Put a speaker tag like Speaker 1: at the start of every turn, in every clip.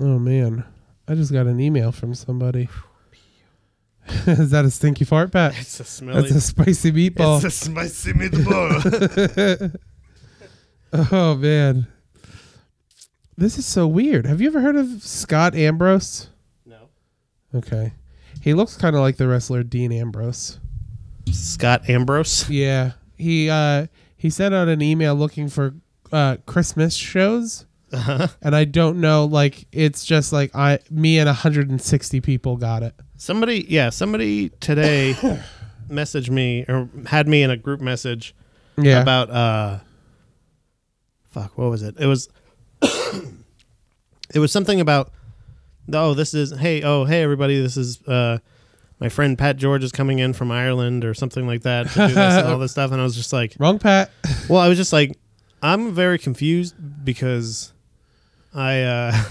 Speaker 1: Oh man, I just got an email from somebody. Is that a stinky fart pat?
Speaker 2: It's a smelly.
Speaker 1: That's a spicy meatball.
Speaker 2: it's a spicy meatball.
Speaker 1: oh man, this is so weird. Have you ever heard of Scott Ambrose?
Speaker 2: no.
Speaker 1: Okay, he looks kind of like the wrestler Dean Ambrose.
Speaker 2: Scott Ambrose.
Speaker 1: Yeah, he uh, he sent out an email looking for uh, Christmas shows,
Speaker 2: Uh-huh.
Speaker 1: and I don't know. Like it's just like I, me and 160 people got it.
Speaker 2: Somebody, yeah, somebody today messaged me or had me in a group message
Speaker 1: Yeah,
Speaker 2: about uh fuck, what was it? It was it was something about oh, this is hey, oh, hey everybody, this is uh my friend Pat George is coming in from Ireland or something like that to do this and all this stuff and I was just like,
Speaker 1: wrong pat.
Speaker 2: well, I was just like, I'm very confused because I, uh,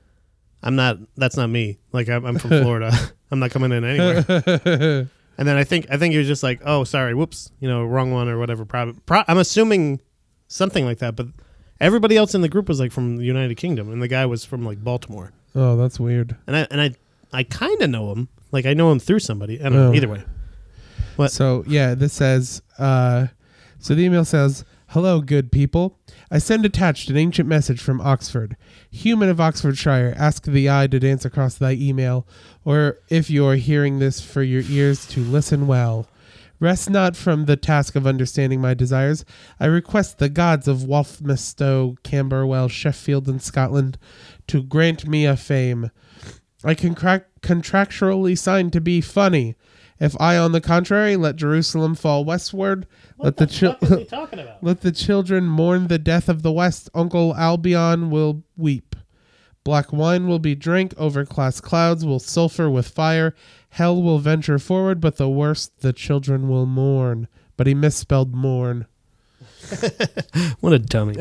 Speaker 2: I'm not. That's not me. Like I'm, I'm from Florida. I'm not coming in anywhere. and then I think I think you're just like, oh, sorry, whoops, you know, wrong one or whatever. Pro- pro- I'm assuming something like that. But everybody else in the group was like from the United Kingdom, and the guy was from like Baltimore.
Speaker 1: Oh, that's weird.
Speaker 2: And I and I I kind of know him. Like I know him through somebody. I don't know.
Speaker 1: Oh.
Speaker 2: Either way, But-
Speaker 1: so yeah, this says. Uh, so the email says, "Hello, good people. I send attached an ancient message from Oxford. Human of Oxfordshire, ask the eye to dance across thy email, or if you are hearing this, for your ears to listen well." Rest not from the task of understanding my desires. I request the gods of Walthamstow, Camberwell, Sheffield, and Scotland to grant me a fame. I contract contractually signed to be funny. If I, on the contrary, let Jerusalem fall westward, let the, chil-
Speaker 2: talking about?
Speaker 1: let the children mourn the death of the West. Uncle Albion will weep. Black wine will be drink. Overcast clouds will sulphur with fire. Hell will venture forward, but the worst the children will mourn. But he misspelled mourn.
Speaker 2: What a dummy.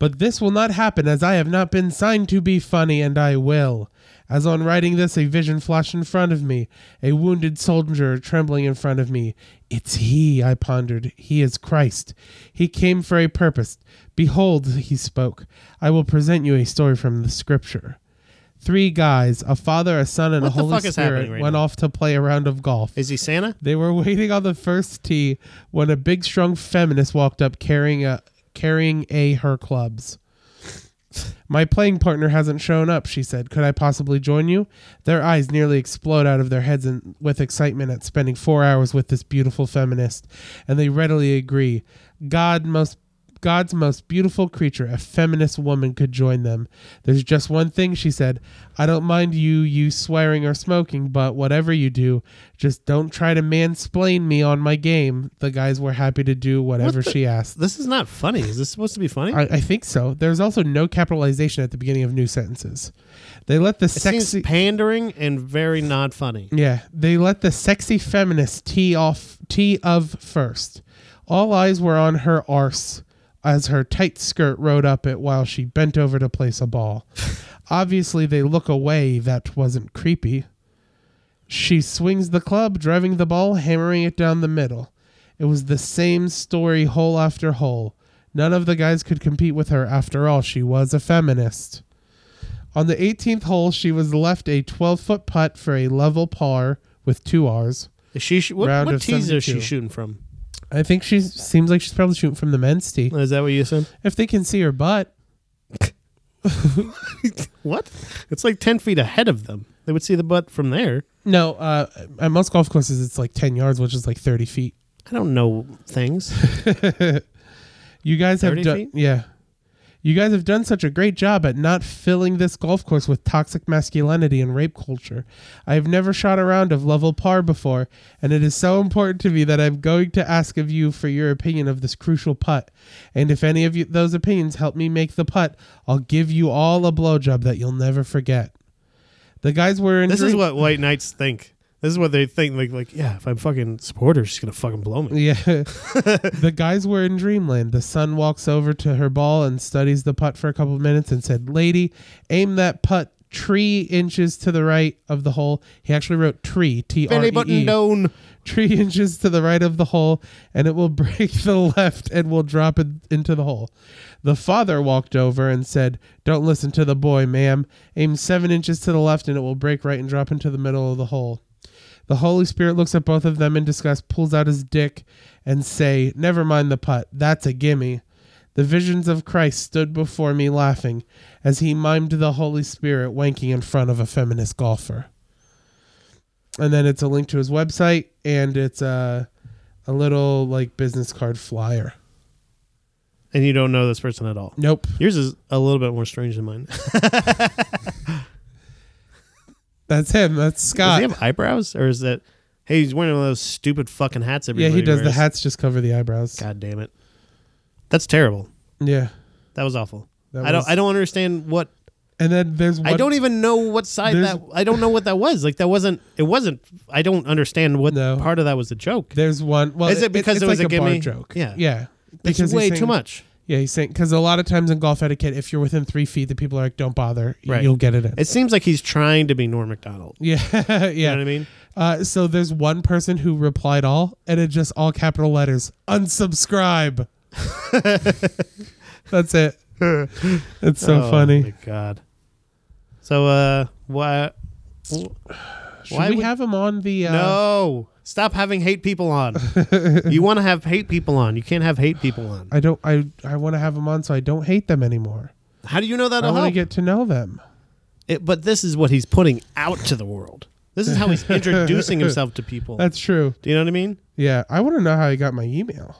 Speaker 1: But this will not happen, as I have not been signed to be funny, and I will. As on writing this, a vision flashed in front of me, a wounded soldier trembling in front of me. It's he, I pondered. He is Christ. He came for a purpose. Behold, he spoke. I will present you a story from the scripture. Three guys, a father, a son, and
Speaker 2: What
Speaker 1: a
Speaker 2: the
Speaker 1: Holy
Speaker 2: fuck is happening
Speaker 1: Spirit,
Speaker 2: right
Speaker 1: went
Speaker 2: now?
Speaker 1: off to play a round of golf.
Speaker 2: Is he Santa?
Speaker 1: They were waiting on the first tee when a big, strong feminist walked up carrying a carrying a her clubs. My playing partner hasn't shown up, she said. Could I possibly join you? Their eyes nearly explode out of their heads in, with excitement at spending four hours with this beautiful feminist, and they readily agree. God most God's most beautiful creature, a feminist woman, could join them. There's just one thing, she said. I don't mind you, you swearing or smoking, but whatever you do, just don't try to mansplain me on my game. The guys were happy to do whatever
Speaker 2: the-
Speaker 1: she asked.
Speaker 2: This is not funny. Is this supposed to be funny?
Speaker 1: I, I think so. There's also no capitalization at the beginning of new sentences. They let the
Speaker 2: It
Speaker 1: sexy.
Speaker 2: seems pandering and very not funny.
Speaker 1: Yeah, they let the sexy feminist tee off tee of first. All eyes were on her arse as her tight skirt rode up it while she bent over to place a ball. Obviously, they look away. That wasn't creepy. She swings the club, driving the ball, hammering it down the middle. It was the same story, hole after hole. None of the guys could compete with her. After all, she was a feminist. On the 18th hole, she was left a 12 foot putt for a level par with two R's.
Speaker 2: Is she sh- what,
Speaker 1: Round
Speaker 2: what
Speaker 1: of
Speaker 2: tees is she
Speaker 1: 72.
Speaker 2: shooting from?
Speaker 1: I think she seems like she's probably shooting from the men's tee.
Speaker 2: Is that what you said?
Speaker 1: If they can see her butt,
Speaker 2: What? It's like ten feet ahead of them. They would see the butt from there.
Speaker 1: no, uh, at most golf courses, it's like 10 yards, which is like 30 feet.
Speaker 2: I don't know things.
Speaker 1: You guys have
Speaker 2: 30
Speaker 1: done,
Speaker 2: feet?
Speaker 1: yeah. You guys have done such a great job at not filling this golf course with toxic masculinity and rape culture. I have never shot a round of level par before, and it is so important to me that I'm going to ask of you for your opinion of this crucial putt. And if any of you, those opinions help me make the putt, I'll give you all a blowjob that you'll never forget. The guys were in
Speaker 2: This is
Speaker 1: dream-
Speaker 2: what white knights think. This is what they think. Like, like, yeah, if I'm fucking support her, she's gonna fucking blow me.
Speaker 1: Yeah. the guys were in dreamland. The son walks over to her ball and studies the putt for a couple of minutes and said, Lady, aim that putt three inches to the right of the hole. He actually wrote tree, T R E E.
Speaker 2: down.
Speaker 1: three inches to the right of the hole, and it will break the left and will drop it into the hole. The father walked over and said, Don't listen to the boy, ma'am. Aim seven inches to the left, and it will break right and drop into the middle of the hole. The Holy Spirit looks at both of them in disgust, pulls out his dick, and say, "Never mind the putt. That's a gimme." The visions of Christ stood before me, laughing, as he mimed the Holy Spirit wanking in front of a feminist golfer. And then it's a link to his website, and it's a a little like business card flyer.
Speaker 2: and you don't know this person at all.
Speaker 1: Nope,
Speaker 2: Yours is a little bit more strange than mine. Does
Speaker 1: that's him. That's
Speaker 2: he
Speaker 1: Scott.
Speaker 2: have eyebrows, or is that? Hey, he's wearing one of those stupid fucking hats.
Speaker 1: yeah,
Speaker 2: Everybody
Speaker 1: he does. The
Speaker 2: wears.
Speaker 1: hats just cover the eyebrows.
Speaker 2: God damn it, that's terrible.
Speaker 1: Yeah.
Speaker 2: That was awful.
Speaker 1: that
Speaker 2: I don't.
Speaker 1: was-
Speaker 2: I don't understand what.
Speaker 1: and then there's one.
Speaker 2: I don't even know what side
Speaker 1: There's-
Speaker 2: that. I don't know what that was. Like that wasn't. It wasn't. I don't understand what
Speaker 1: No.
Speaker 2: part of that was a joke.
Speaker 1: There's one. Well,
Speaker 2: Is it because
Speaker 1: it's
Speaker 2: it was
Speaker 1: like
Speaker 2: a
Speaker 1: bar
Speaker 2: gimme?
Speaker 1: joke?
Speaker 2: Yeah.
Speaker 1: yeah.
Speaker 2: That's
Speaker 1: he's
Speaker 2: way too
Speaker 1: saying-
Speaker 2: much.
Speaker 1: Yeah, he's saying because a lot of times in golf etiquette, if you're within three feet, the people are like, "Don't bother,
Speaker 2: Right.
Speaker 1: you'll get it in."
Speaker 2: It seems like he's trying to be Norm Macdonald.
Speaker 1: yeah, yeah.
Speaker 2: You know what I mean?
Speaker 1: uh, so there's one person who replied all, and it just all capital letters: unsubscribe. That's it. It's so
Speaker 2: Oh,
Speaker 1: funny.
Speaker 2: My God. So uh, why? Why
Speaker 1: Should we
Speaker 2: would-
Speaker 1: have him on the? Uh,
Speaker 2: No. Stop having hate people on. you want to have hate people on. You can't have hate people on.
Speaker 1: I don't. I I want to have him on so I don't hate them anymore.
Speaker 2: How do you know
Speaker 1: I
Speaker 2: that'll
Speaker 1: want to
Speaker 2: help?
Speaker 1: get to know them.
Speaker 2: It- but this is what he's putting out to the world. This is how he's introducing himself to people.
Speaker 1: That's true.
Speaker 2: do you know what I mean?
Speaker 1: Yeah, I want to know how he got my email.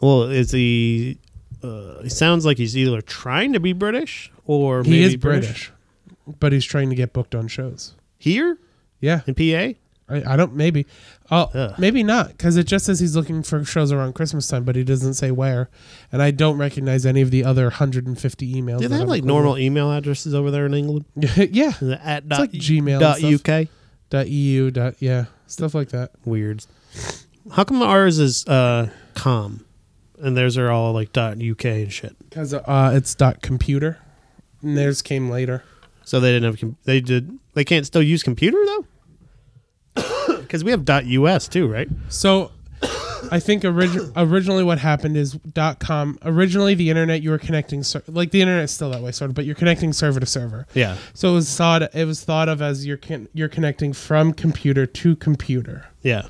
Speaker 2: Well, is he? Uh, it sounds like he's either trying to be British or
Speaker 1: He
Speaker 2: maybe
Speaker 1: is British, but he's trying to get booked on shows.
Speaker 2: here
Speaker 1: Yeah,
Speaker 2: in PA.
Speaker 1: I, I don't. Maybe. Oh,
Speaker 2: Ugh.
Speaker 1: maybe not. Because it just says he's looking for shows around Christmas time, but he doesn't say where. And I don't recognize any of the other 150 emails.
Speaker 2: Do
Speaker 1: that
Speaker 2: they have
Speaker 1: I'm
Speaker 2: like
Speaker 1: cool
Speaker 2: normal email addresses over there in England?
Speaker 1: with. yeah.
Speaker 2: Is it at
Speaker 1: like Gmail and
Speaker 2: dot
Speaker 1: stuff.
Speaker 2: UK.
Speaker 1: Dot eu. Dot yeah. Stuff like that.
Speaker 2: Weird. How come ours is uh, com, and theirs are all like dot UK and shit?
Speaker 1: Because uh, it's dot computer. And theirs came later.
Speaker 2: So they didn't have. Com- they did. They can't still use computer though, because we have .us too, right?
Speaker 1: So I think origi- originally what happened is dot com. Originally, the internet you were connecting ser- like the internet's still that way sort of, but you're connecting server to server.
Speaker 2: Yeah.
Speaker 1: So it was thought it was thought of as you're con- you're connecting from computer to computer,
Speaker 2: Yeah.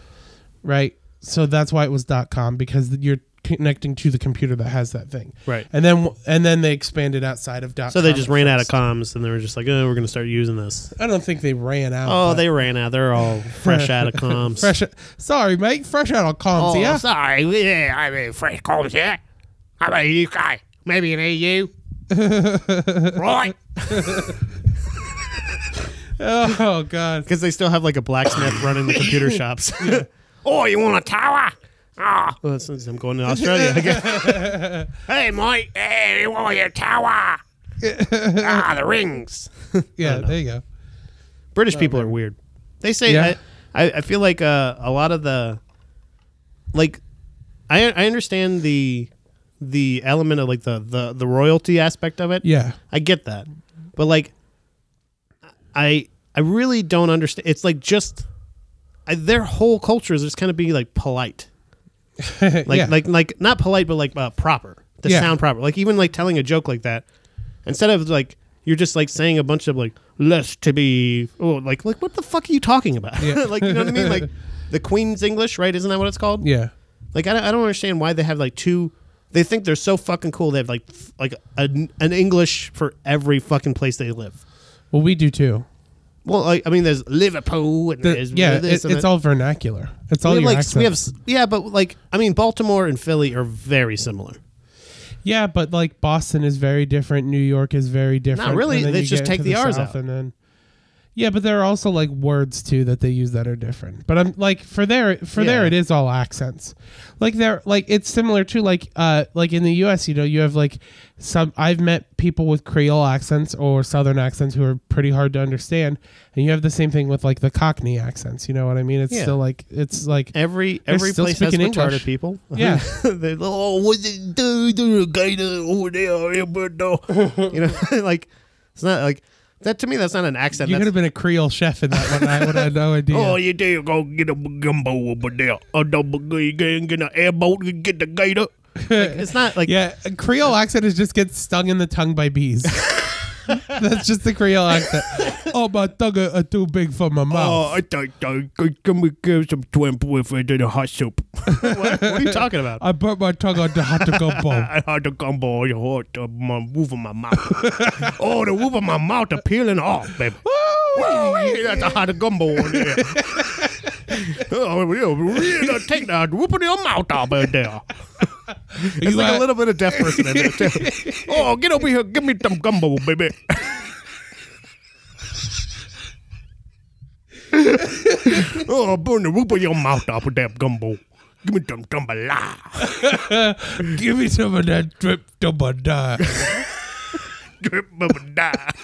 Speaker 1: right? So that's why it was dot .com because you're connecting to the computer that has that thing.
Speaker 2: Right.
Speaker 1: And then and then they expanded outside of dot.
Speaker 2: So they
Speaker 1: com
Speaker 2: just
Speaker 1: at
Speaker 2: ran out of
Speaker 1: first.
Speaker 2: comms, and they were just like, "Oh, we're gonna start using this."
Speaker 1: I don't think they ran out.
Speaker 2: Oh,
Speaker 1: but-
Speaker 2: they ran out. They're all fresh out of comms.
Speaker 1: fresh. Sorry, mate. Fresh out of comms.
Speaker 3: Oh,
Speaker 1: yeah.
Speaker 3: sorry. Yeah, I mean, fresh comms, yeah. I'm a UK, maybe an EU. right?
Speaker 1: Oh god.
Speaker 2: Because they still have like a blacksmith running the computer shops.
Speaker 3: Oh, you want a tower? Oh,
Speaker 2: Well, since I'm going to Australia. I guess.
Speaker 3: hey, mate. Hey, you want your tower? ah, the rings.
Speaker 1: Yeah. There you go.
Speaker 2: British people are weird. They say
Speaker 1: Yeah.
Speaker 2: I, I, I feel like uh, a lot of the like I I understand the the element of like the the, the royalty aspect of it.
Speaker 1: Yeah.
Speaker 2: I get that. But like I I really don't understand it's like just I, their whole culture is just kind of being like polite. Like
Speaker 1: yeah.
Speaker 2: like like not polite but like uh, proper. To
Speaker 1: Yeah.
Speaker 2: sound proper. Like even like telling a joke like that instead of like you're just like saying a bunch of like less to be oh like like what the fuck are you talking about?
Speaker 1: Yeah.
Speaker 2: like you know what I mean? Like the Queen's English, right? Isn't that what it's called?
Speaker 1: yeah.
Speaker 2: Like I don't, I don't understand why they have like two. They think they're so fucking cool. They have like f- like an, an English for every fucking place they live.
Speaker 1: Well, we do too.
Speaker 2: Well, like, I mean, there's Liverpool and
Speaker 1: The-
Speaker 2: there's
Speaker 1: yeah. It,
Speaker 2: this and
Speaker 1: it's
Speaker 2: that.
Speaker 1: all vernacular. It's all
Speaker 2: we have,
Speaker 1: your
Speaker 2: like
Speaker 1: accent.
Speaker 2: we have s- yeah, but like I mean, Baltimore and Philly are very similar.
Speaker 1: Yeah, but like Boston is very different. New York is very different.
Speaker 2: really.
Speaker 1: and then
Speaker 2: They
Speaker 1: you
Speaker 2: just
Speaker 1: get
Speaker 2: take
Speaker 1: into
Speaker 2: the Rs
Speaker 1: South
Speaker 2: out.
Speaker 1: And then, yeah, but there are also like words too that they use that are different. But I'm like for there for there
Speaker 2: Yeah.
Speaker 1: it is all accents. Like there like it's similar to like uh like in the U.S. You know you have like some I've met people with Creole accents or Southern accents who are pretty hard to understand, and you have the same thing with like the Cockney accents. You know what I mean? It's
Speaker 2: Yeah.
Speaker 1: still like it's like
Speaker 2: Every
Speaker 1: They're
Speaker 2: every
Speaker 1: still
Speaker 2: place has retarded
Speaker 1: speaking English.
Speaker 2: people.
Speaker 1: Yeah.
Speaker 2: They- oh, what's it do? There's a guy that- oh, they are in, but no. you know, like it's not like That to me, that's not an accent.
Speaker 1: You could have
Speaker 2: That's,
Speaker 1: been a Creole chef in that one. I would have no idea.
Speaker 3: Oh, you do go get a gumbo over there. A double g- g- get an airboat, get the gator.
Speaker 2: it's not like
Speaker 1: Yeah, a Creole accent is just get stung in the tongue by bees. That's just the Creole accent. Oh, my tongue are are too big for my
Speaker 3: Oh,
Speaker 1: mouth.
Speaker 3: I thought I could come and give some twin with it in a hot soup.
Speaker 2: what, what are you talking about?
Speaker 1: I burnt my tongue on the hot gumbo.
Speaker 3: I had the gumbo on your heart, uh, my roof of my mouth. oh, the roof of my mouth are peeling off, baby. Woo, hey, that's a hot gumbo on there. oh, yeah, really take that roof of your mouth out of there.
Speaker 2: It's like a little bit of deaf person in there too.
Speaker 3: Oh, get over here, give me some gumbo, baby. oh, burn the roof of your mouth off with that gumbo. Give me some jambalaya.
Speaker 1: Give me some of that drip double die.
Speaker 3: Drip jambalaya.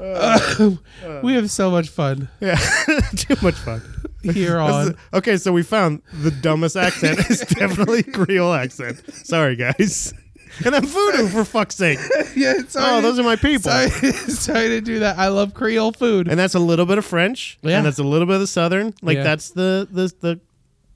Speaker 1: We have so much fun
Speaker 2: Yeah, too much fun.
Speaker 1: here on.
Speaker 2: Okay, so we found the dumbest accent is definitely Creole accent. Sorry, guys. And I'm voodoo for fuck's sake.
Speaker 1: yeah, sorry,
Speaker 2: Oh, those are my people.
Speaker 1: sorry, sorry to do that. I love Creole food.
Speaker 2: And that's a little bit of French.
Speaker 1: Yeah.
Speaker 2: And that's a little bit of the Southern. Like
Speaker 1: Yeah.
Speaker 2: that's the the the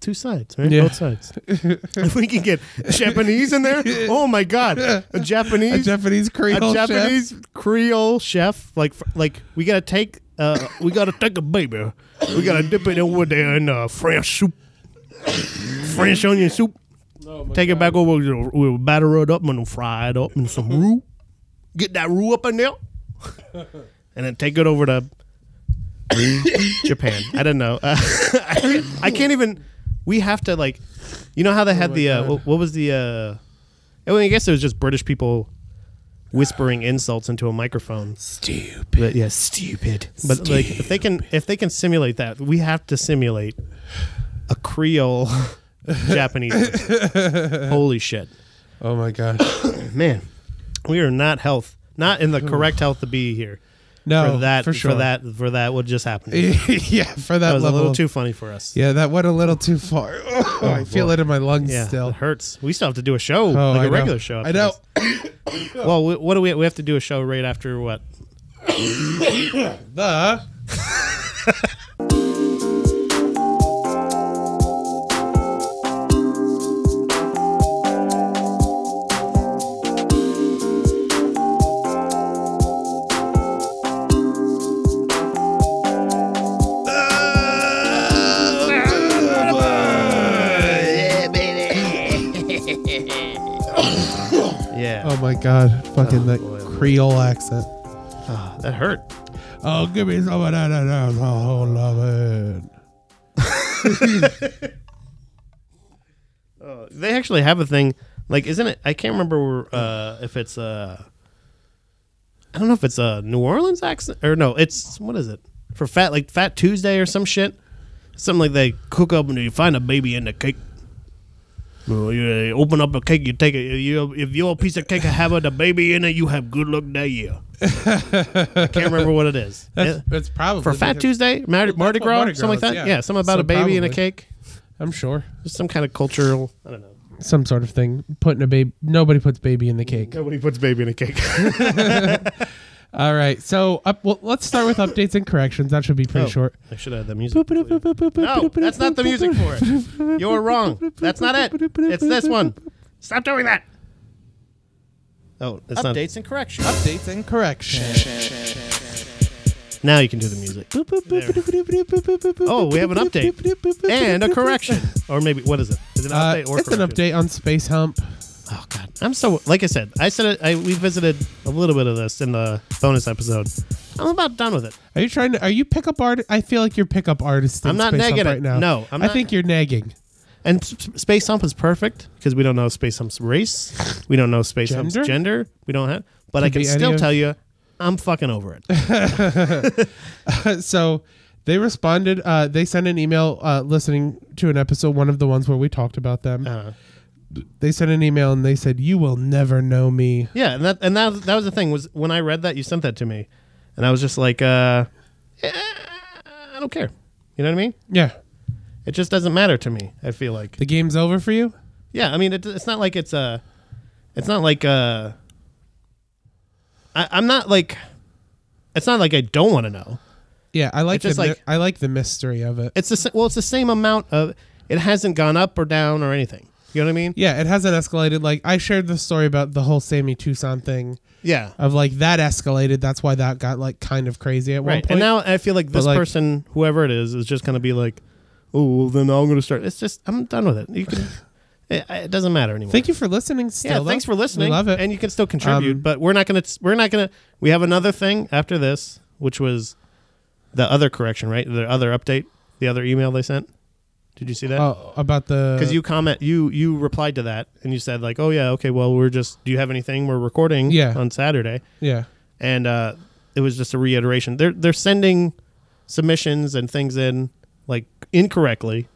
Speaker 2: two sides, right?
Speaker 1: Yeah.
Speaker 2: Both sides. if we can get Japanese in there, oh my god, a
Speaker 1: a
Speaker 2: Japanese,
Speaker 1: Japanese
Speaker 2: a
Speaker 1: Creole chef.
Speaker 2: Japanese Creole chef. Like fr- like we gotta take uh
Speaker 3: We gotta take a baby. We gotta dip it over there in uh, French soup, French onion soup. Take it back over. We'll, we'll batter it up and fry it up in some roux. Get that roux up in there,
Speaker 2: and then take it over to Japan. I don't know. Uh, I, I can't even. We have to like, you know how they had the uh, what, what was the? Uh, I, mean, I guess it was just British people whispering insults into a microphone.
Speaker 1: Stupid.
Speaker 2: But yeah, stupid. But like, if they can, if they can simulate that, we have to simulate a Creole Japanese. accent. Holy shit,
Speaker 1: Oh my gosh.
Speaker 2: man! We are not health, not in the correct health to be here
Speaker 1: No,
Speaker 2: for that
Speaker 1: Oh. for sure.
Speaker 2: that for that what just happened. That
Speaker 1: yeah, for that,
Speaker 2: was a
Speaker 1: level.
Speaker 2: little
Speaker 1: of-
Speaker 2: too funny for us.
Speaker 1: yeah, that went a little too far. Oh, I feel it in my lungs
Speaker 2: Yeah,
Speaker 1: still.
Speaker 2: it hurts. We still have to do a show,
Speaker 1: Oh,
Speaker 2: like
Speaker 1: I
Speaker 2: a
Speaker 1: know.
Speaker 2: regular show.
Speaker 1: I
Speaker 2: after
Speaker 1: know.
Speaker 2: this. Well, we, what do we? We have to do a show right after what?
Speaker 1: The
Speaker 2: Yeah,
Speaker 1: oh my god, fucking that
Speaker 2: boy, oh boy.
Speaker 1: Creole accent.
Speaker 2: that hurt.
Speaker 1: Oh, give me some of that. that- that- Oh, love it.
Speaker 2: They actually have a thing. Like, isn't it? I can't remember uh, if it's uh, I don't know if it's a New Orleans accent or no. It's what is it for Fat like Fat Tuesday or some shit? Something like they cook up and you find a baby in the cake.
Speaker 3: Well, you uh, open up a cake, you take it. You, if you're a piece of cake, have a baby in it. You have good luck that year.
Speaker 2: I can't remember what it is.
Speaker 1: That's,
Speaker 2: Yeah.
Speaker 1: that's probably
Speaker 2: for Fat Tuesday, Mardi, Mardi
Speaker 1: what
Speaker 2: Gras,
Speaker 1: Mardi
Speaker 2: something like
Speaker 1: Gras
Speaker 2: that.
Speaker 1: is,
Speaker 2: Yeah,
Speaker 1: yeah.
Speaker 2: something about
Speaker 1: So
Speaker 2: a baby and a
Speaker 1: probably.
Speaker 2: cake.
Speaker 1: I'm sure
Speaker 2: Just some kind of cultural. I don't know.
Speaker 1: some sort of thing. Putting a baby. Nobody puts baby in the cake.
Speaker 2: Nobody puts baby in a cake.
Speaker 1: All right. So up. Well, let's start with updates and corrections. That should be pretty
Speaker 2: Oh.
Speaker 1: short.
Speaker 2: I should have the music. No,
Speaker 1: No,
Speaker 2: that's not the music for it. You're wrong. That's not it. It's this one.
Speaker 3: Stop doing that.
Speaker 2: Oh, it's not.
Speaker 4: Updates and corrections.
Speaker 1: Updates and corrections.
Speaker 2: Now you can do the music. Oh, we have an update and a correction, or maybe what is it? Is it an
Speaker 1: Uh,
Speaker 2: update or
Speaker 1: it's an
Speaker 2: correction?
Speaker 1: update on Space Hump.
Speaker 2: Oh God, I'm so like I said. I said it, I we visited a little bit of this in the bonus episode. I'm about done with it.
Speaker 1: Are you trying to? Are you pickup art? I feel like you're pickup artist. in
Speaker 2: I'm not
Speaker 1: Space Hump
Speaker 2: nagging it.
Speaker 1: right now.
Speaker 2: No, I'm
Speaker 1: I
Speaker 2: not-
Speaker 1: think you're nagging.
Speaker 2: And S- S- Space Hump is perfect because we don't know Space Hump's race. We don't know Space Hump's
Speaker 1: Gender?
Speaker 2: gender. We don't have. But I
Speaker 1: Could
Speaker 2: can
Speaker 1: be any
Speaker 2: still
Speaker 1: of-
Speaker 2: tell you, I'm fucking over it.
Speaker 1: Uh, so they responded. Uh, they sent an email uh, listening to an episode, one of the ones where we talked about them.
Speaker 2: Uh,
Speaker 1: They sent an email and they said, "You will never know me."
Speaker 2: yeah, and that and that that was the thing was when I read that you sent that to me, and I was just like, uh, eh, I don't care. You know what I mean?
Speaker 1: Yeah,
Speaker 2: It just doesn't matter to me. I feel like
Speaker 1: the game's over for you.
Speaker 2: Yeah, I mean, it, it's not like it's a, it's not like a. I, I'm not like, it's not like I don't want to know.
Speaker 1: Yeah, I like
Speaker 2: It's just
Speaker 1: the mi-
Speaker 2: like-
Speaker 1: I like the mystery of it.
Speaker 2: It's the sa- well, it's the same amount of. It hasn't gone up or down or anything. You know what I mean?
Speaker 1: Yeah, it hasn't escalated. Like I shared the story about the whole Sammy Tucson thing
Speaker 2: Yeah.
Speaker 1: of like that escalated. That's why that got like kind of crazy at one
Speaker 2: Right.
Speaker 1: point.
Speaker 2: And now I feel like this
Speaker 1: like-
Speaker 2: person, whoever it is, is just going to be like, oh, well, then I'm going to start. It's just, I'm done with it. You can, it, it doesn't matter anymore.
Speaker 1: Thank you for listening. Still,
Speaker 2: yeah,
Speaker 1: though.
Speaker 2: thanks for listening.
Speaker 1: We love it.
Speaker 2: And you can still contribute,
Speaker 1: Um,
Speaker 2: but we're not going to, we're not going to, we have another thing after this, which was the other correction, right? The other update, the other email they sent. Did you see that?
Speaker 1: oh, about the
Speaker 2: because you comment you you replied to that and you said like oh yeah okay well we're just do you have anything we're recording
Speaker 1: Yeah.
Speaker 2: on saturday
Speaker 1: yeah
Speaker 2: and uh it was just a reiteration they're they're sending submissions and things in like incorrectly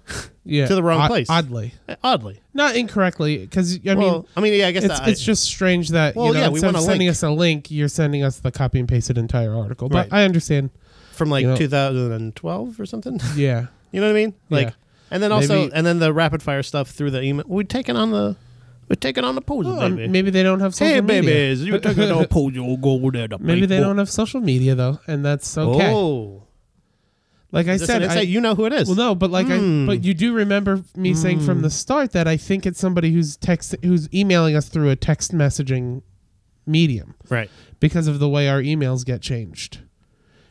Speaker 1: yeah
Speaker 2: to the wrong
Speaker 1: Od-
Speaker 2: place.
Speaker 1: oddly
Speaker 2: oddly
Speaker 1: not incorrectly because I
Speaker 2: well
Speaker 1: mean
Speaker 2: i mean yeah i guess
Speaker 1: it's,
Speaker 2: that,
Speaker 1: it's just strange that
Speaker 2: Well,
Speaker 1: you know
Speaker 2: yeah, we
Speaker 1: instead
Speaker 2: want
Speaker 1: of
Speaker 2: a
Speaker 1: sending
Speaker 2: link.
Speaker 1: us a link you're sending us the copy and pasted entire article. But
Speaker 2: Right.
Speaker 1: I understand.
Speaker 2: from like
Speaker 1: you know-
Speaker 2: 2012 or something
Speaker 1: Yeah,
Speaker 2: you know what i mean like
Speaker 1: Yeah.
Speaker 2: and then also
Speaker 1: Maybe-
Speaker 2: and then the rapid fire stuff through the email we're taking on the we're taking on the poser
Speaker 1: Well,
Speaker 2: baby
Speaker 1: maybe they don't have social
Speaker 3: Hey,
Speaker 1: media.
Speaker 3: babies, you take it all pull you go over there. to
Speaker 1: Maybe they
Speaker 3: Facebook.
Speaker 1: don't have social media though, and that's okay.
Speaker 2: oh
Speaker 1: like I
Speaker 2: is this
Speaker 1: said,
Speaker 2: an
Speaker 1: I,
Speaker 2: insight? you know who it is
Speaker 1: Well, no, but like, I,
Speaker 2: Mm.
Speaker 1: but you do remember me saying
Speaker 2: Hmm.
Speaker 1: from the start that I think it's somebody who's text who's emailing us through a text messaging medium
Speaker 2: right
Speaker 1: because of the way our emails get changed.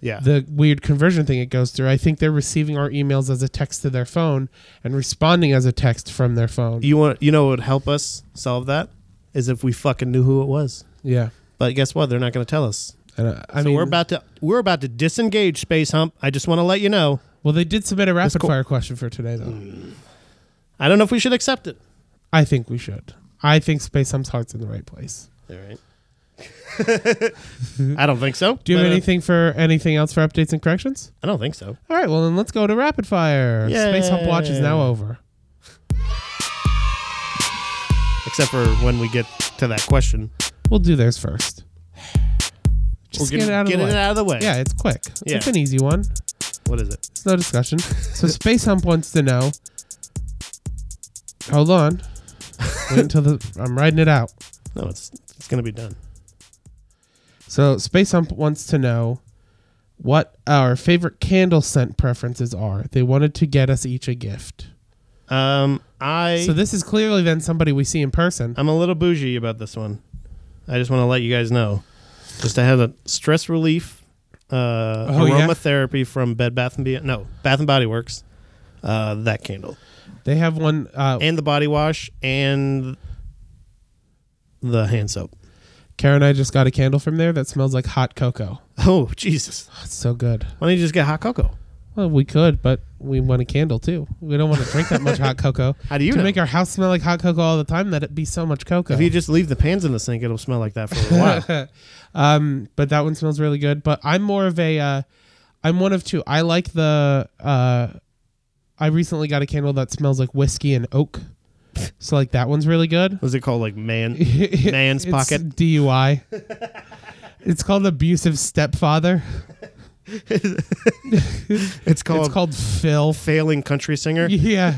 Speaker 2: yeah
Speaker 1: The weird conversion thing it goes through. I think they're receiving our emails as a text to their phone and responding as a text from their phone.
Speaker 2: You want you know what would help us solve that is if we fucking knew who it was.
Speaker 1: yeah,
Speaker 2: But guess what? They're not going to tell us.
Speaker 1: and uh, I
Speaker 2: so
Speaker 1: mean,
Speaker 2: we're about to we're about to disengage Space Hump. I just want to let you know.
Speaker 1: well, they did submit a rapid
Speaker 2: cool. Mm.
Speaker 1: fire question for today though.
Speaker 2: I don't know if we should accept it.
Speaker 1: I think we should. I think Space Hump's heart's in the right place.
Speaker 2: All right. I don't think so.
Speaker 1: Do you have
Speaker 2: but, uh,
Speaker 1: anything for anything else for updates and corrections?
Speaker 2: I don't think so.
Speaker 1: All right, well then let's go to rapid fire. Space Hump Watch is
Speaker 2: Yay.
Speaker 1: now over.
Speaker 2: Except for when we get to that question.
Speaker 1: We'll do theirs first. Just
Speaker 2: We're
Speaker 1: get it out of the
Speaker 2: getting
Speaker 1: way.
Speaker 2: it out of the way.
Speaker 1: Yeah, it's quick.
Speaker 2: Yeah.
Speaker 1: It's an easy one.
Speaker 2: What is it?
Speaker 1: It's no discussion. so Space Hump wants to know. Hold on. Wait until the I'm riding it out.
Speaker 2: No, it's it's going to be done.
Speaker 1: So Space Hump wants to know what our favorite candle scent preferences are. They wanted to get us each a gift.
Speaker 2: Um, I
Speaker 1: So this is clearly then somebody we see in person.
Speaker 2: I'm a little bougie about this one. I just want to let you guys know. Just to have a stress relief uh,
Speaker 1: Oh, yeah?
Speaker 2: aromatherapy from Bed Bath and Beyond. No, Bath and Body Works. Uh, that candle
Speaker 1: They have one uh,
Speaker 2: and the body wash and the hand soap.
Speaker 1: Karen and I just got a candle from there that smells like hot cocoa.
Speaker 2: Oh Jesus!
Speaker 1: It's so good.
Speaker 2: Why don't you just get hot cocoa?
Speaker 1: Well, we could, but we want a candle too. We don't want to drink that much hot cocoa.
Speaker 2: How do you
Speaker 1: to
Speaker 2: know?
Speaker 1: make our house smell like hot cocoa all the time, that it'd be so much cocoa.
Speaker 2: if you just leave the pans in the sink, it'll smell like that for a while.
Speaker 1: um, but that one smells really good. But I'm more of a, uh, I'm one of two. I like the, uh, I recently got a candle that smells like whiskey and oak. So like that one's really good.
Speaker 2: What's it called? Like man,
Speaker 1: Man's
Speaker 2: Man's pocket.
Speaker 1: DUI. it's called abusive stepfather.
Speaker 2: it's called,
Speaker 1: It's called Phil.
Speaker 2: failing country singer.
Speaker 1: Yeah.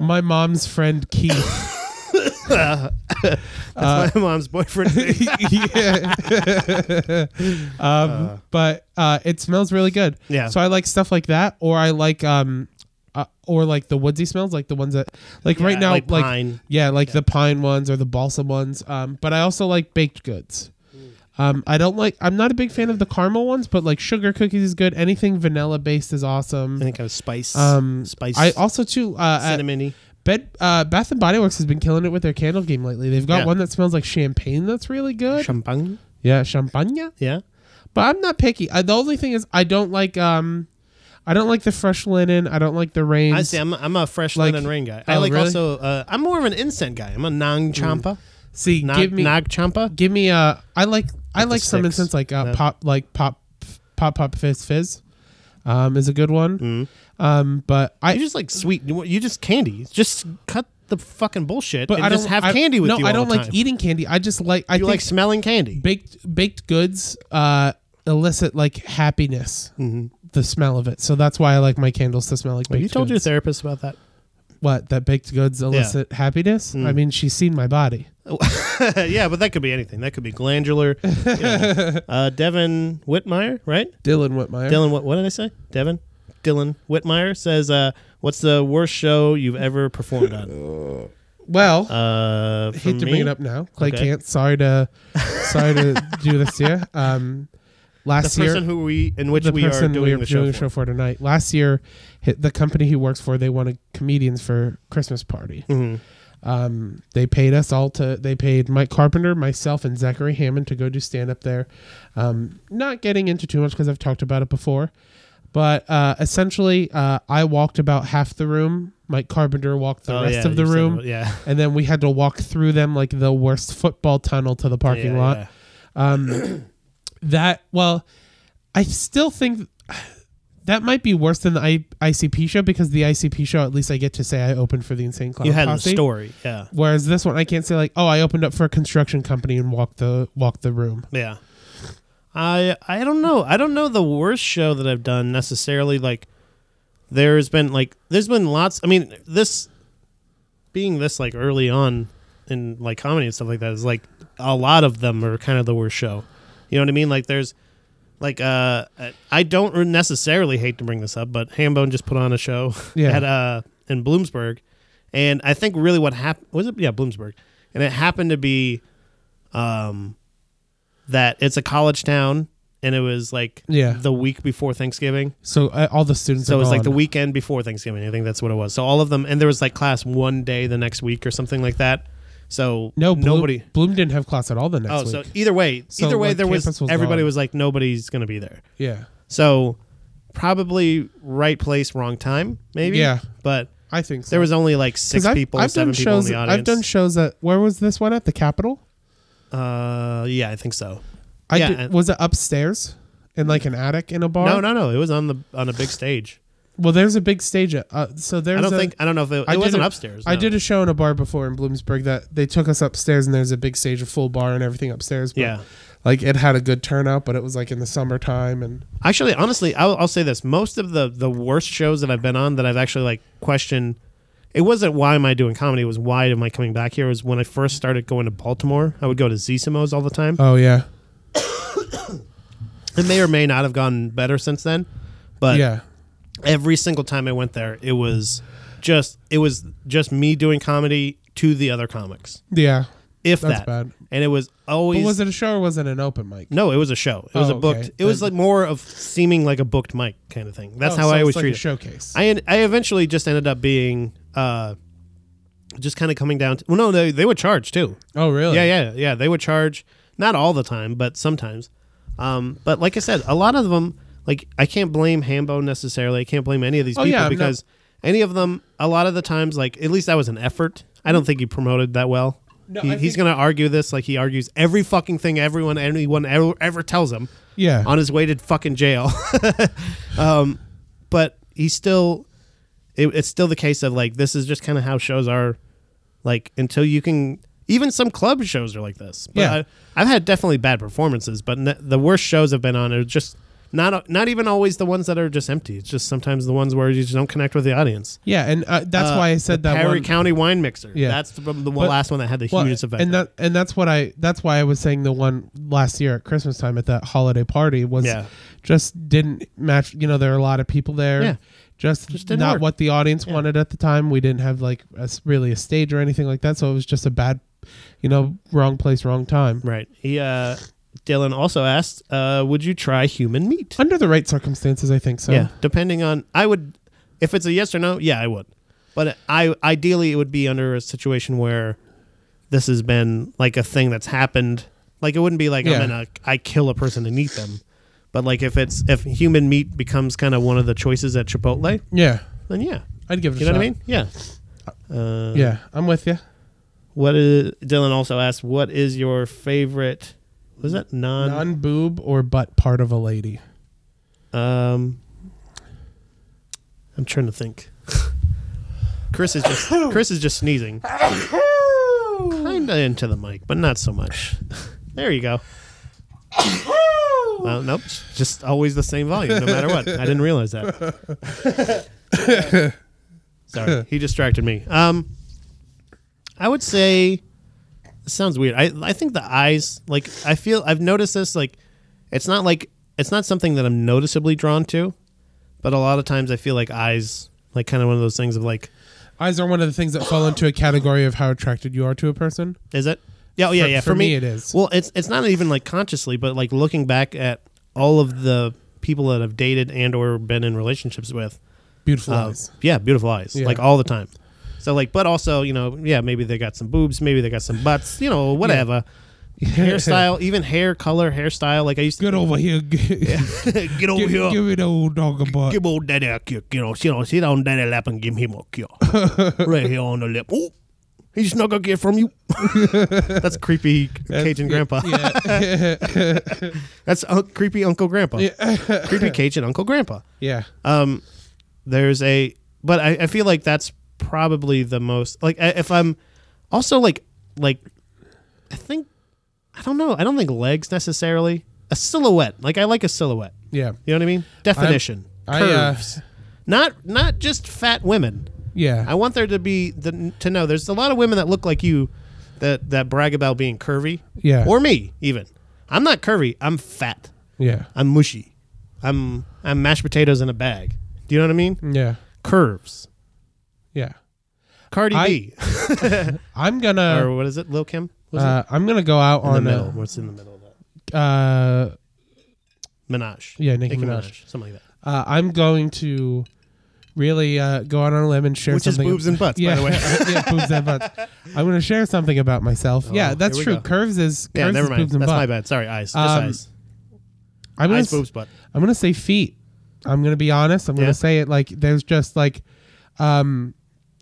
Speaker 1: My mom's friend Keith.
Speaker 2: That's my mom's boyfriend.
Speaker 1: yeah. um, but uh, it smells really good.
Speaker 2: Yeah.
Speaker 1: So I like stuff like that, or I like um, uh, or like the woodsy smells, like the ones that like right
Speaker 2: Yeah,
Speaker 1: now, like,
Speaker 2: like pine.
Speaker 1: yeah, like the pine ones or the balsam ones. Um, but I also like baked goods.
Speaker 2: Hmm.
Speaker 1: Um, I don't like. I'm not a big fan of the caramel ones, but like sugar cookies is good. Anything vanilla based is awesome.
Speaker 2: Any kind of spice.
Speaker 1: Um,
Speaker 2: spice.
Speaker 1: I also too uh, at-
Speaker 2: cinnamony.
Speaker 1: Bed uh, Bath and Body Works has been killing it with their candle game lately. They've got
Speaker 2: Yeah.
Speaker 1: one that smells like champagne that's really good.
Speaker 2: Champagne.
Speaker 1: yeah, champagne.
Speaker 2: Yeah.
Speaker 1: But I'm not picky. I, the only thing is I don't like um I don't like the fresh linen. I don't like the rain.
Speaker 2: I see. I'm, I'm a fresh
Speaker 1: Like-
Speaker 2: linen rain guy. I
Speaker 1: oh,
Speaker 2: like
Speaker 1: really?
Speaker 2: also. Uh, I'm more of an incense guy. I'm a nang champa.
Speaker 1: See,
Speaker 2: Nag,
Speaker 1: give me
Speaker 2: nag champa.
Speaker 1: give me uh I like I like some
Speaker 2: sticks.
Speaker 1: incense like uh,
Speaker 2: Yeah.
Speaker 1: pop like pop pop pop fizz fizz. Um, is a good one. Um, but I
Speaker 2: Mm-hmm. You just like sweet. You, want- you just candy. Just cut the fucking bullshit
Speaker 1: but
Speaker 2: and
Speaker 1: I don't
Speaker 2: just have
Speaker 1: I-
Speaker 2: candy with
Speaker 1: no,
Speaker 2: you.
Speaker 1: I
Speaker 2: all
Speaker 1: don't
Speaker 2: the
Speaker 1: like
Speaker 2: time.
Speaker 1: eating candy. I just like I
Speaker 2: You
Speaker 1: think
Speaker 2: like smelling candy.
Speaker 1: baked baked goods uh elicit like happiness the smell of it so that's why i like my candles to smell like
Speaker 2: Have
Speaker 1: baked
Speaker 2: Mm-hmm. you told your
Speaker 1: goods.
Speaker 2: therapist about that?
Speaker 1: What that baked goods elicit happiness?
Speaker 2: Hmm.
Speaker 1: I mean, she's seen my body.
Speaker 2: yeah, but that could be anything. That could be glandular. you know. uh, Devin Whitmire, right?
Speaker 1: Dylan Whitmire.
Speaker 2: Dylan, what, what did I say? Devin? Dylan Whitmire says, uh, What's the worst show you've ever performed on?
Speaker 1: Well,
Speaker 2: Uh, for
Speaker 1: hate to
Speaker 2: me,
Speaker 1: bring it up now. Clay
Speaker 2: Okay.
Speaker 1: can't. Sorry to, sorry to do this year. Um,
Speaker 2: The
Speaker 1: last year,
Speaker 2: person who we, in which
Speaker 1: the
Speaker 2: we are
Speaker 1: person
Speaker 2: doing
Speaker 1: we are
Speaker 2: the
Speaker 1: doing
Speaker 2: show.
Speaker 1: the
Speaker 2: for.
Speaker 1: show for tonight. Last year, hit the company he works for, they wanted comedians for Christmas party.
Speaker 2: Mm-hmm.
Speaker 1: Um, they paid us all to. They paid Mike Carpenter, myself, and Zachary Hammond to go do stand up there. Um, not getting into too much because I've talked about it before, but uh, essentially, uh, I walked about half the room. Mike Carpenter walked the
Speaker 2: Oh,
Speaker 1: rest
Speaker 2: yeah,
Speaker 1: of the
Speaker 2: you said
Speaker 1: room
Speaker 2: about- Yeah.
Speaker 1: and then we had to walk through them like the worst football tunnel to the parking
Speaker 2: Yeah,
Speaker 1: lot.
Speaker 2: yeah.
Speaker 1: That well, I still think that might be worse than the I- ICP show because the ICP show at least I get to say I opened for the Insane Clown
Speaker 2: You had a
Speaker 1: Posse.
Speaker 2: story. Yeah.
Speaker 1: Whereas this one I can't say like oh I opened up for a construction company and walked the walked the room.
Speaker 2: Yeah. I I don't know. I don't know the worst show that I've done necessarily like there's been like there's been lots I mean this being this like early on in like comedy and stuff like that is like a lot of them are kind of the worst show. You know what I mean? Like there's like uh I don't necessarily hate to bring this up, but Hambone just put on a show
Speaker 1: Yeah.
Speaker 2: at uh in Bloomsburg and I think really what happened was it yeah, Bloomsburg. And it happened to be um that it's a college town and it was like
Speaker 1: Yeah.
Speaker 2: the week before Thanksgiving.
Speaker 1: So uh, all the students
Speaker 2: So
Speaker 1: are
Speaker 2: it was like
Speaker 1: gone.
Speaker 2: the weekend before Thanksgiving. I think that's what it was. So all of them and there was like class one day the next week or something like that. So
Speaker 1: no Bloom,
Speaker 2: nobody
Speaker 1: Bloom didn't have class at all the next
Speaker 2: Oh,
Speaker 1: week.
Speaker 2: so either way,
Speaker 1: So,
Speaker 2: either way
Speaker 1: like,
Speaker 2: there was,
Speaker 1: campus was
Speaker 2: everybody
Speaker 1: gone.
Speaker 2: was like nobody's going to be there.
Speaker 1: yeah,
Speaker 2: So probably right place, wrong time, maybe.
Speaker 1: Yeah.
Speaker 2: But
Speaker 1: I think so.
Speaker 2: there was only like 6
Speaker 1: I've,
Speaker 2: people,
Speaker 1: I've
Speaker 2: 7
Speaker 1: done
Speaker 2: people
Speaker 1: shows.
Speaker 2: in the audience.
Speaker 1: I've done shows at where was this one at the Capitol?
Speaker 2: uh yeah, I think so.
Speaker 1: I
Speaker 2: Yeah,
Speaker 1: did-
Speaker 2: and-
Speaker 1: was it upstairs in like an attic in a bar?
Speaker 2: No, no, no. It was on the on a big stage.
Speaker 1: Well, there's a big stage. at- Uh, so there's.
Speaker 2: I don't
Speaker 1: a-
Speaker 2: think I don't know if it,
Speaker 1: I
Speaker 2: it
Speaker 1: did
Speaker 2: wasn't
Speaker 1: a-
Speaker 2: upstairs.
Speaker 1: I
Speaker 2: no.
Speaker 1: did a show in a bar before in Bloomsburg that they took us upstairs and there's a big stage, a full bar and everything upstairs. But
Speaker 2: Yeah.
Speaker 1: Like it had a good turnout, but it was like in the summertime and
Speaker 2: Actually, honestly, I'll, I'll say this: most of the the worst shows that I've been on that I've actually like questioned. It wasn't why am I doing comedy? It was why am I coming back here? It was when I first started going to Baltimore. I would go to Zissimo's all the time.
Speaker 1: oh yeah,
Speaker 2: It may or may not have gotten better since then, but
Speaker 1: yeah,
Speaker 2: every single time I went there, it was just it was just me doing comedy to the other comics,
Speaker 1: yeah.
Speaker 2: if
Speaker 1: That's
Speaker 2: that.
Speaker 1: bad.
Speaker 2: And it was
Speaker 1: But
Speaker 2: always
Speaker 1: was it a show or was it an open mic?
Speaker 2: No, it was a show. It was
Speaker 1: Oh,
Speaker 2: a booked.
Speaker 1: okay.
Speaker 2: It was
Speaker 1: Then-
Speaker 2: like more of seeming like a booked mic kind of thing. That's
Speaker 1: Oh, so
Speaker 2: how I
Speaker 1: it's
Speaker 2: always
Speaker 1: like
Speaker 2: treat
Speaker 1: a
Speaker 2: it.
Speaker 1: showcase.
Speaker 2: I en- I eventually just ended up being uh, just kind of coming down. To, well, no, they they would charge too.
Speaker 1: oh really?
Speaker 2: Yeah, yeah, yeah. They would charge not all the time, but sometimes. Um, but like I said, a lot of them. Like I can't blame Hambo necessarily. I can't blame any of these
Speaker 1: Oh,
Speaker 2: people
Speaker 1: yeah, I'm not-
Speaker 2: because any of them, a lot of the times, like at least that was an effort. I don't think he promoted that well.
Speaker 1: No,
Speaker 2: he,
Speaker 1: I
Speaker 2: he's
Speaker 1: think-
Speaker 2: gonna argue this like he argues every fucking thing everyone anyone ever, ever tells him
Speaker 1: Yeah.
Speaker 2: on his way to fucking jail. um, but he's still, it, it's still the case of like this is just kind of how shows are. Like until you can, even some club shows are like this. But
Speaker 1: Yeah.
Speaker 2: I, I've had definitely bad performances, but ne- the worst shows I've been on are just not not even always the ones that are just empty. It's just sometimes the ones where you just don't connect with the audience.
Speaker 1: yeah, and uh, that's
Speaker 2: Uh,
Speaker 1: why I
Speaker 2: the
Speaker 1: said that
Speaker 2: Perry
Speaker 1: one.
Speaker 2: County Wine Mixer.
Speaker 1: Yeah.
Speaker 2: that's the, the
Speaker 1: But-
Speaker 2: last one that had the
Speaker 1: Well,
Speaker 2: hugest effect.
Speaker 1: And
Speaker 2: on
Speaker 1: that and that's what I that's why I was saying the one last year at Christmas time at that holiday party was
Speaker 2: Yeah.
Speaker 1: just didn't match you know, there are a lot of people there.
Speaker 2: Yeah.
Speaker 1: Just,
Speaker 2: didn't
Speaker 1: not
Speaker 2: work.
Speaker 1: what the audience wanted at the time. We didn't have like a s really a stage or anything like that, so it was just a bad you know, wrong place, wrong time.
Speaker 2: it. right. He uh, Dylan also asked, uh, "Would you try human meat?"
Speaker 1: Under the right circumstances, I think so.
Speaker 2: Yeah, depending on I would if it's a yes or no, yeah, I would. But I ideally it would be under a situation where this has been like a thing that's happened. Like it wouldn't be like
Speaker 1: Yeah.
Speaker 2: I'm in a I kill a person and eat them. But like if it's if human meat becomes kind of one of the choices at Chipotle,
Speaker 1: Yeah.
Speaker 2: then yeah.
Speaker 1: I'd give it
Speaker 2: You
Speaker 1: a shot.
Speaker 2: know what I mean? Yeah. Uh,
Speaker 1: Yeah, I'm with you.
Speaker 2: What is Dylan also asked? What is your favorite? Was that
Speaker 1: Non boob or butt part of a lady.
Speaker 2: Um, I'm trying to think. Chris is just Chris is just sneezing, kinda into the mic, but not so much. There you go. Well, nope, just always the same volume, no matter what. I didn't realize that. Sorry, he distracted me. Um, I would say, this sounds weird. I I think the eyes, like I feel I've noticed this. Like, it's not like it's not something that I'm noticeably drawn to, but a lot of times I feel like eyes, like kind of one of those things of like,
Speaker 1: Eyes are one of the things that fall into a category of how attracted you are to a person.
Speaker 2: is it? Yeah, oh yeah,
Speaker 1: For-
Speaker 2: yeah.
Speaker 1: for me it is.
Speaker 2: Well, it's it's not even like consciously, but like looking back at all of the people that I've dated and or been in relationships with,
Speaker 1: Beautiful
Speaker 2: Uh,
Speaker 1: eyes.
Speaker 2: Yeah, beautiful eyes,
Speaker 1: Yeah.
Speaker 2: like all the time. So like, but also you know, yeah, maybe they got some boobs, maybe they got some butts, you know, whatever. Hairstyle, even hair color, hairstyle. Like I used to
Speaker 1: Get over here.
Speaker 3: Get over
Speaker 1: Give,
Speaker 3: here.
Speaker 1: give me the old dog a butt.
Speaker 3: Give old daddy a kick, you know. Sit on, sit on daddy's lap and give him a kick. right here on the lip. Oh, he's not gonna get from you.
Speaker 2: that's creepy Cajun grandpa.
Speaker 1: Yeah.
Speaker 2: That's un- creepy Uncle Grandpa. creepy Cajun Uncle Grandpa.
Speaker 1: yeah.
Speaker 2: Um, there's a, but I, I feel like that's probably the most like I- if I'm also like like I think I don't know I don't think legs necessarily a silhouette like I like a silhouette.
Speaker 1: Yeah.
Speaker 2: You know what I mean? Definition.
Speaker 1: I, uh,
Speaker 2: curves. not not just fat women. I
Speaker 1: Yeah.
Speaker 2: want there to be the to know there's a lot of women that look like you that that brag about being curvy.
Speaker 1: Yeah.
Speaker 2: Or me even. I'm not curvy. I'm fat.
Speaker 1: Yeah.
Speaker 2: I'm mushy. I'm I'm mashed potatoes in a bag. Do you know what I mean?
Speaker 1: Yeah.
Speaker 2: Curves.
Speaker 1: Yeah.
Speaker 2: Cardi
Speaker 1: I- uh,
Speaker 2: B
Speaker 1: I'm gonna
Speaker 2: or what is it? Lil Kim. What is
Speaker 1: uh, I'm gonna go out
Speaker 2: it? In
Speaker 1: on
Speaker 2: the middle.
Speaker 1: a,
Speaker 2: What's in the middle of that?
Speaker 1: uh,
Speaker 2: Minaj.
Speaker 1: Yeah, Nicki Minaj.
Speaker 2: Something like that.
Speaker 1: uh, I'm going to really uh, go out on a limb and share
Speaker 2: Which is
Speaker 1: something.
Speaker 2: boobs and butts,
Speaker 1: yeah,
Speaker 2: by the way.
Speaker 1: yeah, boobs and butts. I'm going to share something about myself. yeah,
Speaker 2: Oh, here
Speaker 1: that's
Speaker 2: we
Speaker 1: true.
Speaker 2: go.
Speaker 1: Curves is
Speaker 2: Yeah,
Speaker 1: curves
Speaker 2: never
Speaker 1: is
Speaker 2: mind.
Speaker 1: boobs
Speaker 2: That's
Speaker 1: and
Speaker 2: my
Speaker 1: butt.
Speaker 2: bad. Sorry, eyes. Just
Speaker 1: Um,
Speaker 2: eyes.
Speaker 1: I'm gonna
Speaker 2: Eyes,
Speaker 1: s-
Speaker 2: boobs, butt.
Speaker 1: I'm gonna say feet. I'm gonna be honest. I'm
Speaker 2: Yeah.
Speaker 1: gonna say it like there's just like, um,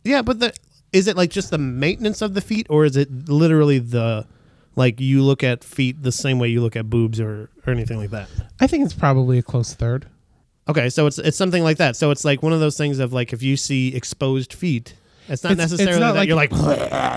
Speaker 2: Yeah, but the is it like just the maintenance of the feet, or is it literally the like you look at feet the same way you look at boobs or or anything like that?
Speaker 1: I think it's probably a close third.
Speaker 2: Okay, so it's it's something like that. So it's like one of those things of like if you see exposed feet, it's not
Speaker 1: It's- it's
Speaker 2: necessarily
Speaker 1: not like-
Speaker 2: that you're like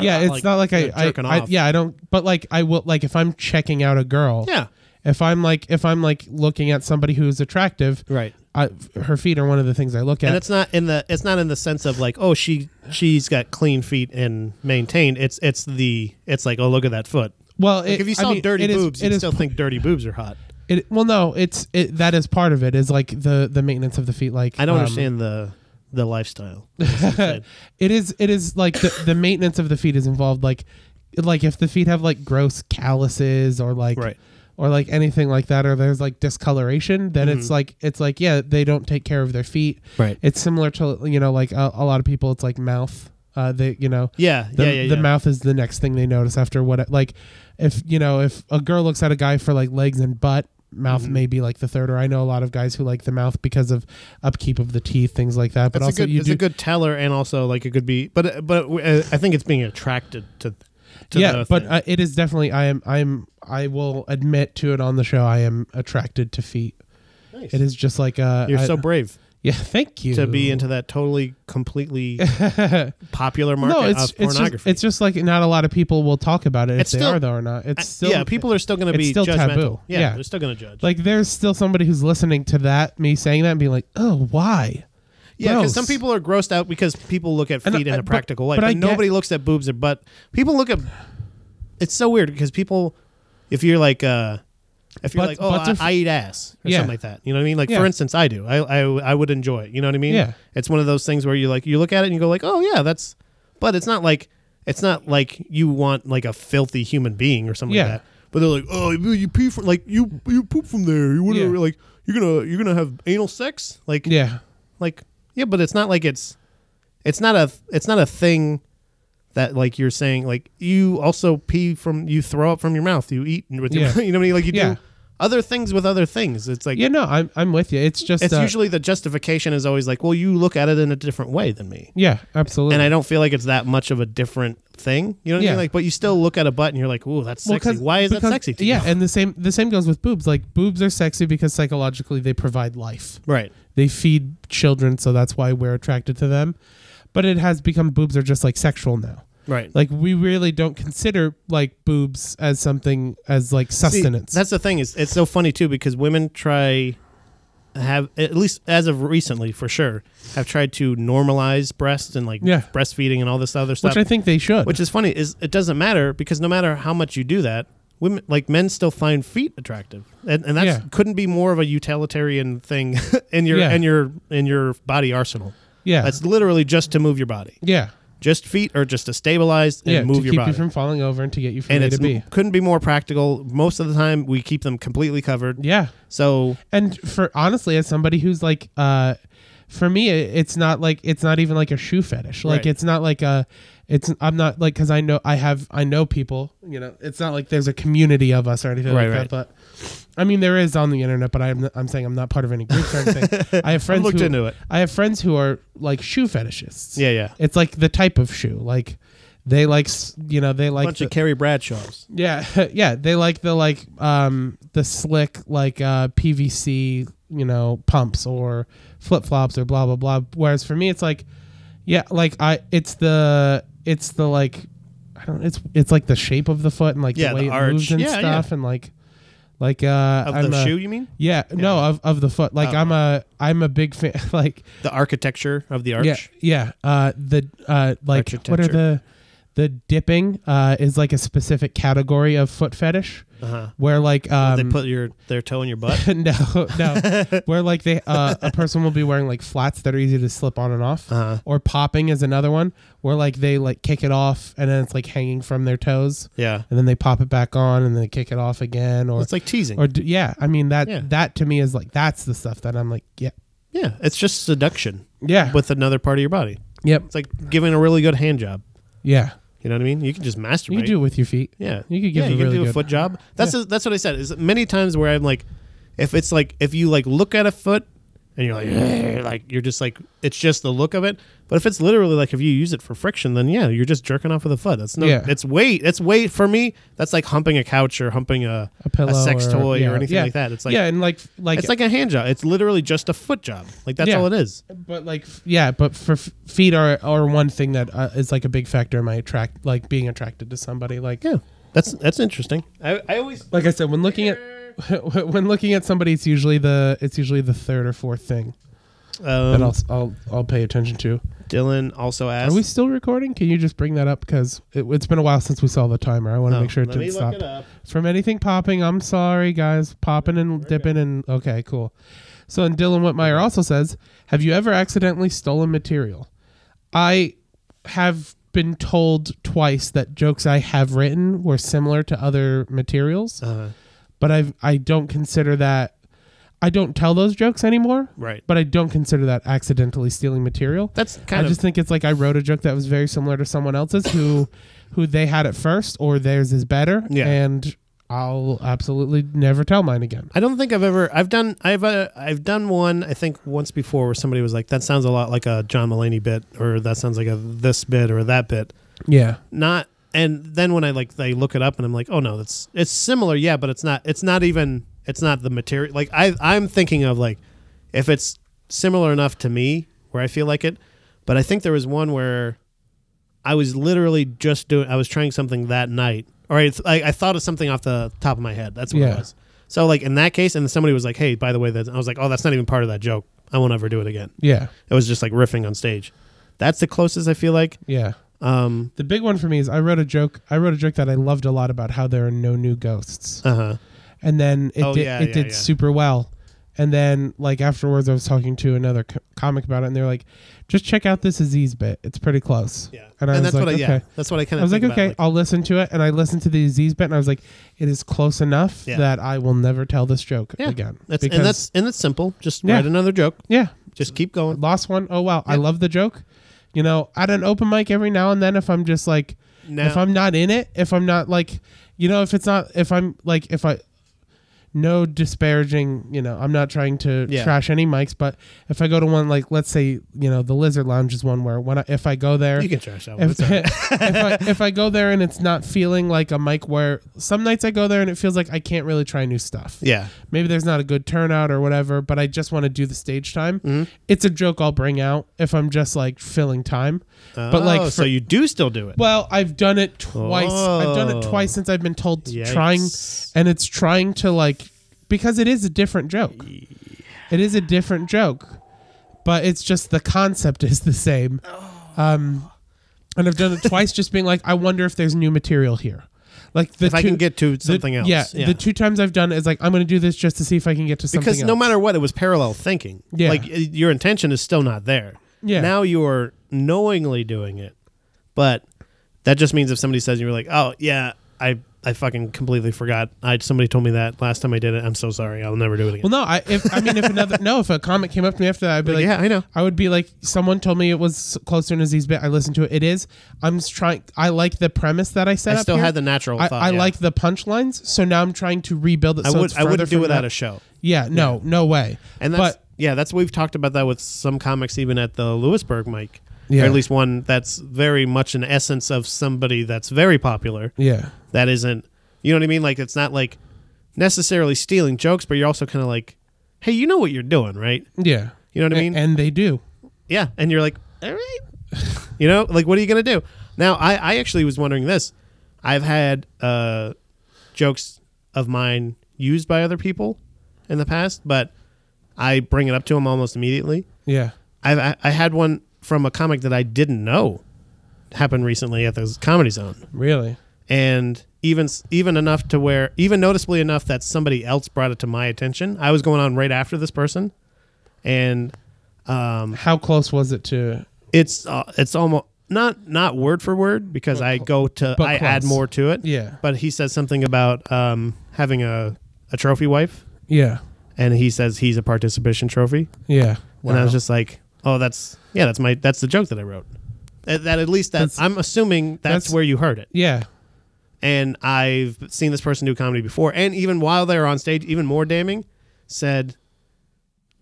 Speaker 1: yeah, it's
Speaker 2: like,
Speaker 1: not like I,
Speaker 2: you're
Speaker 1: I,
Speaker 2: jerking
Speaker 1: I-
Speaker 2: off.
Speaker 1: yeah, I don't. But like I will like if I'm checking out a girl.
Speaker 2: yeah
Speaker 1: If I'm like if I'm like looking at somebody who's attractive,
Speaker 2: right.
Speaker 1: I, her feet are one of the things I look at.
Speaker 2: And it's not in the it's not in the sense of like oh she she's got clean feet and maintained. It's it's the it's like oh look at that foot.
Speaker 1: well,
Speaker 2: Like
Speaker 1: it,
Speaker 2: if you
Speaker 1: I
Speaker 2: saw
Speaker 1: mean,
Speaker 2: dirty
Speaker 1: it is-
Speaker 2: boobs,
Speaker 1: it
Speaker 2: you
Speaker 1: is
Speaker 2: still think dirty boobs are hot.
Speaker 1: It well, no, it's it, that is part of it. Is like the the maintenance of the feet. Like
Speaker 2: I don't
Speaker 1: um,
Speaker 2: understand the the lifestyle. That's what I'm saying.
Speaker 1: It is it is like the, the maintenance of the feet is involved. Like like if the feet have like gross calluses or like
Speaker 2: Right.
Speaker 1: or like anything like that, or there's like discoloration, then it's like it's like yeah, they don't take care of their feet.
Speaker 2: Mm-hmm. Right.
Speaker 1: It's similar to you know like a, a lot of people. It's like mouth. Uh, they you know
Speaker 2: Yeah,
Speaker 1: the,
Speaker 2: yeah, yeah,
Speaker 1: the
Speaker 2: yeah.
Speaker 1: mouth is the next thing they notice after what like if you know if a girl looks at a guy for like legs and butt mouth
Speaker 2: Mm-hmm.
Speaker 1: may be like the third or i know a lot of guys who like the mouth because of upkeep of the teeth things like that but
Speaker 2: It's
Speaker 1: also
Speaker 2: a good,
Speaker 1: you
Speaker 2: it's
Speaker 1: do
Speaker 2: a good teller, and also like it could be, but but uh, I think it's being attracted to. to
Speaker 1: yeah
Speaker 2: the
Speaker 1: but
Speaker 2: thing.
Speaker 1: uh, it is definitely i am i am i will admit to it on the show i am attracted to feet
Speaker 2: Nice.
Speaker 1: it is just like uh
Speaker 2: you're
Speaker 1: I-
Speaker 2: so brave
Speaker 1: yeah thank you
Speaker 2: to be into that totally completely popular market
Speaker 1: no it's
Speaker 2: of
Speaker 1: it's
Speaker 2: pornography.
Speaker 1: just, it's just like not a lot of people will talk about it
Speaker 2: It's
Speaker 1: if they
Speaker 2: still-
Speaker 1: are though or not it's still
Speaker 2: Uh, yeah, people are still going to
Speaker 1: it's
Speaker 2: be
Speaker 1: still
Speaker 2: judgmental.
Speaker 1: taboo.
Speaker 2: Yeah,
Speaker 1: Yeah.
Speaker 2: they're still going to judge.
Speaker 1: like there's still somebody who's listening to that me saying that and being like oh why
Speaker 2: yeah,
Speaker 1: gross.
Speaker 2: because some people are grossed out because people look at
Speaker 1: And
Speaker 2: feet in
Speaker 1: I-
Speaker 2: a
Speaker 1: but-
Speaker 2: practical way,
Speaker 1: but
Speaker 2: but,
Speaker 1: I get-
Speaker 2: nobody looks at boobs or butt. People look at. It's so weird because people, if you're like, uh if you're
Speaker 1: But-
Speaker 2: like, oh,
Speaker 1: butts
Speaker 2: I,
Speaker 1: are f-
Speaker 2: I eat ass or
Speaker 1: Yeah.
Speaker 2: something like that. You know what I mean? Like
Speaker 1: Yeah.
Speaker 2: for instance, I do. I, I I would enjoy it. You know what I mean?
Speaker 1: Yeah.
Speaker 2: It's one of those things where you like you look at it and you go like, oh yeah, that's. But it's not like it's not like you want like a filthy human being or something
Speaker 1: Yeah.
Speaker 2: like that. But they're like, oh, you you pee from like you you poop from there. You wouldn't
Speaker 1: Yeah.
Speaker 2: like you're gonna you're gonna have anal sex like
Speaker 1: yeah
Speaker 2: like yeah but it's not like it's it's not a it's not a thing that like you're saying like you also pee from you throw up from your mouth you eat with your
Speaker 1: Yeah.
Speaker 2: you know what I mean like you
Speaker 1: Yeah.
Speaker 2: do other things with other things it's like
Speaker 1: Yeah, no, I'm I'm with you. It's just
Speaker 2: it's
Speaker 1: uh,
Speaker 2: usually the justification is always like well you look at it in a different way than me
Speaker 1: yeah, absolutely.
Speaker 2: and I don't feel like it's that much of a different thing you know what I
Speaker 1: Yeah.
Speaker 2: mean like but you still look at a butt and you're like ooh that's
Speaker 1: Well,
Speaker 2: sexy
Speaker 1: 'cause-
Speaker 2: why is
Speaker 1: because-
Speaker 2: that sexy to
Speaker 1: yeah,
Speaker 2: you?
Speaker 1: and the same the same goes with boobs. Like boobs are sexy because psychologically they provide life.
Speaker 2: right
Speaker 1: They feed children, so that's why we're attracted to them. But it has become boobs are just like sexual now.
Speaker 2: right
Speaker 1: Like we really don't consider like boobs as something as like
Speaker 2: See,
Speaker 1: sustenance.
Speaker 2: that's the thing is it's so funny too because women try have at least as of recently for sure have tried to normalize breasts and like
Speaker 1: Yeah.
Speaker 2: breastfeeding and all this other stuff.
Speaker 1: which I think they should.
Speaker 2: Which is funny is it doesn't matter because no matter how much you do that, women like men still find feet attractive, and and that
Speaker 1: Yeah.
Speaker 2: couldn't be more of a utilitarian thing in your
Speaker 1: Yeah.
Speaker 2: in your in your body arsenal.
Speaker 1: yeah,
Speaker 2: That's literally just to move your body,
Speaker 1: yeah,
Speaker 2: just feet or just to stabilize and
Speaker 1: yeah.
Speaker 2: move
Speaker 1: to
Speaker 2: your
Speaker 1: keep
Speaker 2: body.
Speaker 1: you from falling over and to get you from
Speaker 2: and
Speaker 1: A
Speaker 2: it
Speaker 1: to B.
Speaker 2: couldn't be more practical. Most of the time, we keep them completely covered.
Speaker 1: Yeah,
Speaker 2: So
Speaker 1: and for honestly, as somebody who's like, uh, for me, it- it's not like it's not even like a shoe fetish. Like
Speaker 2: Right.
Speaker 1: it's not like a, it's I'm not like because I know I have I know people. You know, it's not like there's a community of us or anything
Speaker 2: Right,
Speaker 1: like
Speaker 2: right.
Speaker 1: that. But I mean, there is on the internet, but I'm I'm saying I'm not part of any groups or anything. I have
Speaker 2: I
Speaker 1: friends
Speaker 2: looked
Speaker 1: who
Speaker 2: into it.
Speaker 1: I have friends who are like shoe fetishists.
Speaker 2: Yeah, yeah.
Speaker 1: It's like the type of shoe. Like they like s- you know they like
Speaker 2: bunch
Speaker 1: the-
Speaker 2: of Carrie Bradshaws.
Speaker 1: yeah, yeah, they like the like um the slick like uh PVC, you know, pumps or flip-flops or blah blah blah. Whereas for me it's like yeah, like I it's the it's the like I don't it's it's like the shape of the foot and like
Speaker 2: Yeah,
Speaker 1: the way
Speaker 2: the
Speaker 1: it
Speaker 2: arch.
Speaker 1: moves and
Speaker 2: Yeah,
Speaker 1: stuff and like like uh
Speaker 2: Of
Speaker 1: I'm
Speaker 2: the
Speaker 1: a-
Speaker 2: shoe, you mean?
Speaker 1: Yeah, no, of of the foot. Like
Speaker 2: Oh.
Speaker 1: I'm a I'm a big fan like
Speaker 2: The architecture of the arch.
Speaker 1: yeah, yeah. Uh, the uh, like what are
Speaker 2: Architecture.
Speaker 1: the the dipping uh, is like a specific category of foot fetish
Speaker 2: Uh-huh.
Speaker 1: where like um,
Speaker 2: they put your their toe in your butt.
Speaker 1: no no where like they uh, a person will be wearing like flats that are easy to slip on and off
Speaker 2: Uh-huh.
Speaker 1: or popping is another one where like they like kick it off and then it's like hanging from their toes
Speaker 2: Yeah.
Speaker 1: and then they pop it back on and then they kick it off again or
Speaker 2: It's like teasing.
Speaker 1: or d- yeah I mean that
Speaker 2: Yeah.
Speaker 1: that to me is like that's the stuff that I'm like yeah
Speaker 2: yeah, it's just seduction
Speaker 1: yeah
Speaker 2: with another part of your body.
Speaker 1: yep
Speaker 2: It's like giving a really good hand job.
Speaker 1: yeah
Speaker 2: You know what I mean? You can just masturbate.
Speaker 1: you can do it with your feet
Speaker 2: Yeah,
Speaker 1: You could give
Speaker 2: yeah,
Speaker 1: a
Speaker 2: you
Speaker 1: really
Speaker 2: can do
Speaker 1: good-
Speaker 2: a foot job. That's a, that's what I said. Is many times where I'm like, if it's like if you like look at a foot and you're like, "Ugh," like you're just like it's just the look of it. But if it's literally like if you use it for friction, then yeah, you're just jerking off with a foot. That's no,
Speaker 1: Yeah.
Speaker 2: it's weight. It's weight for me. That's like humping a couch or humping a
Speaker 1: a pillow,
Speaker 2: sex
Speaker 1: or,
Speaker 2: toy
Speaker 1: yeah,
Speaker 2: or anything
Speaker 1: yeah.
Speaker 2: like that. It's like
Speaker 1: yeah, and like like
Speaker 2: it's like a hand job. It's literally just a foot job. Like that's
Speaker 1: Yeah.
Speaker 2: all it is.
Speaker 1: but like f- yeah, but for f- feet are are one thing that uh, is like a big factor in my attract like being attracted to somebody like
Speaker 2: Yeah, that's that's interesting. I, I always
Speaker 1: like I said when looking at when looking at somebody it's usually the it's usually the third or fourth thing that
Speaker 2: um,
Speaker 1: I'll, s- I'll I'll pay attention to.
Speaker 2: Dylan also asked.
Speaker 1: Are we still recording? Can you just bring that up because it, it's been a while since we saw the timer. I want to
Speaker 2: Oh,
Speaker 1: make sure it
Speaker 2: let me
Speaker 1: didn't stop.
Speaker 2: look it up.
Speaker 1: From anything popping, I'm sorry, guys. Popping and dipping and okay, cool. So, and Dylan Whitmire also says, "Have you ever accidentally stolen material?" I have been told twice that jokes I have written were similar to other materials,
Speaker 2: Uh,
Speaker 1: but I I don't consider that. I don't tell those jokes anymore,
Speaker 2: right.
Speaker 1: but I don't consider that accidentally stealing material.
Speaker 2: That's kind
Speaker 1: I
Speaker 2: of
Speaker 1: just think it's like I wrote a joke that was very similar to someone else's who who they had it first or theirs is better.
Speaker 2: Yeah.
Speaker 1: And I'll absolutely never tell mine again.
Speaker 2: I don't think I've ever. I've done. I've. Uh, I've done one. I think once before where somebody was like, "That sounds a lot like a John Mulaney bit," or "That sounds like a this bit or that bit."
Speaker 1: Yeah.
Speaker 2: Not. And then when I like, they look it up, and I'm like, "Oh no, that's it's similar, yeah, but it's not. It's not even. It's not the material. Like I. I'm thinking of like, if it's similar enough to me where I feel like it, but I think there was one where I was literally just doing. I was trying something that night, or I, I, I thought of something off the top of my head. That's what
Speaker 1: Yeah.
Speaker 2: it was. So like in that case, and somebody was like, "Hey, by the way," that I was like, "Oh, that's not even part of that joke. I won't ever do it again."
Speaker 1: Yeah.
Speaker 2: It was just like riffing on stage. That's the closest I feel like.
Speaker 1: Yeah.
Speaker 2: Um,
Speaker 1: The big one for me is I wrote a joke. I wrote a joke that I loved a lot about how there are no new ghosts,
Speaker 2: uh huh.
Speaker 1: and then it
Speaker 2: Oh,
Speaker 1: did,
Speaker 2: yeah,
Speaker 1: it
Speaker 2: yeah,
Speaker 1: did
Speaker 2: yeah.
Speaker 1: super well. And then like afterwards, I was talking to another co- comic about it, and they're like, "Just check out this Aziz bit. It's pretty close."
Speaker 2: Yeah.
Speaker 1: And I was
Speaker 2: that's
Speaker 1: like,
Speaker 2: what I,
Speaker 1: "Okay."
Speaker 2: yeah, that's what I kind
Speaker 1: I was
Speaker 2: of
Speaker 1: like,
Speaker 2: think
Speaker 1: okay,
Speaker 2: about,
Speaker 1: I'll listen to it. And I listened to the disease bit and I was like, it is close enough
Speaker 2: Yeah.
Speaker 1: that I will never tell this joke
Speaker 2: Yeah.
Speaker 1: again.
Speaker 2: that's, and that's and it's simple. Just
Speaker 1: Yeah.
Speaker 2: write another joke.
Speaker 1: yeah,
Speaker 2: Just keep going.
Speaker 1: lost one. Oh, wow. I love the joke. You know, at an open mic every now and then, if I'm just like,
Speaker 2: Now,
Speaker 1: if I'm not in it, if I'm not like, you know, if it's not, if I'm like, if I, no disparaging, you know, I'm not trying to
Speaker 2: Yeah.
Speaker 1: trash any mics, but if I go to one, like, let's say, you know, the Lizard Lounge is one where when I, if I go there,
Speaker 2: you can trash that one.
Speaker 1: if,
Speaker 2: It's all right.
Speaker 1: if, I, if I go there and it's not feeling like a mic where some nights I go there and it feels like I can't really try new stuff.
Speaker 2: yeah,
Speaker 1: Maybe there's not a good turnout or whatever, but I just want to do the stage time.
Speaker 2: Mm-hmm.
Speaker 1: It's a joke I'll bring out if I'm just like filling time. but like,
Speaker 2: Oh,
Speaker 1: for,
Speaker 2: so you do still do it.
Speaker 1: well, I've done it twice. I've done it
Speaker 2: Oh.
Speaker 1: twice since I've been told to
Speaker 2: Yikes.
Speaker 1: trying, and it's trying to like because it is a different joke. It is a different joke, but it's just the concept is the same. Um, and I've done it twice, just being like, I wonder if there's new material here. Like the
Speaker 2: if
Speaker 1: two,
Speaker 2: I can get to
Speaker 1: the-
Speaker 2: something else.
Speaker 1: Yeah,
Speaker 2: yeah.
Speaker 1: the two times I've done it is like I'm going to do this just to see if I can get to something
Speaker 2: because
Speaker 1: else.
Speaker 2: no matter what, it was parallel thinking.
Speaker 1: Yeah.
Speaker 2: Like i- your intention is still not there.
Speaker 1: Yeah.
Speaker 2: Now you're knowingly doing it, but that just means if somebody says you're like, oh yeah, I I fucking completely forgot. I somebody told me that last time I did it. I'm so sorry. I'll never do it again.
Speaker 1: well, no, I if I mean if another no, if a comment came up to me after that, I'd be like,
Speaker 2: yeah, I know.
Speaker 1: I would be like, someone told me it was closer to Aziz bit. I listened to it. It is. I'm s- trying. I like the premise that I set
Speaker 2: I
Speaker 1: up.
Speaker 2: still
Speaker 1: here.
Speaker 2: had the natural
Speaker 1: I,
Speaker 2: thought.
Speaker 1: I
Speaker 2: yeah.
Speaker 1: like the punchlines, so now I'm trying to rebuild it.
Speaker 2: I
Speaker 1: so
Speaker 2: would
Speaker 1: it's
Speaker 2: I
Speaker 1: further
Speaker 2: wouldn't do
Speaker 1: from
Speaker 2: without
Speaker 1: that-
Speaker 2: a show.
Speaker 1: Yeah, no, no way.
Speaker 2: And that's
Speaker 1: but
Speaker 2: yeah, that's we've talked about that with some comics even at the Lewisburg mic.
Speaker 1: Yeah.
Speaker 2: Or at least one that's very much an essence of somebody that's very popular.
Speaker 1: yeah,
Speaker 2: that isn't you know what I mean? Like it's not like necessarily stealing jokes, but you're also kinda like, Hey, you know what you're doing, right?
Speaker 1: yeah.
Speaker 2: You know what I
Speaker 1: A-
Speaker 2: mean?
Speaker 1: and they do.
Speaker 2: yeah. And you're like, All right. you know, like what are you gonna do? Now I, I actually was wondering this. I've had uh jokes of mine used by other people in the past, but I bring it up to them almost immediately.
Speaker 1: Yeah.
Speaker 2: I've, I I had one from a comic that I didn't know happened recently at the Comedy Zone
Speaker 1: Really.
Speaker 2: and even even enough to where even noticeably enough that somebody else brought it to my attention. I was going on right after this person, and um,
Speaker 1: How close was it to?
Speaker 2: it's uh, it's almost not not word for word because I go to
Speaker 1: but
Speaker 2: I add
Speaker 1: close.
Speaker 2: more to it.
Speaker 1: Yeah.
Speaker 2: But he says something about um, having a a trophy wife,
Speaker 1: Yeah.
Speaker 2: and he says he's a participation trophy,
Speaker 1: Yeah.
Speaker 2: and I
Speaker 1: Wow.
Speaker 2: was just like, oh, that's yeah, that's my that's the joke that I wrote. That, that at least that
Speaker 1: That's-
Speaker 2: I'm assuming
Speaker 1: that's-
Speaker 2: that's where you heard it.
Speaker 1: yeah.
Speaker 2: and I've seen this person do comedy before, and even while they were on stage, even more damning, said,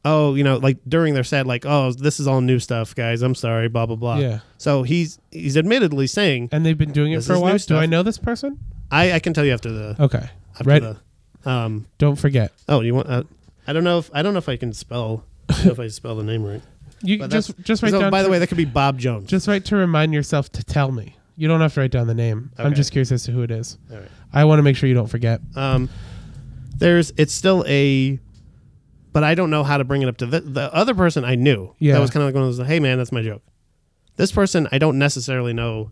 Speaker 2: "Oh, you know, like during their set, like, oh, this is all new stuff, guys. I'm sorry, blah blah blah."
Speaker 1: Yeah.
Speaker 2: So he's he's admittedly saying,
Speaker 1: And they've been doing it
Speaker 2: This
Speaker 1: for a
Speaker 2: is new
Speaker 1: while. Do
Speaker 2: stuff.
Speaker 1: I know this person?
Speaker 2: "I I can tell you after the
Speaker 1: Okay.
Speaker 2: after
Speaker 1: Right.
Speaker 2: the, um
Speaker 1: Don't forget.
Speaker 2: oh you want uh, I don't know if I don't know if I can spell if I spell the name right.
Speaker 1: You
Speaker 2: But
Speaker 1: just
Speaker 2: that's-
Speaker 1: just write
Speaker 2: so,
Speaker 1: down.
Speaker 2: by the
Speaker 1: to-
Speaker 2: way, that could be Bob Jones.
Speaker 1: just write to remind yourself to tell me. You don't have to write down the name. I'm
Speaker 2: Okay.
Speaker 1: just curious as to who it is.
Speaker 2: All right.
Speaker 1: I want to make sure you don't forget.
Speaker 2: Um, there's it's still a, but I don't know how to bring it up to the, the other person I knew.
Speaker 1: Yeah.
Speaker 2: that was kind of like one of those. Hey man, that's my joke. This person I don't necessarily know,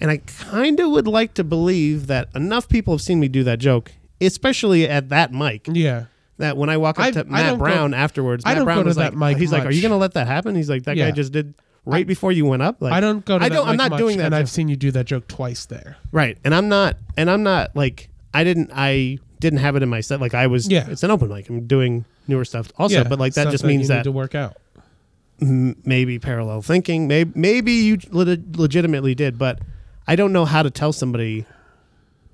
Speaker 2: and I kind of would like to believe that enough people have seen me do that joke, especially at that mic,
Speaker 1: Yeah.
Speaker 2: that when I walk up
Speaker 1: I- I
Speaker 2: to
Speaker 1: don't
Speaker 2: Matt
Speaker 1: go-
Speaker 2: Brown afterwards,
Speaker 1: I
Speaker 2: Matt
Speaker 1: don't
Speaker 2: Brown
Speaker 1: go to
Speaker 2: was
Speaker 1: that
Speaker 2: like,
Speaker 1: mic
Speaker 2: he's like, are you
Speaker 1: much.
Speaker 2: gonna let that happen? He's like, that
Speaker 1: Yeah.
Speaker 2: guy just did right before you went up. Like,
Speaker 1: I don't go to
Speaker 2: I
Speaker 1: that
Speaker 2: don't. I'm
Speaker 1: mic
Speaker 2: not
Speaker 1: much,
Speaker 2: doing that.
Speaker 1: And
Speaker 2: joke.
Speaker 1: I've seen you do that joke twice there.
Speaker 2: Right. And I'm not and I'm not like I didn't I didn't have it in my set like I was
Speaker 1: Yeah.
Speaker 2: it's an open mic. I'm doing newer stuff also,
Speaker 1: Yeah,
Speaker 2: but like that
Speaker 1: stuff
Speaker 2: just
Speaker 1: you
Speaker 2: means
Speaker 1: need
Speaker 2: that
Speaker 1: to work out.
Speaker 2: m- maybe parallel thinking, maybe maybe you lit- legitimately did, but I don't know how to tell somebody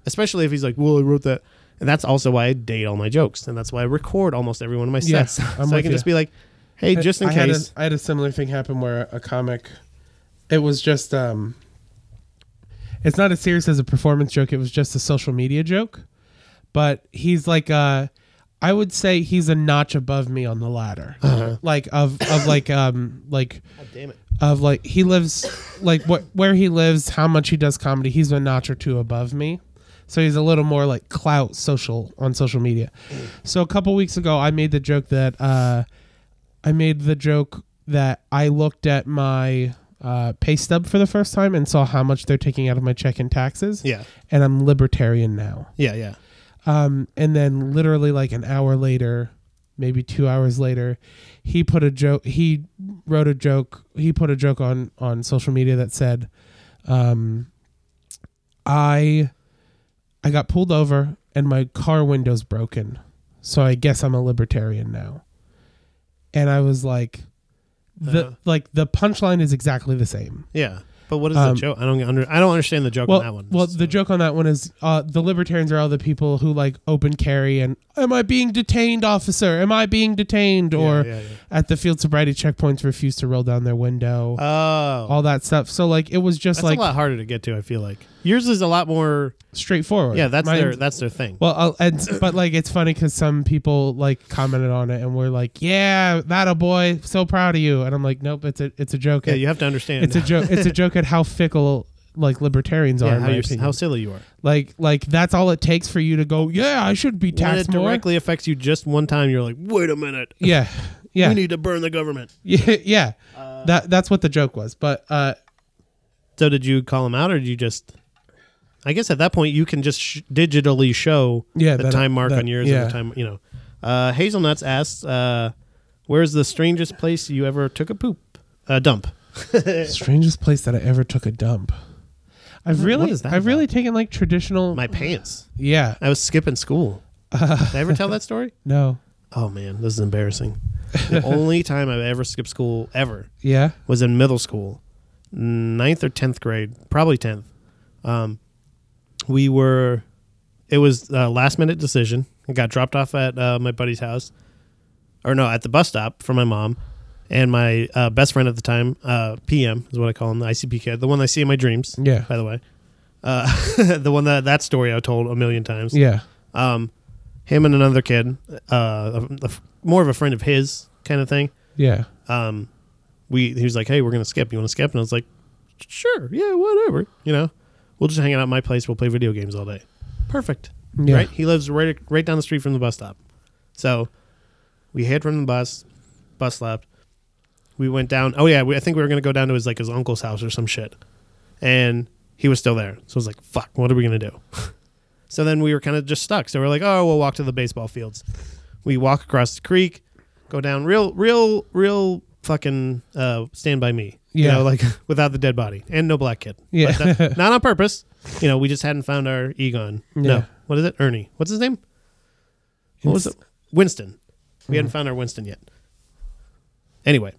Speaker 2: especially if he's like, "Well, I wrote that." And that's also why I date all my jokes and that's why I record almost every one of my
Speaker 1: Yeah,
Speaker 2: sets.
Speaker 1: I'm
Speaker 2: so I
Speaker 1: with
Speaker 2: can just
Speaker 1: you.
Speaker 2: be like, "Hey, just in
Speaker 1: I Had a,
Speaker 2: case."
Speaker 1: I had a similar thing happen where a comic, it was just, um, it's not as serious as a performance joke. It was just a social media joke, but he's like, uh, I would say he's a notch above me on the ladder,
Speaker 2: Uh-huh.
Speaker 1: like of of like um like
Speaker 2: God damn it.
Speaker 1: of like he lives like what where he lives, how much he does comedy. He's a notch or two above me. So he's a little more like clout social on social media. So a couple weeks ago I made the joke that uh I made the joke that I looked at my uh, pay stub for the first time and saw how much they're taking out of my check in taxes.
Speaker 2: Yeah.
Speaker 1: And I'm libertarian now.
Speaker 2: Yeah, yeah.
Speaker 1: Um, and then literally like an hour later, maybe two hours later, he put a joke. He wrote a joke. He put a joke on on social media that said, um, "I, I got pulled over and my car window's broken, so I guess I'm a libertarian now." And I was like, the
Speaker 2: Uh-huh.
Speaker 1: like the punchline is exactly the same.
Speaker 2: Yeah. But what is
Speaker 1: Um,
Speaker 2: the joke? I don't under, I don't understand the joke on that one.
Speaker 1: Well, the
Speaker 2: So-
Speaker 1: joke on that one is uh, the libertarians are all the people who like open carry and am I being detained, officer? Am I being detained?
Speaker 2: Yeah,
Speaker 1: Or
Speaker 2: yeah, yeah.
Speaker 1: at the field sobriety checkpoints refuse to roll down their window,
Speaker 2: Oh.
Speaker 1: all that stuff. So like it was just
Speaker 2: That's
Speaker 1: like
Speaker 2: a lot harder to get to. I feel like yours is a lot more.
Speaker 1: straightforward.
Speaker 2: Yeah, that's their
Speaker 1: Mine's-
Speaker 2: that's their thing.
Speaker 1: Well, I'll, and but like it's funny because some people like commented on it and were like, "Yeah, that a boy, so proud of you," and I'm like, "Nope, it's a it's a joke."
Speaker 2: yeah,
Speaker 1: It-
Speaker 2: you have to understand.
Speaker 1: it's a joke. It's a joke at how fickle like libertarians are.
Speaker 2: Yeah,
Speaker 1: in
Speaker 2: how,
Speaker 1: my
Speaker 2: you're-
Speaker 1: opinion.
Speaker 2: how silly you are.
Speaker 1: like like that's all it takes for you to go. Yeah, I should be
Speaker 2: When it
Speaker 1: taxed more.
Speaker 2: directly affects you just one time, you're like,
Speaker 3: Wait a minute.
Speaker 1: Yeah, yeah.
Speaker 3: We need to burn the government.
Speaker 1: Yeah, yeah.
Speaker 2: Uh,
Speaker 1: that that's what the joke was. But uh,
Speaker 2: so did you call him out or did you just. I guess at that point, you can just sh- digitally show
Speaker 1: Yeah,
Speaker 2: the
Speaker 1: that-
Speaker 2: time mark
Speaker 1: that-
Speaker 2: on yours
Speaker 1: yeah.
Speaker 2: and the time, you know. Uh, Hazelnuts asks, uh, where's the strangest place you ever took a poop? A dump. eh.
Speaker 1: strangest place that I ever took a dump. I've really,
Speaker 2: is that
Speaker 1: I've really
Speaker 2: about?
Speaker 1: taken like traditional.
Speaker 2: My pants.
Speaker 1: yeah,
Speaker 2: I was skipping school. Did I ever tell that story?
Speaker 1: no,
Speaker 2: Oh man, this is embarrassing. The only time I've ever skipped school ever
Speaker 1: yeah,
Speaker 2: was in middle school, ninth or tenth grade, probably tenth. Um, we were, it was a last minute decision. I got dropped off at uh, my buddy's house, or no, at the bus stop for my mom, and my uh, best friend at the time, uh, PM is what I call him, the ICP kid, the one I see in my dreams.
Speaker 1: Yeah.
Speaker 2: by the way, uh, the one that that story I told a million times
Speaker 1: yeah,
Speaker 2: um, him and another kid, uh, a, a, more of a friend of his kind of thing.
Speaker 1: yeah,
Speaker 2: Um, we he was like, "Hey, we're gonna skip. You want to skip?" And I was like, "Sure, yeah, whatever. You know, we'll just hang out at my place. We'll play video games all day. Perfect,
Speaker 1: yeah,
Speaker 2: right? He lives right right down the street from the bus stop. So we hid from the bus. Bus left. We went down. Oh yeah, we, I think we were gonna go down to his like his uncle's house or some shit, and he was still there. So I was like, "Fuck, what are we gonna do?" so then we were kind of just stuck. So we're like, "Oh, we'll walk to the baseball fields." We walk across the creek, go down real, real, real fucking uh, stand by me. You
Speaker 1: Yeah.
Speaker 2: know, like without the dead body and no black kid.
Speaker 1: Yeah.
Speaker 2: But that- not on purpose. You know, we just hadn't found our Egon.
Speaker 1: Yeah.
Speaker 2: No, what is it? Ernie. What's his name? What was it? Winston. We
Speaker 1: Mm.
Speaker 2: hadn't found our Winston yet. Anyway,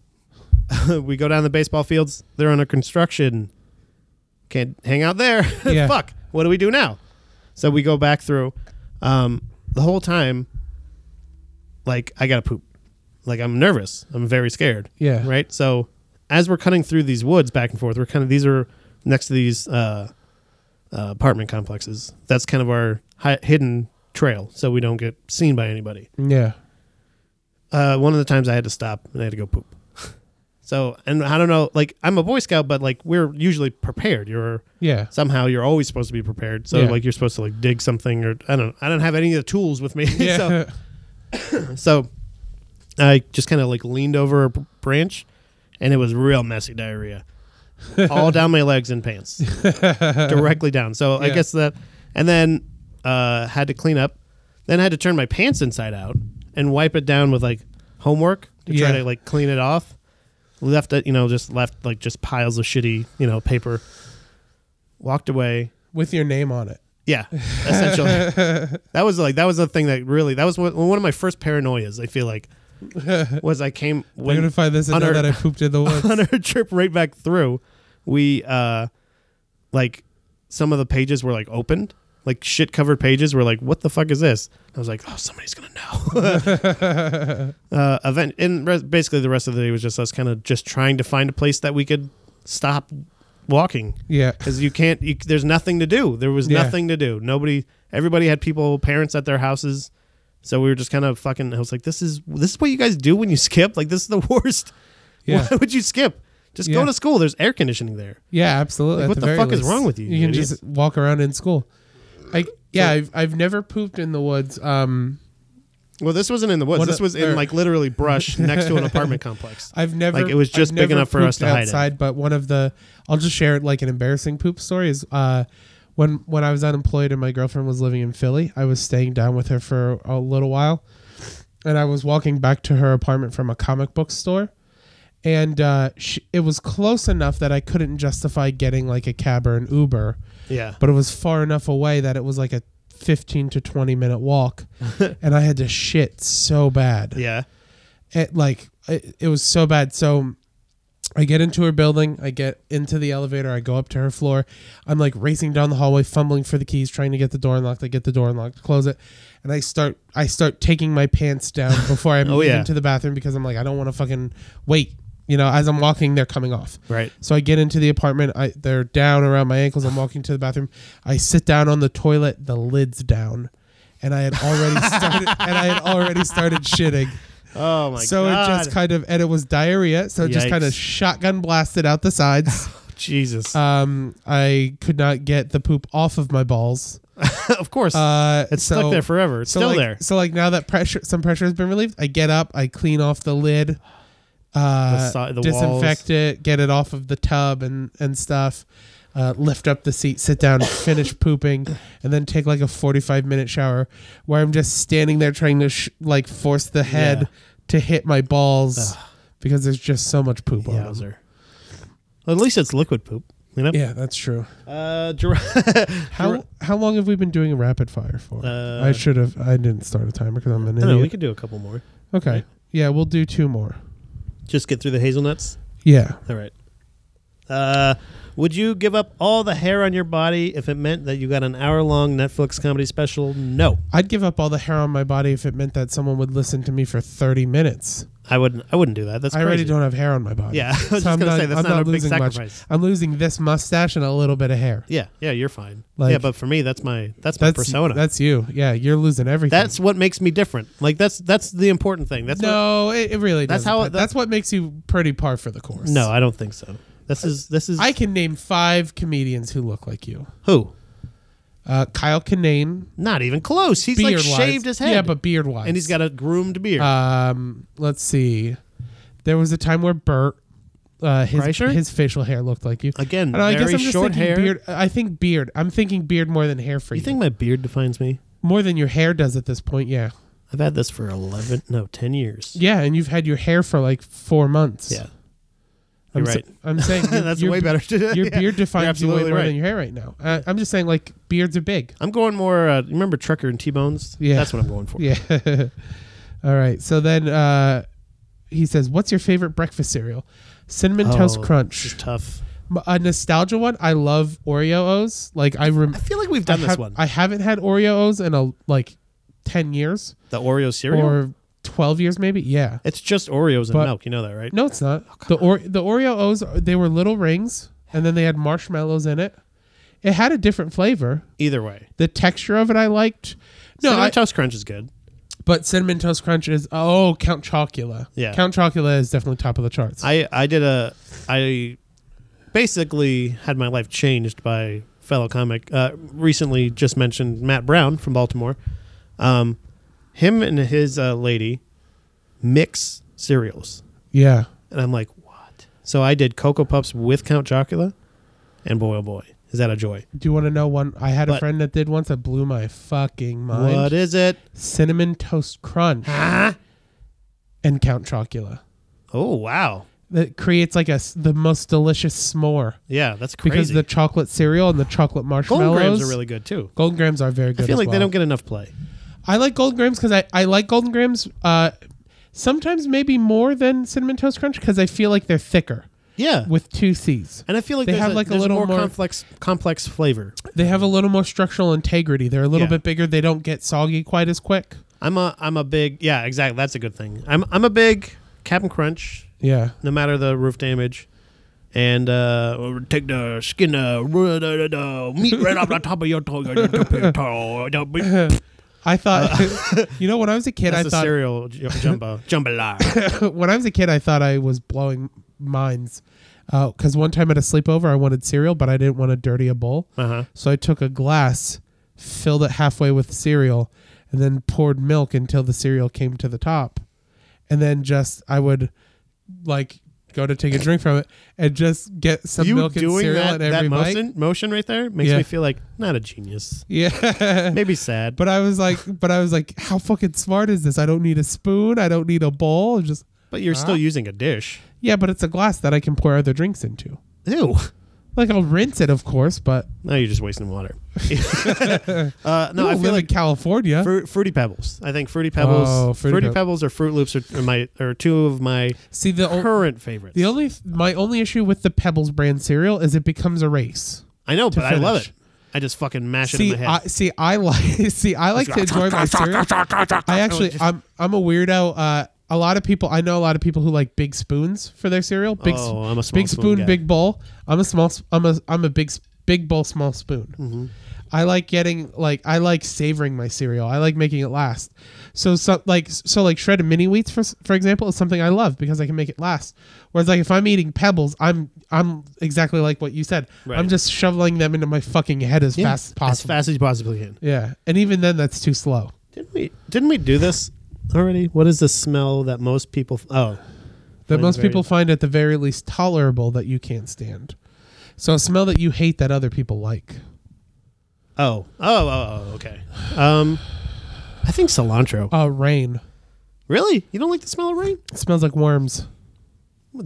Speaker 2: we go down the baseball fields. They're under construction. Can't hang out there.
Speaker 1: Yeah.
Speaker 2: Fuck. What do we do now? So we go back through. Um, the whole time, like I gotta poop. Like I'm nervous. I'm very scared.
Speaker 1: Yeah.
Speaker 2: Right. So as we're cutting through these woods back and forth, we're kind of these are next to these uh, uh, apartment complexes. That's kind of our hi- hidden trail, so we don't get seen by anybody
Speaker 1: yeah,
Speaker 2: uh, one of the times I had to stop and I had to go poop. so, and I don't know, like I'm a Boy Scout, but like we're usually prepared. You're
Speaker 1: yeah,
Speaker 2: somehow you're always supposed to be prepared. So
Speaker 1: Yeah.
Speaker 2: like you're supposed to like dig something or I don't I don't have any of the tools with me.
Speaker 1: yeah,
Speaker 2: so so I just kind of like leaned over a b- branch and it was real messy diarrhea all down my legs and pants directly down. So I
Speaker 1: Yeah.
Speaker 2: guess that and then uh had to clean up. Then I had to turn my pants inside out and wipe it down with like homework to
Speaker 1: Yeah.
Speaker 2: try to like clean it off. Left it, you know, just left like just piles of shitty, you know, paper. Walked away,
Speaker 1: with your name on it.
Speaker 2: yeah, essentially. that was like that was the thing that really that was one, one of my first paranoias. I feel like was I came
Speaker 1: I'm gonna
Speaker 2: when
Speaker 1: find this and
Speaker 2: on
Speaker 1: know
Speaker 2: our-
Speaker 1: that I pooped in the woods.
Speaker 2: on our trip right back through, we uh like some of the pages were like opened, like shit covered pages. Were like, what the fuck is this? I was like, oh, somebody's gonna know. uh, event and res- basically the rest of the day was just us kind of just trying to find a place that we could stop walking
Speaker 1: yeah,
Speaker 2: because you can't. You, there's nothing to do. There was
Speaker 1: Yeah.
Speaker 2: nothing to do. Nobody. Everybody had people, parents at their houses. So we were just kind of fucking. I was like, this is this is what you guys do when you skip. Like this is the worst.
Speaker 1: Yeah.
Speaker 2: Why would you skip? Just
Speaker 1: Yeah.
Speaker 2: go to school. There's air conditioning there.
Speaker 1: yeah, absolutely. at
Speaker 2: Like, what the
Speaker 1: very
Speaker 2: fuck is
Speaker 1: least.
Speaker 2: wrong with you,
Speaker 1: You,
Speaker 2: you
Speaker 1: can
Speaker 2: idiots?
Speaker 1: just walk around in school. I yeah, I've I've never pooped in the woods. Um,
Speaker 2: Well, this wasn't in the woods.
Speaker 1: What
Speaker 2: this
Speaker 1: a- er.
Speaker 2: was
Speaker 1: there-
Speaker 2: in like literally brush next to an apartment complex.
Speaker 1: I've never
Speaker 2: Like, it was just
Speaker 1: I've
Speaker 2: big
Speaker 1: never
Speaker 2: enough for us
Speaker 1: pooped
Speaker 2: to hide it.
Speaker 1: outside, But one of the I'll just share like an embarrassing poop story is uh, when when I was unemployed and my girlfriend was living in Philly, I was staying down with her for a little while, and I was walking back to her apartment from a comic book store, and uh, she, it was close enough that I couldn't justify getting like a cab or an Uber
Speaker 2: Yeah.
Speaker 1: but it was far enough away that it was like a 15 to 20 minute walk and i had to shit so bad
Speaker 2: Yeah.
Speaker 1: it like it, it was so bad so i get into her building i get into the elevator i go up to her floor i'm like racing down the hallway fumbling for the keys trying to get the door unlocked i get the door unlocked close it and i start i start taking my pants down before i'm
Speaker 2: Oh, yeah.
Speaker 1: even to the bathroom because i'm like i don't want to fucking wait you know as i'm walking they're coming off
Speaker 2: Right.
Speaker 1: so I get into the apartment. I they're down around my ankles. I'm walking to the bathroom. I sit down on the toilet. The lid's down, and I had already started. and I had already started shitting.
Speaker 2: Oh my
Speaker 1: so
Speaker 2: god.
Speaker 1: it just kind of and it was diarrhea. So it just kind of
Speaker 2: Yikes.
Speaker 1: shotgun blasted out the sides.
Speaker 2: Jesus.
Speaker 1: Um, I could not get the poop off of my balls.
Speaker 2: of course.
Speaker 1: Uh,
Speaker 2: it's
Speaker 1: so-
Speaker 2: stuck there forever. It's
Speaker 1: so
Speaker 2: still
Speaker 1: like-
Speaker 2: there.
Speaker 1: So like now that pressure, some pressure has been relieved, I get up, I clean off the lid, uh,
Speaker 2: The si- the
Speaker 1: disinfect
Speaker 2: walls.
Speaker 1: it, get it off of the tub and and stuff. Uh, lift up the seat, sit down, finish pooping, and then take like a forty-five minute shower where I'm just standing there trying to sh- like force the head
Speaker 2: Yeah.
Speaker 1: to hit my balls because there's just so much poop on them.
Speaker 2: Yowzer. Well, at least it's liquid poop. You know.
Speaker 1: Yeah, that's true.
Speaker 2: Uh, gir-
Speaker 1: How how long have we been doing a rapid fire for?
Speaker 2: Uh,
Speaker 1: I should have. I didn't start a timer because I'm an
Speaker 2: No,
Speaker 1: idiot.
Speaker 2: no, we could do a couple more.
Speaker 1: okay. Yeah, we'll do two more.
Speaker 2: Just get through the hazelnuts.
Speaker 1: Yeah.
Speaker 2: All right. Uh, would you give up all the hair on your body if it meant that you got an hour-long Netflix comedy special? No,
Speaker 1: I'd give up all the hair on my body if it meant that someone would listen to me for 30 minutes.
Speaker 2: I wouldn't. I wouldn't do that. That's
Speaker 1: I already
Speaker 2: crazy.
Speaker 1: don't have hair on my body.
Speaker 2: Yeah, I was just gonna say that's not, a big sacrifice.
Speaker 1: much. I'm losing this mustache and a little bit of hair.
Speaker 2: Yeah, yeah, you're fine.
Speaker 1: Like-
Speaker 2: yeah, but for me, that's my that's, my
Speaker 1: That's
Speaker 2: persona. That's,
Speaker 1: That's you. Yeah, you're losing everything.
Speaker 2: what makes me different. Like that's that's the important thing. That's what,
Speaker 1: no, it, it really
Speaker 2: That's
Speaker 1: doesn't.
Speaker 2: how-
Speaker 1: But that's what makes you pretty par for the course.
Speaker 2: no, I don't think so. This is this is
Speaker 1: I can name five comedians who look like you.
Speaker 2: who
Speaker 1: Uh, Kyle Kinane,
Speaker 2: not even close. He's
Speaker 1: beard
Speaker 2: like shaved his head.
Speaker 1: Yeah, but beard wise.
Speaker 2: and he's got a groomed beard.
Speaker 1: Um, let's see. There was a time where Bert, uh, his
Speaker 2: Kreischer?
Speaker 1: his facial hair looked like you.
Speaker 2: Again,
Speaker 1: I
Speaker 2: very
Speaker 1: just
Speaker 2: short
Speaker 1: thinking
Speaker 2: hair.
Speaker 1: Beard. I think beard. I'm thinking beard more than hair for you.
Speaker 2: you think my beard defines me?
Speaker 1: more than your hair does at this point? Yeah,
Speaker 2: I've had this for eleven, no, ten years.
Speaker 1: yeah. And you've had your hair for like four months.
Speaker 2: Yeah,
Speaker 1: I'm
Speaker 2: you're
Speaker 1: sa-
Speaker 2: right.
Speaker 1: I'm saying your-
Speaker 2: that's
Speaker 1: your,
Speaker 2: way better.
Speaker 1: Your
Speaker 2: Yeah,
Speaker 1: beard defines you way
Speaker 2: absolutely
Speaker 1: more
Speaker 2: right.
Speaker 1: than your hair right now. Uh, I'm just saying like beards are big.
Speaker 2: I'm going more. Uh, you remember Trucker and T Bones?
Speaker 1: Yeah.
Speaker 2: that's what I'm going for.
Speaker 1: Yeah. All right. So then uh, he says, "What's your favorite breakfast cereal?" Cinnamon Toast
Speaker 2: Oh,
Speaker 1: Crunch.
Speaker 2: This is tough.
Speaker 1: M- a nostalgia one. I love Oreo O's. Like I rem-
Speaker 2: I feel like we've done
Speaker 1: I
Speaker 2: this
Speaker 1: have-
Speaker 2: one.
Speaker 1: I haven't had Oreo O's in a like ten years
Speaker 2: the Oreo cereal.
Speaker 1: or twelve years maybe. Yeah.
Speaker 2: it's just Oreos and
Speaker 1: But-
Speaker 2: milk. You know that, right?
Speaker 1: No, it's
Speaker 2: Oh,
Speaker 1: not. the or- the Oreo O's they were little rings, and then they had marshmallows in it. It had a different flavor.
Speaker 2: Either way,
Speaker 1: The texture of it I liked. No,
Speaker 2: Cinnamon
Speaker 1: I,
Speaker 2: Toast Crunch is good.
Speaker 1: but cinnamon toast crunch is oh Count Chocula.
Speaker 2: Yeah.
Speaker 1: Count Chocula is definitely top of the charts.
Speaker 2: I I did a I basically had my life changed by fellow comic uh, recently just mentioned Matt Brown from Baltimore. Um, him and his uh, lady mix cereals,
Speaker 1: yeah.
Speaker 2: and I'm like, what? So I did Cocoa Puffs with Count Chocula, and boy oh boy, is that a joy!
Speaker 1: Do you want to know one? I had a
Speaker 2: But-
Speaker 1: friend that did once that blew my fucking mind.
Speaker 2: What is it?
Speaker 1: cinnamon toast crunch and count chocula
Speaker 2: Oh wow,
Speaker 1: that creates like a s- the most delicious s'more
Speaker 2: yeah, that's crazy.
Speaker 1: because the chocolate cereal and the chocolate
Speaker 2: Golden
Speaker 1: marshmallows
Speaker 2: grams are really good too.
Speaker 1: golden grams are very good
Speaker 2: I feel
Speaker 1: as
Speaker 2: like they
Speaker 1: well.
Speaker 2: don't get enough play.
Speaker 1: i like golden grams because I, I like golden grams uh sometimes maybe more than cinnamon toast crunch because i feel like they're thicker
Speaker 2: Yeah,
Speaker 1: with two c's
Speaker 2: and I feel like
Speaker 1: They
Speaker 2: there's
Speaker 1: have,
Speaker 2: a,
Speaker 1: like, a
Speaker 2: there's
Speaker 1: little
Speaker 2: more,
Speaker 1: more-
Speaker 2: complex complex flavor.
Speaker 1: they have a little more structural integrity they're a little
Speaker 2: Yeah.
Speaker 1: bit bigger they don't get soggy quite as quick
Speaker 2: I'm a I'm a big yeah exactly that's a good thing. I'm I'm a big Captain Crunch
Speaker 1: yeah
Speaker 2: no matter the roof damage, and uh,
Speaker 3: Uh, take the skin, uh, ru- the, the, the meat right off the top of your tongue. uh, the top of your tongue, uh, the meat-
Speaker 1: i thought you know when i was a kid
Speaker 2: Uh, that's
Speaker 1: i
Speaker 2: a
Speaker 1: thought
Speaker 2: cereal j- jumbo.
Speaker 3: Jambalaya.
Speaker 1: when I was a kid, I thought I was blowing minds. Because one time at a sleepover, I wanted cereal, but I didn't want to dirty a bowl.
Speaker 2: Uh huh.
Speaker 1: So I took a glass, filled it halfway with cereal, and then poured milk until the cereal came to the top. And then just, I would like go to take a drink from it and just get some
Speaker 2: You
Speaker 1: milk and
Speaker 2: doing
Speaker 1: cereal
Speaker 2: that,
Speaker 1: at every
Speaker 2: that
Speaker 1: bite.
Speaker 2: motion motion right there makes
Speaker 1: Yeah.
Speaker 2: me feel like not a genius,
Speaker 1: Yeah.
Speaker 2: maybe sad. But
Speaker 1: But I was like, but I was like, how fucking smart is this? I don't need a spoon. I don't need a bowl. Just
Speaker 2: but you're
Speaker 1: uh-huh.
Speaker 2: still using a dish.
Speaker 1: yeah, but it's a glass that I can pour other drinks into.
Speaker 2: Ew.
Speaker 1: Like I'll rinse it, of course, but
Speaker 2: No, you're just wasting water. uh,
Speaker 1: no,
Speaker 2: no, I
Speaker 1: live
Speaker 2: feel like
Speaker 1: in California.
Speaker 2: Fru- fruity pebbles. I think fruity pebbles,
Speaker 1: Oh, Fruity
Speaker 2: fruity,
Speaker 1: Peb-
Speaker 2: pebbles, or Fruit Loops are, are my are two of my
Speaker 1: See the o-
Speaker 2: current favorites.
Speaker 1: the only my only issue with the Pebbles brand cereal is it becomes a race.
Speaker 2: I know, but I love it.
Speaker 1: finish.
Speaker 2: I just fucking mash it
Speaker 1: See,
Speaker 2: in my head.
Speaker 1: I, see, I like see, I like to enjoy my cereal. I actually, I'm I'm a weirdo. Uh, a lot of people, I know a lot of people who like big spoons for their cereal. Big, s-
Speaker 2: Oh, I'm a small
Speaker 1: big spoon,
Speaker 2: spoon guy. Mm-hmm.
Speaker 1: big bowl. I'm a small, s- I'm a I'm a big s- big bowl, small spoon. I like getting like I like savoring my cereal. I like making it last. So so like so like shredded mini wheats for for example is something I love because I can make it last. Whereas like if I'm eating pebbles, I'm I'm exactly like what you said. I'm
Speaker 2: Right.
Speaker 1: just shoveling them into my fucking head as
Speaker 2: Yeah,
Speaker 1: fast as possible.
Speaker 2: As fast as you possibly can.
Speaker 1: Yeah, and even then that's too slow.
Speaker 2: Didn't we? Didn't we do this already? What is the smell that most people? Oh,
Speaker 1: that
Speaker 2: Find
Speaker 1: most
Speaker 2: very-
Speaker 1: people find at the very least tolerable that you can't stand. So a smell that you hate that other people like.
Speaker 2: oh, oh, oh, oh okay. Um, I think cilantro.
Speaker 1: Uh, rain
Speaker 2: Really? You don't like the smell of rain?
Speaker 1: it smells like worms.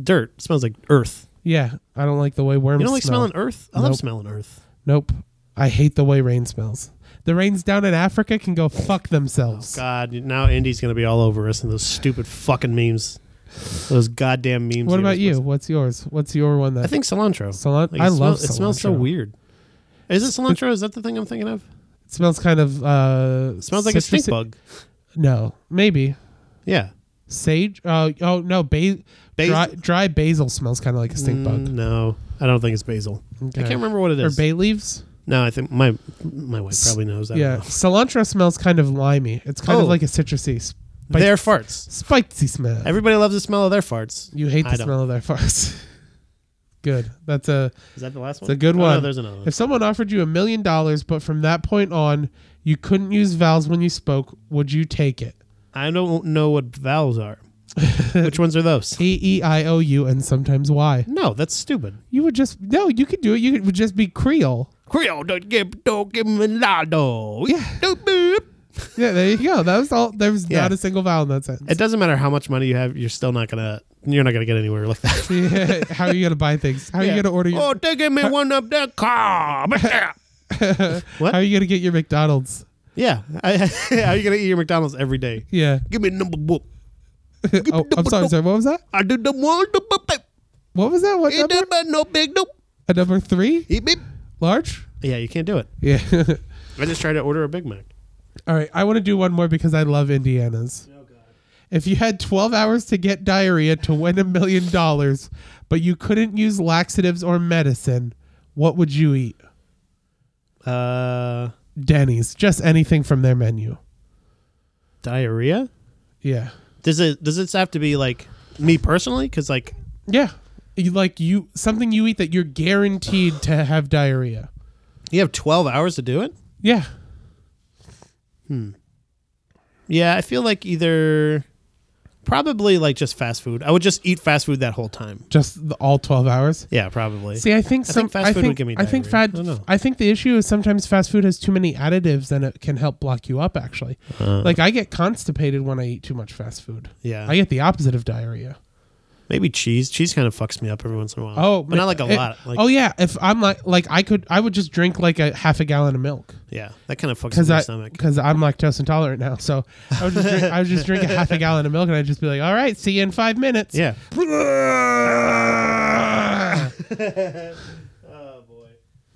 Speaker 2: Dirt It smells like earth.
Speaker 1: Yeah, I don't like the way worms.
Speaker 2: You don't like
Speaker 1: smell.
Speaker 2: smelling earth? I love
Speaker 1: Nope.
Speaker 2: smelling earth.
Speaker 1: Nope, I hate the way rain smells. The rains down in Africa can go fuck themselves.
Speaker 2: Oh, God, now Indy's gonna be all over us and those stupid fucking memes. Those goddamn memes.
Speaker 1: what
Speaker 2: he
Speaker 1: about
Speaker 2: was
Speaker 1: you?
Speaker 2: posting.
Speaker 1: What's yours? What's your one that?
Speaker 2: I think cilantro.
Speaker 1: Cilan-
Speaker 2: Like,
Speaker 1: I
Speaker 2: it
Speaker 1: love.
Speaker 2: smell- It smells so
Speaker 1: cilantro.
Speaker 2: weird. Is it cilantro? Is that the thing I'm thinking of?
Speaker 1: It smells kind of. Uh,
Speaker 2: It smells like a stink
Speaker 1: citrusy-
Speaker 2: bug.
Speaker 1: No, maybe
Speaker 2: Yeah.
Speaker 1: sage. Uh, oh no, ba-
Speaker 2: Basil?
Speaker 1: dry, dry basil smells kind of like a stink
Speaker 2: Mm,
Speaker 1: bug.
Speaker 2: No, I don't think it's basil.
Speaker 1: Okay.
Speaker 2: I can't remember what it
Speaker 1: Or
Speaker 2: is.
Speaker 1: bay leaves.
Speaker 2: no, I think my my wife probably knows that.
Speaker 1: yeah, cilantro smells kind of limey. It's kind
Speaker 2: Oh.
Speaker 1: of like a citrusy, sp-
Speaker 2: but their farts.
Speaker 1: spicy smell.
Speaker 2: Everybody loves the smell of their farts.
Speaker 1: you hate
Speaker 2: I
Speaker 1: the
Speaker 2: don't.
Speaker 1: smell of their farts. good. That's a.
Speaker 2: Is that the last one?
Speaker 1: a good
Speaker 2: Oh, No,
Speaker 1: one.
Speaker 2: there's another one.
Speaker 1: If someone offered you a million dollars, but from that point on you couldn't use vowels when you spoke, would you take it?
Speaker 2: I don't know what vowels are. Which ones are those?
Speaker 1: E E I O U and sometimes Y.
Speaker 2: No, that's stupid.
Speaker 1: You would just no. You could do it. You could, would just be Creole.
Speaker 2: Creole, don't give, don't give me lado.
Speaker 1: Yeah, there you go. That was all. There was
Speaker 2: Yeah.
Speaker 1: not a single vowel in that sentence.
Speaker 2: It doesn't matter how much money you have. You're still not gonna. You're not gonna get anywhere like that.
Speaker 1: Yeah, How are you gonna buy things? How are
Speaker 2: Yeah.
Speaker 1: you gonna order your?
Speaker 3: Oh, they give me one up that car. But yeah.
Speaker 2: Oh, what?
Speaker 1: How are you gonna get your McDonald's?
Speaker 2: Yeah. I, how are you gonna eat your McDonald's every day?
Speaker 1: Yeah.
Speaker 3: Give me a number book.
Speaker 1: Oh, I'm sorry, sir. What was that?
Speaker 3: I do the one, the book, babe.
Speaker 1: What was that? What
Speaker 3: It
Speaker 1: number?
Speaker 3: ain't but no big no.
Speaker 1: A number three?
Speaker 3: He be
Speaker 1: Large?
Speaker 2: Yeah, you can't do it.
Speaker 1: Yeah.
Speaker 2: I just tried to order a Big Mac.
Speaker 1: All right. I want to do one more because I love Indiana's. If you had 12 hours to get diarrhea to win a million dollars, but you couldn't use laxatives or medicine, what would you eat?
Speaker 2: Uh,
Speaker 1: Denny's. Just anything from their menu.
Speaker 2: diarrhea.
Speaker 1: Yeah.
Speaker 2: Does it? Does this have to be like me personally? Because like,
Speaker 1: Yeah. You, like you, something you eat that you're guaranteed to have diarrhea.
Speaker 2: you have 12 hours to do it.
Speaker 1: Yeah.
Speaker 2: Yeah, I feel like either probably like just fast food. I would just eat fast food that whole time.
Speaker 1: Just the, all 12 hours.
Speaker 2: Yeah, probably.
Speaker 1: See, I think
Speaker 2: think
Speaker 1: some. I
Speaker 2: fast food would
Speaker 1: think,
Speaker 2: give me
Speaker 1: I think
Speaker 2: diarrhea.
Speaker 1: fat.
Speaker 2: I don't know.
Speaker 1: I think the issue is sometimes fast food has too many additives, and it can help block you up. Actually, like I get constipated when I eat too much fast food.
Speaker 2: Uh. yeah,
Speaker 1: I get the opposite of diarrhea.
Speaker 2: maybe cheese. Cheese kind of fucks me up every once in a while.
Speaker 1: Oh,
Speaker 2: but not like a
Speaker 1: it-
Speaker 2: lot. Like,
Speaker 1: oh yeah, if I'm like like I could I would just drink like a half a gallon of milk
Speaker 2: yeah, that kind of fucks with
Speaker 1: because
Speaker 2: my
Speaker 1: I
Speaker 2: stomach.
Speaker 1: because I'm lactose intolerant now. So I would just drink, I would just drink a half a gallon of milk, and I'd just be like, all right, see you in five minutes.
Speaker 2: Yeah.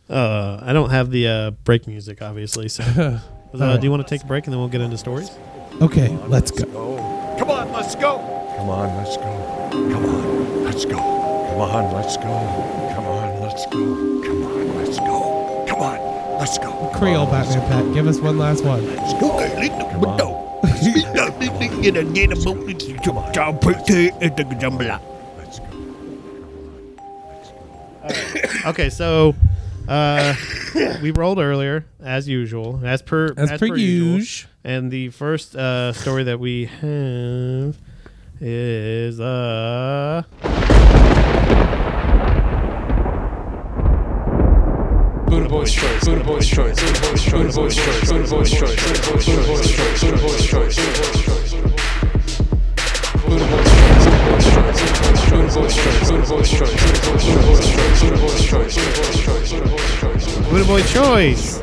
Speaker 2: Uh, I don't have the uh, break music, obviously. So, uh,
Speaker 1: Oh.
Speaker 2: do you want to take a break and then we'll get into stories?
Speaker 1: Okay, let's go.
Speaker 3: Come on, let's go.
Speaker 4: Oh. Come on, let's go. Come on, let's go. Come on, let's go. Come on, let's go. Come on, let's go. Come on, let's go.
Speaker 1: Creole Batman Pat, give us one last one.
Speaker 3: Okay, leave the window. Speak up, big thing, get a get a boat. It's a job, put it in
Speaker 4: uh,
Speaker 3: the jumble.
Speaker 4: Let's go.
Speaker 2: Okay, so uh, we rolled earlier, as usual, as per
Speaker 1: As per
Speaker 2: usual.
Speaker 1: usual.
Speaker 2: And the first uh, story that we have is uh,
Speaker 5: Buddha boy's choice. Buddha boy's choice. Buddha boy's choice. Buddha boy's choice. Buddha boy's choice. Buddha boy's choice. Buddha boy's choice. Buddha boy's choice. Buddha boy's choice. Buddha boy's choice. Buddha boy's choice. Buddha boy's choice. Buddha boy's choice.
Speaker 2: Buddha Boy Choice.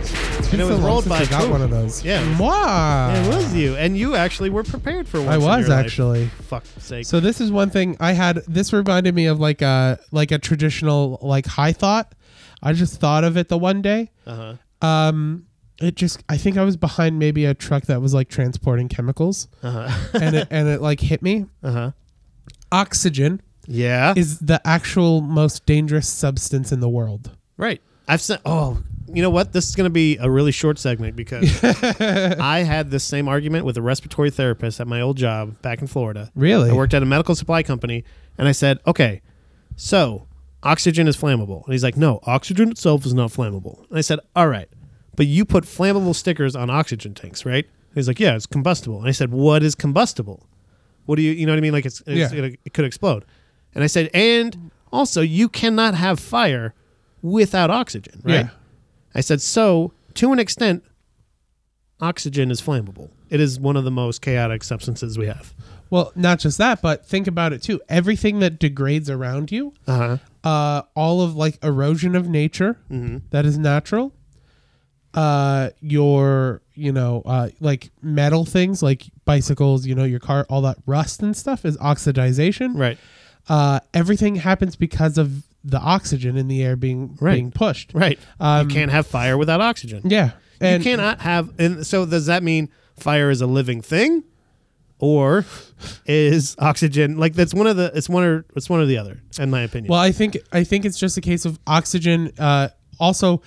Speaker 2: And it was
Speaker 1: So long
Speaker 2: rolled
Speaker 1: since
Speaker 2: by
Speaker 1: I got
Speaker 2: who?
Speaker 1: one of those.
Speaker 2: Yeah.
Speaker 1: Moi.
Speaker 2: It was you, and you actually were prepared for once.
Speaker 1: I
Speaker 2: in
Speaker 1: was
Speaker 2: your life.
Speaker 1: actually.
Speaker 2: Fuck sake.
Speaker 1: So this is one thing I had. This reminded me of like a like a traditional like high thought. I just thought of it the one day.
Speaker 2: uh-huh.
Speaker 1: Um, it just I think I was behind maybe a truck that was like transporting chemicals,
Speaker 2: Uh-huh.
Speaker 1: and it and it like hit me.
Speaker 2: Uh-huh.
Speaker 1: Oxygen
Speaker 2: Yeah.
Speaker 1: is the actual most dangerous substance in the world.
Speaker 2: Right. I've sent. Oh, you know what? This is going to be a really short segment because I had this same argument with a respiratory therapist at my old job back in Florida.
Speaker 1: Really?
Speaker 2: I worked at a medical supply company and I said, okay, so oxygen is flammable. And he's like, no, oxygen itself is not flammable. And I said, all right, but you put flammable stickers on oxygen tanks, right? And he's like, yeah, it's combustible. And I said, what is combustible? What do you, you know what I mean? Like it's, it's
Speaker 1: Yeah.
Speaker 2: gonna- it could explode. And I said, and also you cannot have fire without oxygen, right?
Speaker 1: Yeah.
Speaker 2: I said, so to an extent, oxygen is flammable. It is one of the most chaotic substances we have.
Speaker 1: Well, not just that, but think about it too. Everything that degrades around you,
Speaker 2: Uh huh.
Speaker 1: uh, all of like erosion of nature
Speaker 2: Mm-hmm.
Speaker 1: that is natural. Uh, your you know uh, like metal things like bicycles, you know your car, all that rust and stuff is oxidization.
Speaker 2: Right.
Speaker 1: Uh, everything happens because of the oxygen in the air being
Speaker 2: Right.
Speaker 1: being pushed.
Speaker 2: Right.
Speaker 1: Um,
Speaker 2: you can't have fire without oxygen.
Speaker 1: Yeah. And
Speaker 2: you cannot have. And so, does that mean fire is a living thing, or is oxygen like that's one of the? It's one or it's one or the other, in my opinion.
Speaker 1: Well, I think I think it's just a case of oxygen. Uh, also,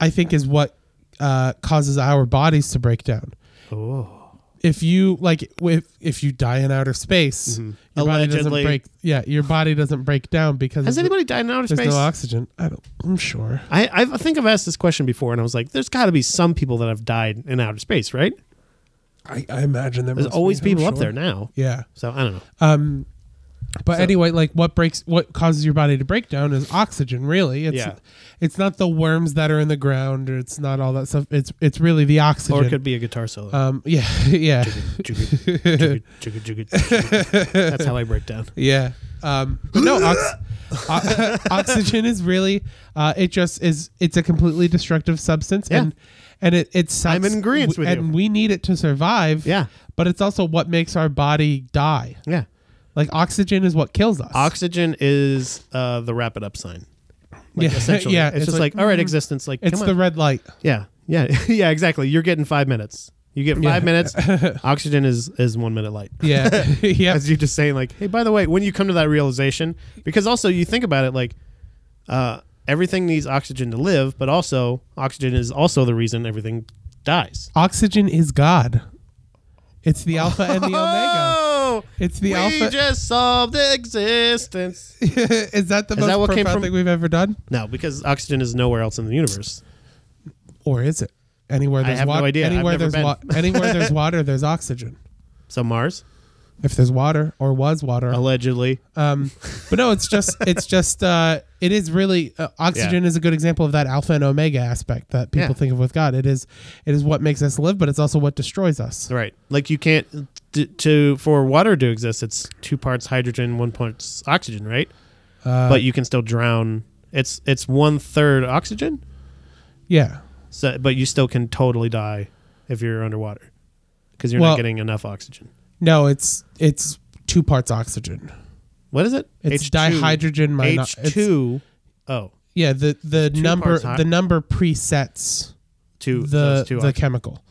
Speaker 1: I think is what uh, causes our bodies to break down.
Speaker 2: Oh.
Speaker 1: If you like, if if you die in outer space, your body doesn't
Speaker 2: Allegedly.
Speaker 1: break. Yeah, your body doesn't break down because
Speaker 2: Has
Speaker 1: of the-
Speaker 2: anybody died in outer
Speaker 1: there's
Speaker 2: space?
Speaker 1: no oxygen. I don't. I'm sure.
Speaker 2: I, I think I've asked this question before, and I was like, "There's got to be some people that have died in outer space, right?
Speaker 1: I, I imagine there
Speaker 2: There's
Speaker 1: must
Speaker 2: always
Speaker 1: be, I'm
Speaker 2: people up
Speaker 1: sure.
Speaker 2: there now."
Speaker 1: Yeah.
Speaker 2: So I don't know.
Speaker 1: Um, but anyway, like what breaks, what causes your body to break down is oxygen. Really, it's
Speaker 2: Yeah.
Speaker 1: it's not the worms that are in the ground, or it's not all that stuff. It's it's really the oxygen.
Speaker 2: or it could be a guitar solo.
Speaker 1: um, yeah, yeah,
Speaker 2: Jigga, jigga, jigga, jigga. That's how I break down.
Speaker 1: yeah. Um, but no, ox- o- oxygen is really uh, it just is. It's a completely destructive substance,
Speaker 2: Yeah.
Speaker 1: and and it it sucks.
Speaker 2: I'm in agreeance with
Speaker 1: and
Speaker 2: you.
Speaker 1: we need it to survive.
Speaker 2: Yeah.
Speaker 1: but it's also what makes our body die.
Speaker 2: Yeah.
Speaker 1: Like oxygen is what kills us.
Speaker 2: Oxygen is uh, the wrap it up sign. Like,
Speaker 1: Yeah,
Speaker 2: Essentially.
Speaker 1: yeah,
Speaker 2: It's,
Speaker 1: it's
Speaker 2: just
Speaker 1: like, mm-hmm.
Speaker 2: like, all right, existence. Like,
Speaker 1: it's
Speaker 2: come
Speaker 1: the
Speaker 2: on.
Speaker 1: red light.
Speaker 2: yeah. Yeah. yeah, exactly. You're getting five minutes. You get five minutes. Oxygen is, is one minute light.
Speaker 1: Yeah, yeah.
Speaker 2: As you just saying, like, hey, by the way, when you come to that realization, because also you think about it, like, uh, everything needs oxygen to live, but also oxygen is also the reason everything dies.
Speaker 1: Oxygen is God. It's the alpha and the omega.
Speaker 2: Oh,
Speaker 1: It's the
Speaker 2: we
Speaker 1: alpha.
Speaker 2: just solved existence.
Speaker 1: is that the most
Speaker 2: that what came
Speaker 1: profound
Speaker 2: from-
Speaker 1: thing we've ever done,
Speaker 2: No, because oxygen is nowhere else in the universe.
Speaker 1: or is it anywhere there's
Speaker 2: have no
Speaker 1: water?
Speaker 2: idea. I've
Speaker 1: Anywhere
Speaker 2: never
Speaker 1: there's
Speaker 2: been.
Speaker 1: wa- anywhere there's water, there's oxygen.
Speaker 2: So Mars,
Speaker 1: If there's water or was water,
Speaker 2: allegedly,
Speaker 1: um, but no, it's just it's just uh, it is really uh, oxygen is a good example of that alpha and omega aspect that people
Speaker 2: Yeah.
Speaker 1: think of with God. It is it is what makes us live, but it's also what destroys us.
Speaker 2: right? Like you can't t- to for water to exist. It's two parts hydrogen, one part oxygen, right?
Speaker 1: Uh,
Speaker 2: but you can still drown. It's it's one third oxygen,
Speaker 1: Yeah.
Speaker 2: so but you still can totally die if you're underwater because you're
Speaker 1: Well-
Speaker 2: not getting enough oxygen.
Speaker 1: No, it's it's two parts oxygen.
Speaker 2: What is it?
Speaker 1: It's dihydrogen minor-
Speaker 2: H two. Oh,
Speaker 1: Yeah, the the
Speaker 2: Two
Speaker 1: number
Speaker 2: parts hot.
Speaker 1: the number presets
Speaker 2: two.
Speaker 1: the
Speaker 2: those two
Speaker 1: the
Speaker 2: oxy-
Speaker 1: chemical.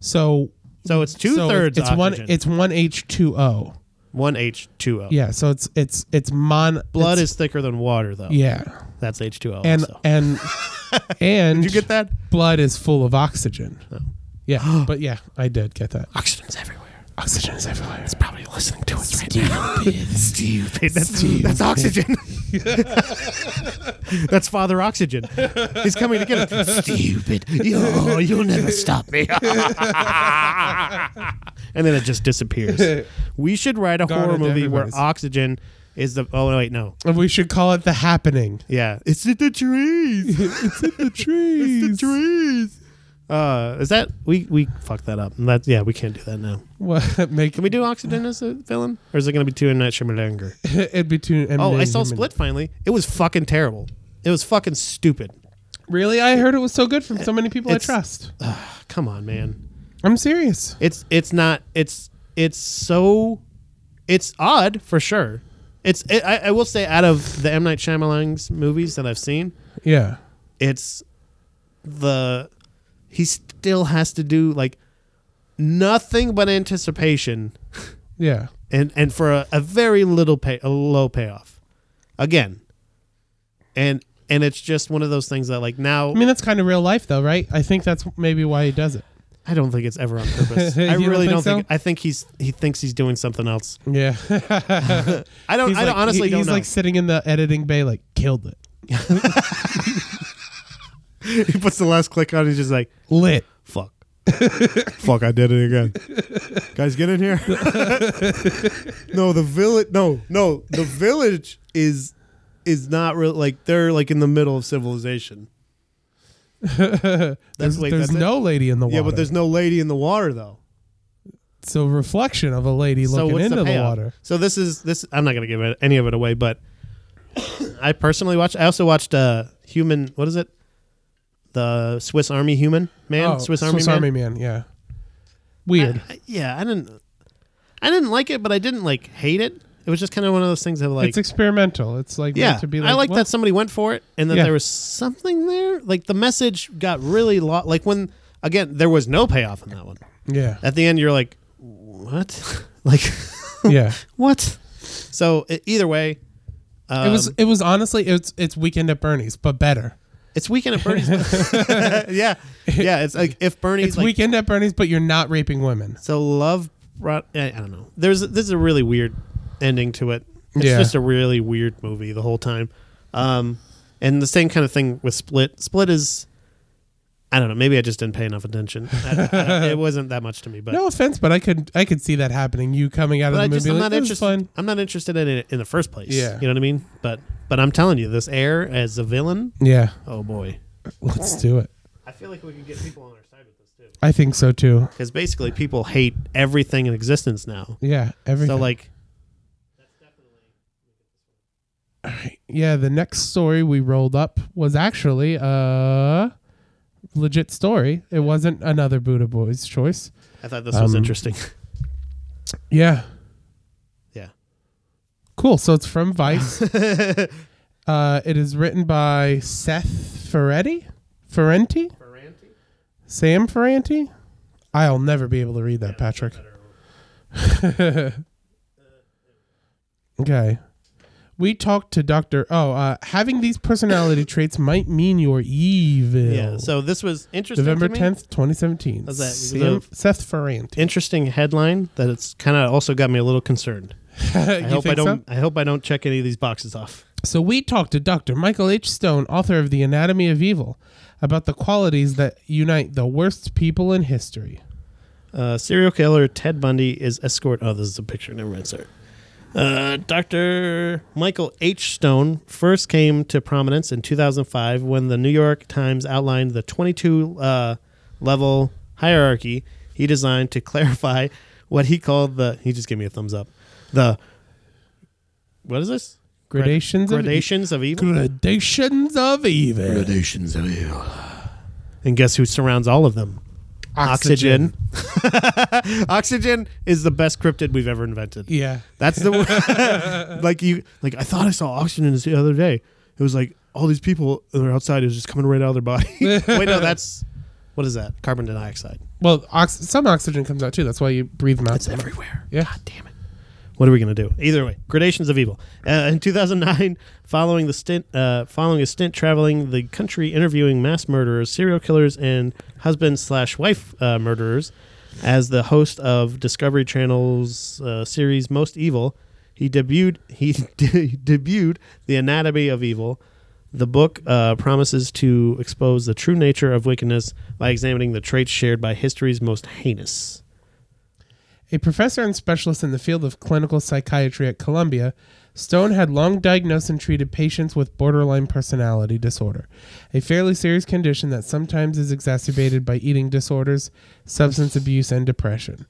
Speaker 1: So
Speaker 2: so it's two
Speaker 1: so
Speaker 2: thirds.
Speaker 1: It's one. It's one H two O.
Speaker 2: one H two O.
Speaker 1: Yeah. So it's it's it's mon.
Speaker 2: Blood
Speaker 1: it's-
Speaker 2: is thicker than water, though.
Speaker 1: Yeah.
Speaker 2: That's H two O.
Speaker 1: And and and
Speaker 2: Did you get Oh. that?
Speaker 1: blood is full of oxygen. Yeah, but yeah, I did get that.
Speaker 2: Oxygen's everywhere.
Speaker 1: Oxygen is everywhere. It's
Speaker 2: Probably listening to us right now. Stupid. That's, that's oxygen. that's Father Oxygen. He's coming to get us. Stupid. Yo, you'll never stop me. and then it just disappears. We should write a
Speaker 1: Gone
Speaker 2: horror
Speaker 1: into
Speaker 2: movie where
Speaker 1: everybody's.
Speaker 2: oxygen is the. Oh, wait, no.
Speaker 1: and we should call it the happening.
Speaker 2: Yeah. It's in the trees.
Speaker 1: The trees.
Speaker 2: trees. Uh, is that we we fucked that up? That yeah, we can't do that now.
Speaker 1: What make
Speaker 2: Can we do Oxygen as a villain, or is it going to be too M Night Shyamalan?
Speaker 1: it be too?
Speaker 2: Oh, I saw Split finally. It was fucking terrible. It was fucking stupid.
Speaker 1: Really, I heard it was so good from so many people I
Speaker 2: It's-
Speaker 1: trust.
Speaker 2: Come on, man.
Speaker 1: I'm serious.
Speaker 2: It's it's not. It's it's so. It's odd for sure. It's it, I, I will say out of the M Night Shyamalan's movies that I've seen,
Speaker 1: Yeah.
Speaker 2: it's the he still has to do like nothing but anticipation
Speaker 1: Yeah.
Speaker 2: and and for a, a very little pay a low payoff again and and it's just one of those things that like now
Speaker 1: I mean, that's kind of real life, though, right? I think that's maybe why he does it.
Speaker 2: I don't think it's ever on purpose.
Speaker 1: You
Speaker 2: I
Speaker 1: don't
Speaker 2: really
Speaker 1: think
Speaker 2: don't think.
Speaker 1: so?
Speaker 2: I think he's he thinks he's doing something else.
Speaker 1: Yeah.
Speaker 2: I don't.
Speaker 1: He's
Speaker 2: I don't,
Speaker 1: like-
Speaker 2: honestly
Speaker 1: he-
Speaker 2: don't
Speaker 1: he's
Speaker 2: know.
Speaker 1: like sitting in the editing bay, like killed it,
Speaker 2: he puts the last click on. He's just like,
Speaker 1: lit.
Speaker 2: fuck, fuck, I did it again. Guys, get in here. no, the village. No, no, the village is is not real. Like they're like in the middle of civilization.
Speaker 1: There's,
Speaker 2: wait,
Speaker 1: there's
Speaker 2: that's it?
Speaker 1: no lady in the water.
Speaker 2: Yeah, but there's no lady in the water though.
Speaker 1: so reflection of a lady
Speaker 2: so
Speaker 1: looking
Speaker 2: what's
Speaker 1: into
Speaker 2: the,
Speaker 1: the,
Speaker 2: payoff?
Speaker 1: water.
Speaker 2: So this is this. I'm not gonna give it, any of it away, but I personally watched. I also watched uh, Human. What is it? The Swiss Army Human Man.
Speaker 1: Oh,
Speaker 2: Swiss Army
Speaker 1: Swiss
Speaker 2: Man.
Speaker 1: Army Man. Yeah. Weird.
Speaker 2: I- yeah, I didn't. I didn't like it, but I didn't like hate it. It was just kind of one of those things of like.
Speaker 1: it's experimental. It's like
Speaker 2: yeah,
Speaker 1: meant to be like,
Speaker 2: I like
Speaker 1: well,
Speaker 2: that somebody went for it, and that
Speaker 1: Yeah.
Speaker 2: there was something there. Like the message got really lo- like when again there was no payoff in that one.
Speaker 1: Yeah.
Speaker 2: At the end, you're like, what? like,
Speaker 1: yeah.
Speaker 2: what? So e- either way, um,
Speaker 1: It was. It was honestly. It's. It's Weekend at Bernie's, but better.
Speaker 2: It's weekend at Bernie's. yeah, yeah. It's like if Bernie's
Speaker 1: It's
Speaker 2: like,
Speaker 1: Weekend at Bernie's, but you're not raping women.
Speaker 2: so love brought. I, I don't know. There's this is a really weird ending to it. It's
Speaker 1: Yeah.
Speaker 2: just a really weird movie the whole time. Um, and the same kind of thing with Split. Split is. I don't know. Maybe I just didn't pay enough attention. I, I, it wasn't that much to me, but
Speaker 1: No offense, but I could. I could see that happening. You coming out
Speaker 2: but
Speaker 1: of
Speaker 2: I
Speaker 1: the
Speaker 2: just
Speaker 1: movie
Speaker 2: I'm
Speaker 1: like,
Speaker 2: not
Speaker 1: "This is fun."
Speaker 2: interested. I'm not interested in it in the first place.
Speaker 1: Yeah.
Speaker 2: you know what I mean. But but I'm telling you, this air as a villain.
Speaker 1: Yeah.
Speaker 2: Oh boy,
Speaker 1: Let's do it.
Speaker 2: I feel like we could get people on our side with this too.
Speaker 1: I think so too.
Speaker 2: because basically people hate everything in existence now.
Speaker 1: Yeah. Everything.
Speaker 2: So like,
Speaker 1: yeah, the next story we rolled up was actually a legit story. It wasn't another Buddha Boy's choice.
Speaker 2: I thought this was
Speaker 1: Um,
Speaker 2: interesting.
Speaker 1: Yeah.
Speaker 2: yeah,
Speaker 1: Cool. So it's from Vice. uh, it is written by Seth Ferretti. Ferrenti? Sam Ferranti? I'll never be able to read that, Patrick. okay. We talked to Dr. Oh, uh, having these personality traits might mean you're evil.
Speaker 2: yeah. So this was interesting.
Speaker 1: November
Speaker 2: to me.
Speaker 1: 10th, 2017.
Speaker 2: How's that?
Speaker 1: Sam, Seth Ferranti.
Speaker 2: Interesting headline that it's kind of also got me a little concerned. I
Speaker 1: You
Speaker 2: hope I
Speaker 1: think so?
Speaker 2: don't. I hope I don't check any of these boxes off.
Speaker 1: So we talked to Dr. Michael H. Stone, author of The Anatomy of Evil, about the qualities that unite the worst people in history.
Speaker 2: Uh, serial killer Ted Bundy is escort. Oh, this is a picture. Never mind. Sorry. Uh, Dr. Michael H. Stone first came to prominence in 2005 when the New York Times outlined the 22 uh, level hierarchy he designed to clarify what he called the. He just gave me a thumbs up. The. What is this?
Speaker 1: Gradations of e-
Speaker 2: Gradations of evil.
Speaker 1: Gradations of evil.
Speaker 2: And guess who surrounds all of them? Oxygen. Oxygen is the best cryptid we've ever invented.
Speaker 1: Yeah.
Speaker 2: That's the like you like. I thought I saw oxygen this the other day. It was like all these people that are outside. It was just coming right out of their body. Wait, no, that's what is that? Carbon dioxide.
Speaker 1: Well, ox- some oxygen comes out too. That's why you breathe them out.
Speaker 2: It's everywhere.
Speaker 1: Yeah.
Speaker 2: God damn it. What are we gonna do? Either way, gradations of evil. Uh, in 2009, following the stint, uh, following a stint traveling the country interviewing mass murderers, serial killers, and husband slash wife uh, murderers, as the host of Discovery Channel's uh, series Most Evil, he debuted he de- debuted the anatomy of evil. The book uh, promises to expose the true nature of wickedness by examining the traits shared by history's most heinous.
Speaker 1: A professor and specialist in the field of clinical psychiatry at Columbia, Stone had long diagnosed and treated patients with borderline personality disorder, a fairly serious condition that sometimes is exacerbated by eating disorders, substance abuse, and depression.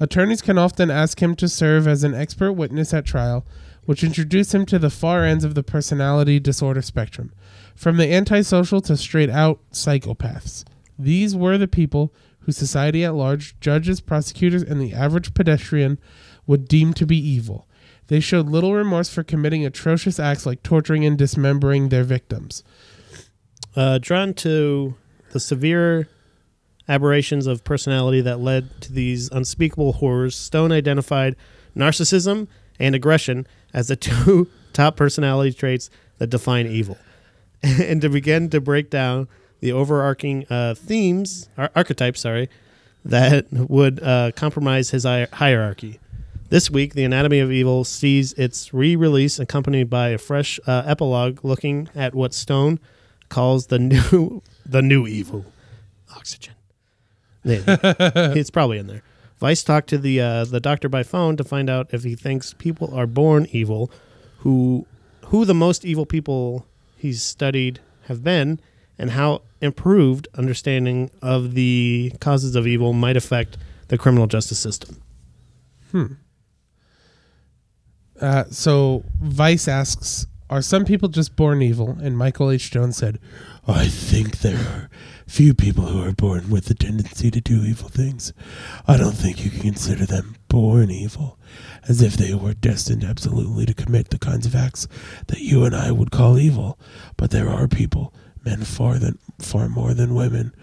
Speaker 1: Attorneys can often ask him to serve as an expert witness at trial, which introduced him to the far ends of the personality disorder spectrum, from the antisocial to straight out psychopaths. These were the people who society at large, judges, prosecutors, and the average pedestrian would deem to be evil. They showed little remorse for committing atrocious acts like torturing and dismembering their victims.
Speaker 2: uh, drawn to the severe aberrations of personality that led to these unspeakable horrors, Stone identified narcissism and aggression as the two top personality traits that define evil. and to begin to break down the overarching uh, themes, ar- archetypes, sorry, that would uh, compromise his hi- hierarchy. This week, The Anatomy of Evil sees its re release accompanied by a fresh uh, epilogue looking at what Stone calls the new, the new evil oxygen. Maybe. it's probably in there. Vice talked to the uh, the doctor by phone to find out if he thinks people are born evil, who who the most evil people he's studied have been, and how improved understanding of the causes of evil might affect the criminal justice system.
Speaker 1: Uh, so Vice asks, "Are some people just born evil?" And Michael H. Jones said, "I think there are few people who are born with the tendency to do evil things. I don't think you can consider them born evil, as if they were destined absolutely to commit the kinds of acts that you and I would call evil. But there are people, men far than far more than women."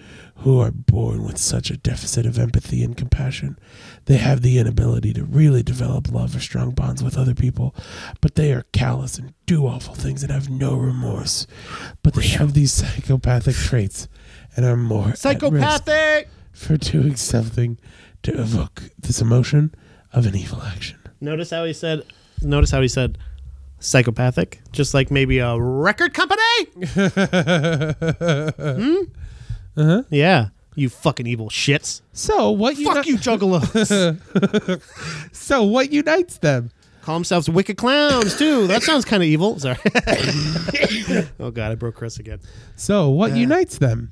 Speaker 1: Who are born with such a deficit of empathy and compassion they have the inability to really develop love or strong bonds with other people, but they are callous and do awful things and have no remorse. But they have these psychopathic traits and are more psychopathic for doing something to evoke this emotion of an evil action.
Speaker 2: Notice how he said. Notice how he said. Psychopathic, just like maybe a record company. hmm? Yeah, you fucking evil shits.
Speaker 1: So what
Speaker 2: Fuck you, juggalos.
Speaker 1: so what unites them?
Speaker 2: Call themselves wicked clowns too. That sounds kind of evil. Sorry. oh god, I broke Chris again.
Speaker 1: So, what unites them?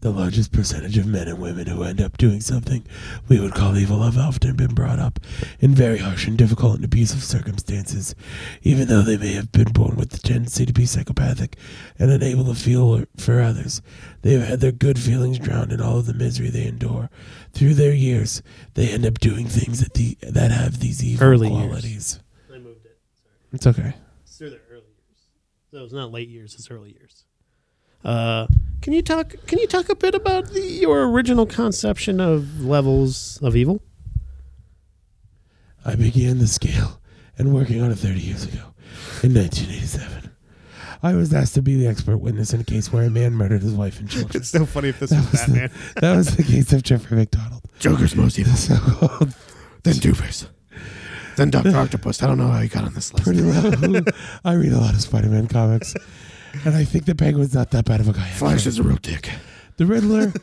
Speaker 1: The largest percentage of men and women who end up doing something we would call evil have often been brought up in very harsh and difficult and abusive circumstances, even though they may have been born with the tendency to be psychopathic and unable to feel or- for others. They have had their good feelings drowned in all of the misery they endure. Through their years, they end up doing things that the that have these evil
Speaker 2: Early years.
Speaker 1: qualities.
Speaker 2: I moved it.
Speaker 1: It's okay.
Speaker 2: It's through the early years. So it's not late years. It's early years. Uh, can you talk? Can you talk a bit about the, your original conception of levels of evil?
Speaker 1: I began the scale and working on it 30 years ago in 1987. I was asked to be the expert witness in a case where a man murdered his wife and children.
Speaker 2: It's so funny if this was Batman.
Speaker 1: that was the case of Jeffrey McDonald.
Speaker 3: Joker's most evil.
Speaker 1: So-called
Speaker 3: Then Two Face. Then Doctor Octopus. I don't know how he got on this list.
Speaker 1: pretty low. I read a lot of Spider-Man comics, and I think the Penguin's not that bad of a guy. actually.
Speaker 3: Flash is a real dick.
Speaker 1: The Riddler,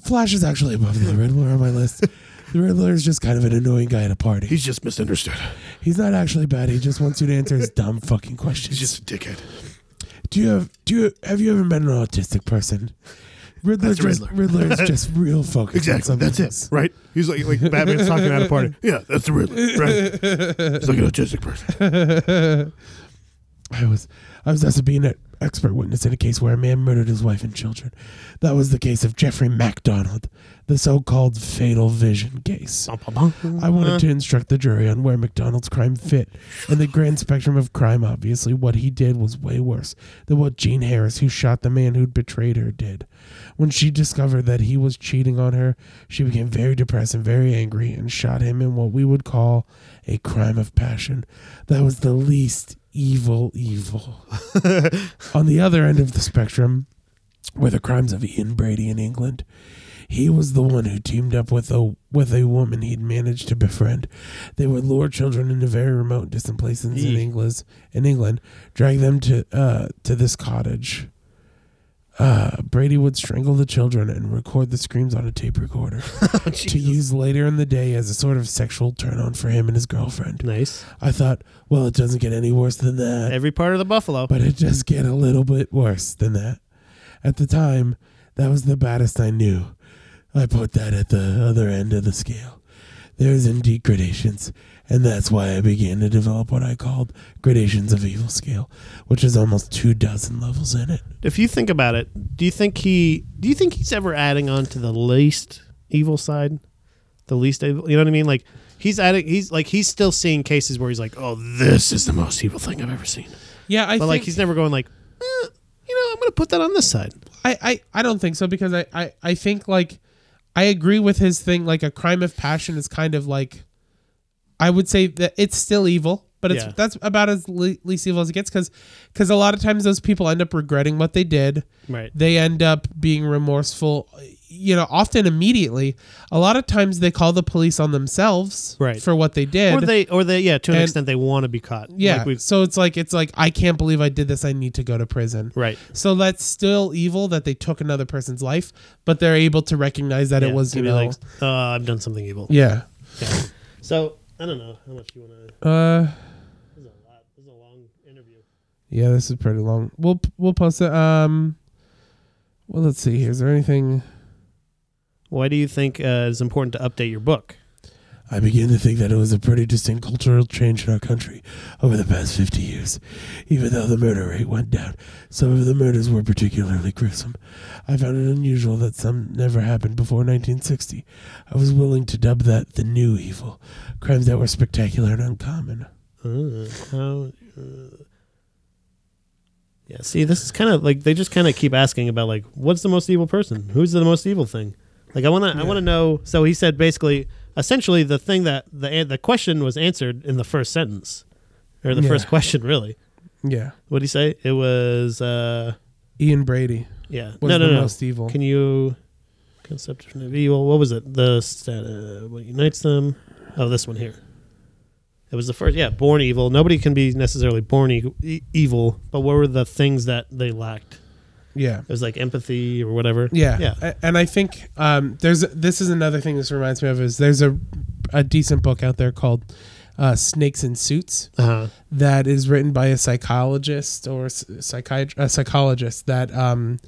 Speaker 1: Flash is actually above the Riddler on my list. The Riddler is just kind of an annoying guy at a party.
Speaker 3: He's just misunderstood.
Speaker 1: He's not actually bad. He just wants you to answer his dumb fucking questions.
Speaker 3: He's just a dickhead.
Speaker 1: Do you have do you have you ever met an autistic person? Riddler
Speaker 3: That's
Speaker 1: just Riddler.
Speaker 3: Riddler.
Speaker 1: is just real focused.
Speaker 3: Exactly.
Speaker 1: on something
Speaker 3: That's it.
Speaker 1: else.
Speaker 3: Right? He's like like Batman's talking at a party. Yeah, that's the Riddler. Right? He's like an autistic person.
Speaker 1: I was I was asked to be an expert witness in a case where a man murdered his wife and children. That was the case of Jeffrey MacDonald, the so-called fatal vision case. I wanted to instruct the jury on where McDonald's crime fit and the grand spectrum of crime. Obviously, what he did was way worse than what Jean Harris, who shot the man who'd betrayed her, did. When she discovered that he was cheating on her, she became very depressed and very angry and shot him in what we would call a crime of passion. That was the least evil, evil. on the other end of the spectrum, were the crimes of Ian Brady in England. He was the one who teamed up with a with a woman he'd managed to befriend. They would lure children into very remote, and distant places in
Speaker 2: Yee.
Speaker 1: England, in England, drag them to uh, to this cottage. Uh, Brady would strangle the children and record the screams on a tape recorder to use later in the day as a sort of sexual turn on for him and his girlfriend.
Speaker 2: Nice.
Speaker 1: I thought, well, it doesn't get any worse than that
Speaker 2: Every part of the buffalo.
Speaker 1: but it does get a little bit worse than that. At the time, that was the baddest I knew. I put that at the other end of the scale. There is indeed gradations, and that's why I began to develop what I called gradations of evil scale, which is almost two dozen levels in it.
Speaker 2: if you think about it, do you think he? Do you think he's ever adding on to the least evil side? The least evil. You know what I mean? Like he's adding. He's like he's still seeing cases where he's like, oh, this is the most evil thing I've ever seen.
Speaker 1: Yeah, I
Speaker 2: But like he's never going like, eh, you know, I'm gonna put that on this side.
Speaker 1: I, I, I don't think so because I, I, I think like I agree with his thing like a crime of passion is kind of like I would say that it's still evil. But it's
Speaker 2: Yeah.
Speaker 1: that's about as le- least evil as it gets because because a lot of times those people end up regretting what they did.
Speaker 2: Right.
Speaker 1: They end up being remorseful. You know, often immediately. A lot of times they call the police on themselves
Speaker 2: Right.
Speaker 1: for what they did.
Speaker 2: Or they, or they, yeah, to an
Speaker 1: And-
Speaker 2: extent, they want to be caught.
Speaker 1: yeah.
Speaker 2: Like we've,
Speaker 1: so it's like it's like I can't believe I did this. I need to go to prison.
Speaker 2: right.
Speaker 1: So that's still evil that they took another person's life, but they're able to recognize that
Speaker 2: Yeah,
Speaker 1: it was
Speaker 2: to
Speaker 1: you
Speaker 2: be
Speaker 1: know
Speaker 2: like, uh, I've done something evil.
Speaker 1: yeah.
Speaker 2: So I don't know how much you want to.
Speaker 1: Uh,
Speaker 2: This is a lot. This is a long interview.
Speaker 1: yeah, this is pretty long. We'll we'll post it. Um, well, let's see. Here. Is there anything?
Speaker 2: Why do you think uh, it's important to update your book?
Speaker 1: I begin to think that it was a pretty distinct cultural change in our country over the past 50 years. Even though the murder rate went down, some of the murders were particularly gruesome. I found it unusual that some never happened before 1960. I was willing to dub that the new evil, crimes that were spectacular and uncommon.
Speaker 2: Uh, how? Uh, yeah. See, this is kind of like they just kind of keep asking about like what's the most evil person? Who's the most evil thing? Like I want to, I want to know. So he said basically, essentially, the thing that the an- the question was answered in the first sentence, or the
Speaker 1: Yeah.
Speaker 2: first question, really.
Speaker 1: Yeah.
Speaker 2: What did he say? It was, uh
Speaker 1: Ian Brady
Speaker 2: yeah.
Speaker 1: was
Speaker 2: no, no,
Speaker 1: the
Speaker 2: no.
Speaker 1: most evil.
Speaker 2: Can you conception of evil? What was it? The stat, uh, what unites them? Oh, this one here. It was the first. Yeah, born evil. Nobody can be necessarily born e- e- evil, but what were the things that they lacked?
Speaker 1: yeah.
Speaker 2: It was like empathy or whatever.
Speaker 1: Yeah,
Speaker 2: yeah.
Speaker 1: A- and I think um, there's this is another thing this reminds me of is there's a a decent book out there called uh, Snakes in Suits
Speaker 2: Uh-huh.
Speaker 1: that is written by a psychologist or psychiatrist a psychologist that um,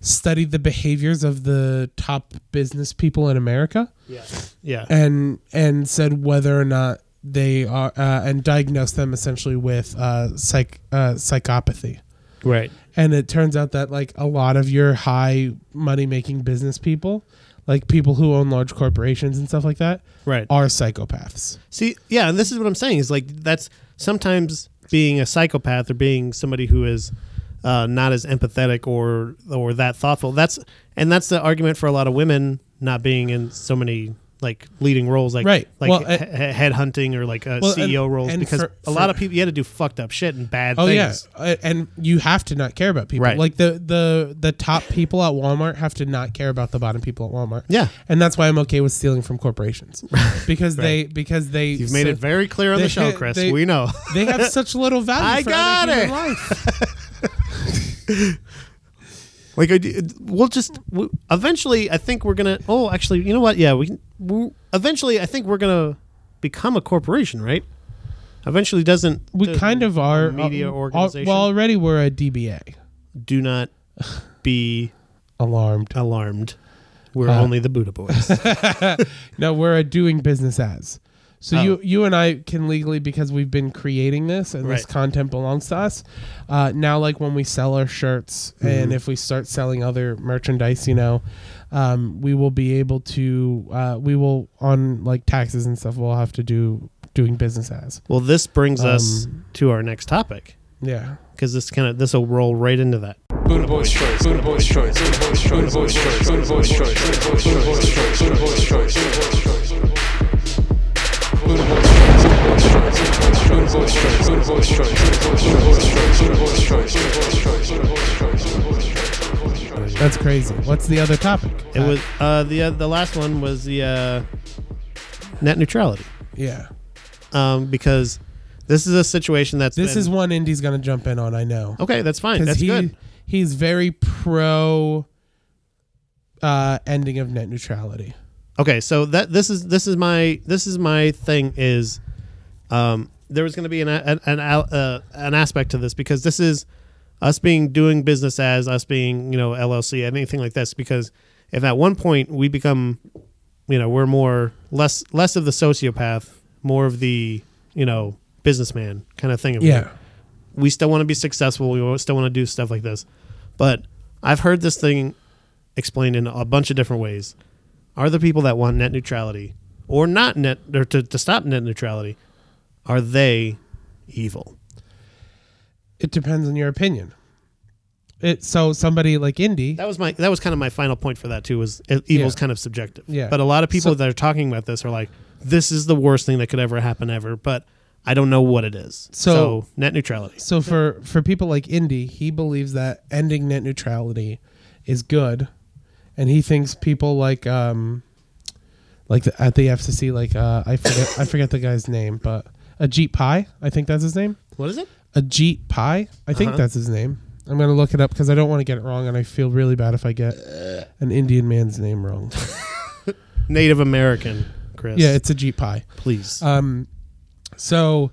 Speaker 1: studied the behaviors of the top business people in America
Speaker 2: Yeah. Yeah.
Speaker 1: and and said whether or not they are uh, and diagnosed them essentially with uh, psych uh, psychopathy
Speaker 2: Right.
Speaker 1: and it turns out that like a lot of your high money making business people like people who own large corporations and stuff like that
Speaker 2: Right.
Speaker 1: are psychopaths
Speaker 2: See, yeah, and this is what I'm saying is like that's sometimes being a psychopath or being somebody who is uh, not as empathetic or or that thoughtful. That's and that's the argument for a lot of women not being in so many like leading roles, like
Speaker 1: Right.
Speaker 2: like
Speaker 1: Well,
Speaker 2: he-
Speaker 1: and-
Speaker 2: he- head hunting or like uh,
Speaker 1: Well, and-
Speaker 2: CEO roles,
Speaker 1: and
Speaker 2: because
Speaker 1: for-
Speaker 2: a lot
Speaker 1: for-
Speaker 2: of people you had to do fucked up shit and bad
Speaker 1: oh yeah
Speaker 2: things.
Speaker 1: Uh, and you have to not care about people
Speaker 2: Right.
Speaker 1: like the the the top people at walmart have to not care about the bottom people at walmart
Speaker 2: Yeah.
Speaker 1: and that's why i'm okay with stealing from corporations because they because they
Speaker 2: You've made
Speaker 1: so-
Speaker 2: it very clear on
Speaker 1: they-
Speaker 2: the show, Chris.
Speaker 1: they-
Speaker 2: we know.
Speaker 1: they have such little value
Speaker 2: I
Speaker 1: for
Speaker 2: got
Speaker 1: other
Speaker 2: it.
Speaker 1: human life
Speaker 2: Like, I d- we'll just we, eventually. I think we're gonna. Oh, actually, you know what? Yeah, we. can- we eventually, I think we're gonna become a corporation, right? Eventually, doesn't
Speaker 1: we kind of are
Speaker 2: media
Speaker 1: uh, al-
Speaker 2: organization?
Speaker 1: well already we're a dba
Speaker 2: do not be
Speaker 1: alarmed
Speaker 2: alarmed. We're
Speaker 1: Uh,
Speaker 2: only the Buddha boys.
Speaker 1: No, we're a doing business as. So
Speaker 2: Oh.
Speaker 1: you you and I can legally because we've been creating this and this
Speaker 2: Right.
Speaker 1: content belongs to us. Uh, now, like when we sell our shirts
Speaker 2: Mm-hmm.
Speaker 1: and if we start selling other merchandise, you know, um, we will be able to. Uh, we will on like taxes and stuff. We'll have to do doing business as.
Speaker 2: well, this brings
Speaker 1: Um,
Speaker 2: us to our next topic
Speaker 1: Yeah.
Speaker 2: because this kind of this will roll right into that.
Speaker 5: Boon boy strikes, boon boy strikes, boon boy strikes, boon boy strikes, boon boy strikes, boon boy strikes, boon boy strikes, boon boy strikes, boon boy strikes, boon boy strikes, boon boy strikes, boon boy strikes, boon boy strikes, boon boy strikes, boon boy strikes.
Speaker 1: That's crazy. What's the other topic?
Speaker 2: It was uh, the uh, the last one was the uh, net neutrality
Speaker 1: Yeah.
Speaker 2: um, because this is a situation that's
Speaker 1: This
Speaker 2: been-
Speaker 1: is one Indy's gonna jump in on. I know.
Speaker 2: okay. That's fine. That's
Speaker 1: he
Speaker 2: good.
Speaker 1: he's very pro uh, ending of net neutrality.
Speaker 2: Okay, so that this is this is my this is my thing is, um, there was going to be an an an, al- uh, an aspect to this because this is us being doing business as us being you know LLC anything like this because if at one point we become, you know, we're more less less of the sociopath, more of the you know businessman kind of thing.
Speaker 1: Yeah.
Speaker 2: we still want to be successful. We still want to do stuff like this. But I've heard this thing explained in a bunch of different ways. Are the people that want net neutrality or not net or to, to stop net neutrality, are they evil?
Speaker 1: It depends on your opinion. It so somebody like Indy.
Speaker 2: That was my that was kind of my final point for that too. Was e- evil's
Speaker 1: Yeah.
Speaker 2: kind of subjective.
Speaker 1: Yeah.
Speaker 2: But a lot of people
Speaker 1: So-
Speaker 2: that are talking about this are like, this is the worst thing that could ever happen ever. But I don't know what it is.
Speaker 1: So-
Speaker 2: so net neutrality.
Speaker 1: So for for people like Indy, he believes that ending net neutrality is good, and he thinks people like um like the, at the FCC like uh I forget I forget the guy's name, but Ajit Pai, I think that's his name.
Speaker 2: What is it?
Speaker 1: Ajit Pai, I think
Speaker 2: Uh-huh.
Speaker 1: that's his name. I'm gonna look it up because I don't want to get it wrong, and I feel really bad if I get an Indian man's name wrong.
Speaker 2: Native American, Chris.
Speaker 1: yeah, it's Ajit Pai.
Speaker 2: please.
Speaker 1: Um, so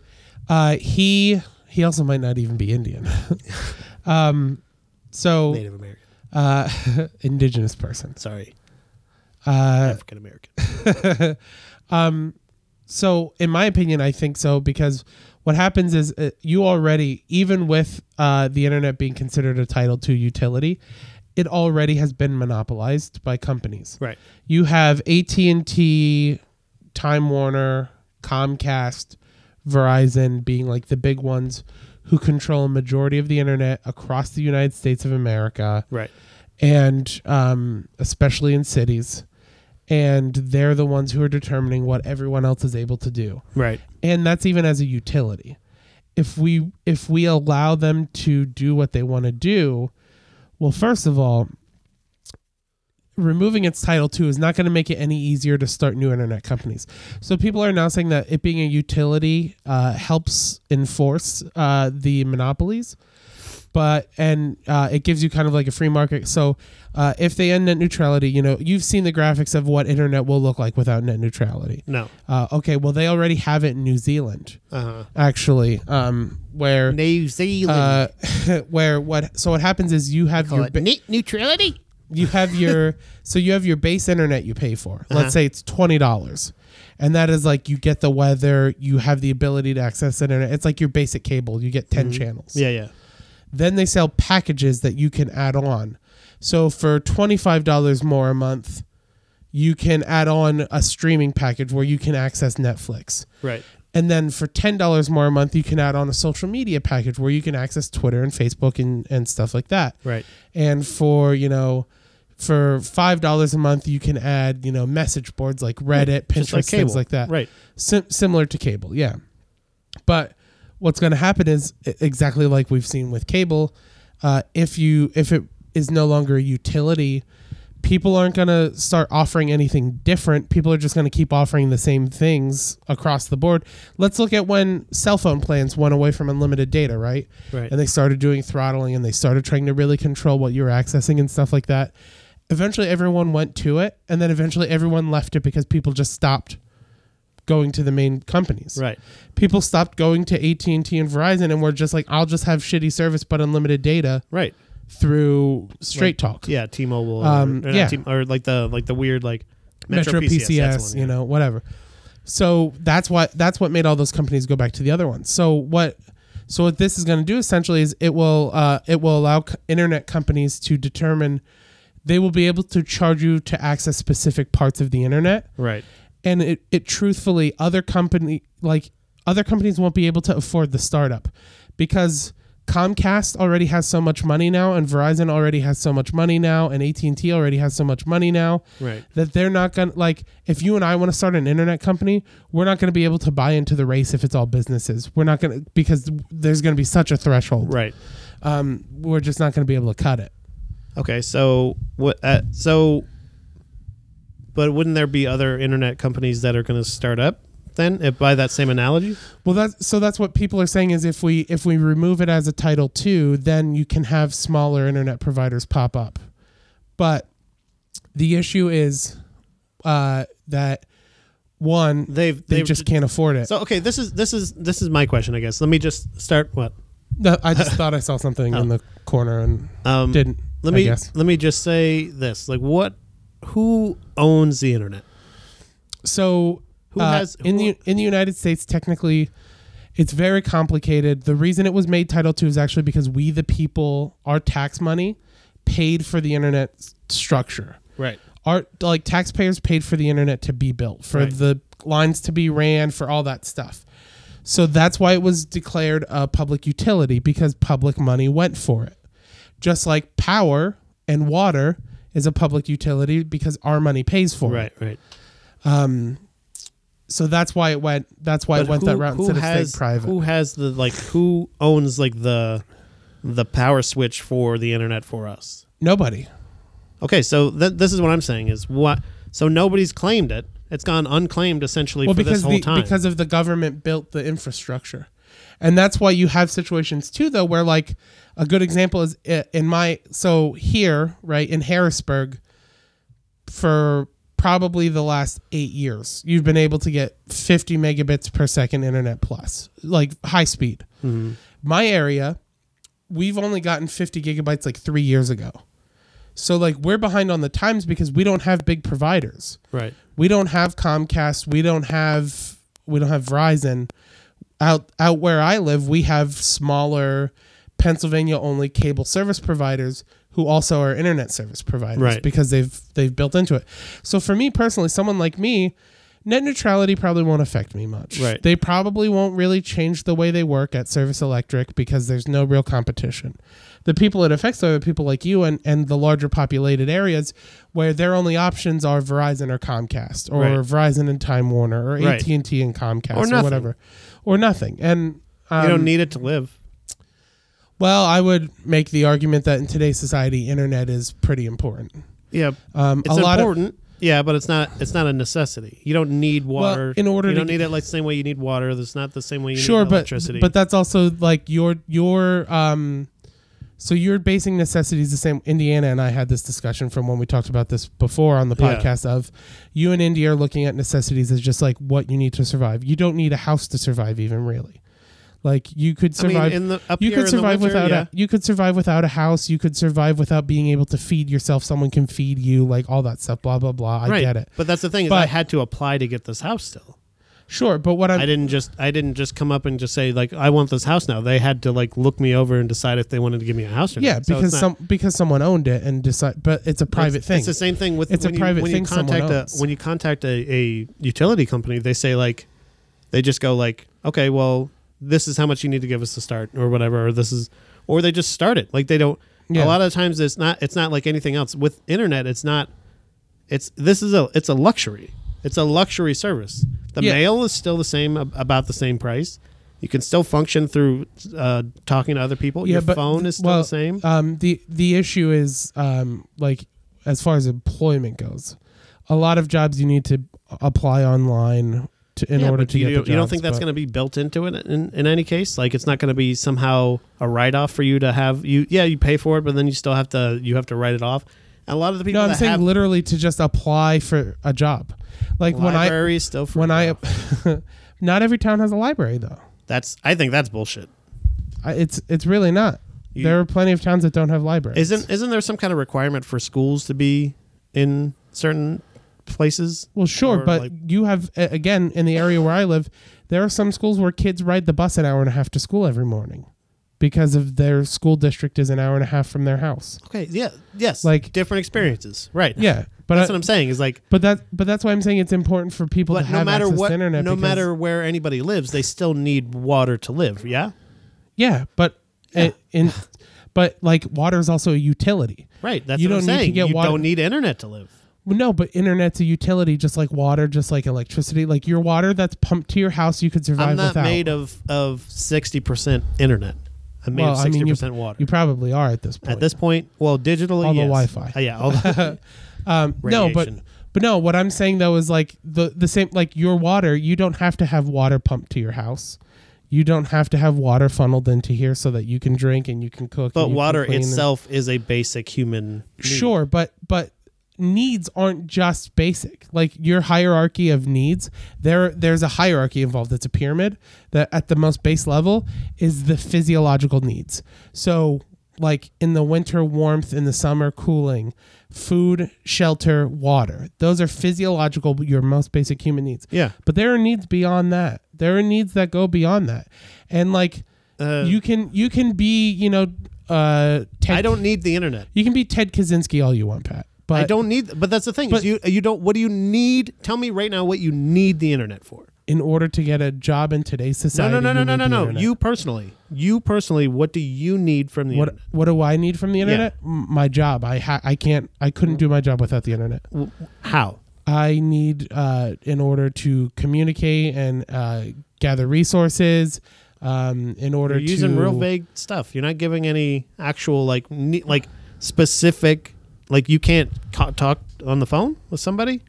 Speaker 1: uh, he he also might not even be Indian. um, so
Speaker 2: Native American.
Speaker 1: uh, indigenous person.
Speaker 2: Sorry,
Speaker 1: Uh,
Speaker 2: African American.
Speaker 1: so in my opinion, I think so because what happens is uh, you already even with uh, the internet being considered a Title II utility. It already has been monopolized by companies.
Speaker 2: Right.
Speaker 1: you have AT&T, Time Warner, Comcast, Verizon being like the big ones who control a majority of the internet across the United States of America
Speaker 2: Right.
Speaker 1: and um, especially in cities. And they're the ones who are determining what everyone else is able to do
Speaker 2: Right.
Speaker 1: and that's even as a utility if we if we allow them to do what they want to do well first of all removing its title 2 is not going to make it any easier to start new internet companies so people are now saying that it being a utility uh, helps enforce uh, the monopolies but and uh, it gives you kind of like a free market so uh, if they end net neutrality you know you've seen the graphics of what internet will look like without net neutrality
Speaker 2: No.
Speaker 1: uh, okay, well, they already have it in New Zealand,
Speaker 2: Uh
Speaker 1: actually, um, where
Speaker 2: New Zealand.
Speaker 1: uh, where what? So what happens is you have
Speaker 2: oh,
Speaker 1: your ba-
Speaker 2: net neutrality.
Speaker 1: you have your so you have your base internet you pay for. Let's say it's twenty dollars, and that is like you get the weather, you have the ability to access internet. It's like your basic cable. You get 10 channels.
Speaker 2: Yeah. Yeah.
Speaker 1: Then they sell packages that you can add on. So for $25 more a month, you can add on a streaming package where you can access Netflix.
Speaker 2: Right.
Speaker 1: And then for $10 more a month, you can add on a social media package where you can access Twitter and Facebook and, and stuff like that.
Speaker 2: Right.
Speaker 1: And for, you know, for $5 a month, you can add, you know, message boards like Reddit, Pinterest,
Speaker 2: Just like cable.
Speaker 1: things like that.
Speaker 2: Right.
Speaker 1: Sim- similar to cable, yeah. But what's going to happen is e- exactly like we've seen with cable. Uh, if you if it is no longer a utility, people aren't going to start offering anything different. People are just going to keep offering the same things across the board. Let's look at when cell phone plans went away from unlimited data, right?
Speaker 2: Right.
Speaker 1: And they started doing throttling and they started trying to really control what you were accessing and stuff like that. Eventually, everyone went to it, and then eventually everyone left it because people just stopped going to the main companies.
Speaker 2: Right.
Speaker 1: People stopped going to AT and T and Verizon, and were just like, "I'll just have shitty service but unlimited data
Speaker 2: Right.
Speaker 1: through Straight Talk,
Speaker 2: Yeah. T-Mobile. Or,
Speaker 1: Um,
Speaker 2: or not
Speaker 1: yeah.
Speaker 2: T- or like the like the weird like
Speaker 1: Metro, PCS,
Speaker 2: that's the one,
Speaker 1: you know, whatever." So that's what that's what made all those companies go back to the other ones. So what so what this is going to do essentially is it will uh, it will allow c- internet companies to determine they will be able to charge you to access specific parts of the internet
Speaker 2: Right.
Speaker 1: and it, it truthfully other company like other companies won't be able to afford the startup because Comcast already has so much money now and Verizon already has so much money now and AT&T already has so much money now
Speaker 2: Right.
Speaker 1: that they're not going to like if you and I want to start an internet company we're not going to be able to buy into the race if it's all businesses we're not going to because there's going to be such a threshold
Speaker 2: Right.
Speaker 1: um we're just not going to be able to cut it
Speaker 2: Okay. So what? Uh, so. But wouldn't there be other internet companies that are going to start up then, if by that same analogy?
Speaker 1: Well, that's so that's what people are saying is if we if we remove it as a title two, then you can have smaller internet providers pop up. But the issue is uh, that one
Speaker 2: They've-
Speaker 1: they
Speaker 2: they've
Speaker 1: just
Speaker 2: ju-
Speaker 1: can't afford it.
Speaker 2: So okay, this is this is this is my question, I guess. Let me just start. What?
Speaker 1: No, I just thought I saw something in the corner and
Speaker 2: Oh. Um,
Speaker 1: didn't. I
Speaker 2: Let me
Speaker 1: guess.
Speaker 2: let me just say this: like, what? Who owns the internet?
Speaker 1: So
Speaker 2: Who
Speaker 1: uh,
Speaker 2: has-
Speaker 1: in
Speaker 2: who-
Speaker 1: the in the United States technically it's very complicated. The reason it was made Title II is actually because we the people our tax money paid for the internet s- structure.
Speaker 2: Right.
Speaker 1: Our like taxpayers paid for the internet to be built, for
Speaker 2: Right.
Speaker 1: the lines to be ran, for all that stuff. So that's why it was declared a public utility because public money went for it. Just like power and water is a public utility because our money pays for it.
Speaker 2: Right. Right.
Speaker 1: So that's why it went. That's why it
Speaker 2: But
Speaker 1: went
Speaker 2: who-
Speaker 1: that route
Speaker 2: who
Speaker 1: instead of
Speaker 2: has-
Speaker 1: staying private.
Speaker 2: Who has the like? Who owns like the the power switch for the internet for us?
Speaker 1: Nobody.
Speaker 2: Okay, so th- this is what I'm saying is what. So nobody's claimed it. It's gone unclaimed essentially
Speaker 1: Well,
Speaker 2: for this
Speaker 1: because
Speaker 2: whole
Speaker 1: the,
Speaker 2: time.
Speaker 1: because of the government built the infrastructure, and that's why you have situations too, though, where like a good example is i- in my so here right in Harrisburg, for probably the last eight years, you've been able to get 50 megabits per second internet plus, like high speed.
Speaker 2: Mm-hmm.
Speaker 1: My area, we've only gotten 50 gigabytes like three years ago. So like we're behind on the times because we don't have big providers
Speaker 2: right.
Speaker 1: we don't have Comcast, we don't have we don't have Verizon. Out out where I live, we have smaller Pennsylvania only cable service providers who also are internet service providers
Speaker 2: Right.
Speaker 1: because they've they've built into it. So for me personally, someone like me, net neutrality probably won't affect me much.
Speaker 2: Right.
Speaker 1: They probably won't really change the way they work at Service Electric because there's no real competition. The people it affects are the people like you and, and the larger populated areas where their only options are Verizon or Comcast or
Speaker 2: Right.
Speaker 1: Verizon and Time Warner or
Speaker 2: Right.
Speaker 1: AT&T and Comcast
Speaker 2: Or
Speaker 1: or,
Speaker 2: nothing.
Speaker 1: whatever or nothing. And um,
Speaker 2: you don't need it to live.
Speaker 1: well, I would make the argument that in today's society, internet is pretty important.
Speaker 2: Yeah,
Speaker 1: Um,
Speaker 2: it's
Speaker 1: a lot of
Speaker 2: important. yeah, but it's not. It's not a necessity. You don't need water
Speaker 1: in order
Speaker 2: You
Speaker 1: to
Speaker 2: don't need it like the same way you need water. It's not the same way you
Speaker 1: sure
Speaker 2: need
Speaker 1: but
Speaker 2: electricity.
Speaker 1: but that's also like your your um so your basic necessities the same indiana and i had this discussion from when we talked about this before on the
Speaker 2: Yeah.
Speaker 1: podcast of you and india are looking at necessities as just like what you need to survive you don't need a house to survive even really like you could
Speaker 2: I
Speaker 1: survive
Speaker 2: mean, in the up
Speaker 1: you
Speaker 2: here
Speaker 1: could
Speaker 2: in the
Speaker 1: survive
Speaker 2: winter,
Speaker 1: without
Speaker 2: yeah.
Speaker 1: a, you could survive without a house you could survive without being able to feed yourself someone can feed you like all that stuff blah blah blah i
Speaker 2: right.
Speaker 1: get it
Speaker 2: But that's the thing is I
Speaker 1: But-
Speaker 2: had to apply to get this house still.
Speaker 1: sure but what i'm
Speaker 2: I didn't just I didn't just come up and just say like I want this house now. They had to like look me over and decide if they wanted to give me a house or
Speaker 1: yeah
Speaker 2: not. So it's
Speaker 1: because
Speaker 2: not-
Speaker 1: some because someone owned it and decide but it's a private
Speaker 2: it's,
Speaker 1: thing
Speaker 2: It's the same thing with
Speaker 1: It's a
Speaker 2: when
Speaker 1: private
Speaker 2: you, when
Speaker 1: thing
Speaker 2: You
Speaker 1: someone
Speaker 2: contact a,
Speaker 1: owns.
Speaker 2: when you contact a, a utility company, they say like they just go like okay, well this is how much you need to give us to start or whatever, or this is or they just start it like they don't.
Speaker 1: Yeah.
Speaker 2: A lot of times it's not it's not like anything else with internet. It's not it's this is a it's a luxury. It's a luxury service. The
Speaker 1: Yeah.
Speaker 2: mail is still the same ab- about the same price. You can still function through uh, talking to other people. Your phone is still
Speaker 1: well,
Speaker 2: the same.
Speaker 1: Um, the the issue is um, like as far as employment goes, a lot of jobs you need to apply online to in
Speaker 2: Yeah,
Speaker 1: order
Speaker 2: but
Speaker 1: to
Speaker 2: you,
Speaker 1: get the
Speaker 2: do- you don't
Speaker 1: jobs,
Speaker 2: think that's
Speaker 1: but-
Speaker 2: going to be built into it in, in any case like it's not going to be somehow a write-off for you to have you yeah you pay for it but then you still have to you have to write it off and a lot of the people
Speaker 1: No, I'm
Speaker 2: that
Speaker 1: saying
Speaker 2: have
Speaker 1: literally to just apply for a job. Like when I
Speaker 2: libraries still free
Speaker 1: when I
Speaker 2: now.
Speaker 1: not every town has a library though.
Speaker 2: that's I think that's bullshit
Speaker 1: I, it's it's really not.
Speaker 2: You-
Speaker 1: there are plenty of towns that don't have libraries.
Speaker 2: isn't isn't there some kind of requirement for schools to be in certain places
Speaker 1: Well, sure,
Speaker 2: Or,
Speaker 1: but
Speaker 2: like-
Speaker 1: you have a- again in the area where I live, there are some schools where kids ride the bus an hour and a half to school every morning because of their school district is an hour and a half from their house.
Speaker 2: okay yeah yes
Speaker 1: Like-
Speaker 2: different experiences right
Speaker 1: Yeah, but
Speaker 2: that's
Speaker 1: I-
Speaker 2: what I'm saying is like
Speaker 1: but that but that's why I'm saying it's important for people
Speaker 2: but
Speaker 1: to
Speaker 2: no
Speaker 1: have
Speaker 2: matter
Speaker 1: access
Speaker 2: what
Speaker 1: to internet.
Speaker 2: no
Speaker 1: because-
Speaker 2: matter where anybody lives they still need water to live yeah
Speaker 1: yeah, but i- in but like water is also a utility.
Speaker 2: Right. That's
Speaker 1: You
Speaker 2: what
Speaker 1: don't
Speaker 2: I'm
Speaker 1: need to
Speaker 2: saying.
Speaker 1: get
Speaker 2: you
Speaker 1: water-
Speaker 2: don't need internet to live.
Speaker 1: Well, no, but internet's a utility, just like water, just like electricity. Like your water that's pumped to your house, you could survive
Speaker 2: I'm not
Speaker 1: without.
Speaker 2: made of of sixty percent internet. I'm made
Speaker 1: well,
Speaker 2: of
Speaker 1: I
Speaker 2: sixty
Speaker 1: mean, you,
Speaker 2: percent water.
Speaker 1: you probably are at this point.
Speaker 2: At this point, well, digitally,
Speaker 1: All the
Speaker 2: yes.
Speaker 1: Wi-Fi.
Speaker 2: Uh, yeah, all the,
Speaker 1: Um, no, but
Speaker 2: Radiation.
Speaker 1: but no. What I'm saying though is like the the same like your water. You don't have to have water pumped to your house. You don't have to have water funneled into here so that you can drink and you can cook.
Speaker 2: but
Speaker 1: and you can
Speaker 2: water
Speaker 1: clean and-
Speaker 2: itself is a basic human. need.
Speaker 1: sure, but but needs aren't just basic. Like your hierarchy of needs, there there's a hierarchy involved. It's a pyramid that at the most base level is the physiological needs. So like in the winter warmth, in the summer cooling, food, shelter, water. Those are physiological your most basic human needs.
Speaker 2: Yeah.
Speaker 1: But there are needs beyond that. There are needs that go beyond that. And like
Speaker 2: Uh,
Speaker 1: you can you can be, you know, uh Ted
Speaker 2: I don't need the internet.
Speaker 1: you can be Ted Kaczynski all you want, Pat. But
Speaker 2: I don't need. But that's the thing. is
Speaker 1: but-
Speaker 2: you uh, you don't. What do you need? Tell me right now what you need the internet for.
Speaker 1: in order to get a job in today's
Speaker 2: No,
Speaker 1: society,
Speaker 2: no, no, no,
Speaker 1: you
Speaker 2: no,
Speaker 1: need
Speaker 2: no,
Speaker 1: the
Speaker 2: no.
Speaker 1: internet.
Speaker 2: You personally, you personally, what do you need from the
Speaker 1: What
Speaker 2: internet?
Speaker 1: what do I need from the internet? M- My job. I ha- I can't. I couldn't do my job without the internet.
Speaker 2: W- How?
Speaker 1: I need uh, in order to communicate and uh, gather resources. Um, in order
Speaker 2: You're
Speaker 1: to
Speaker 2: using real vague stuff. You're not giving any actual like ne- like specific like you can't co- talk on the phone with somebody.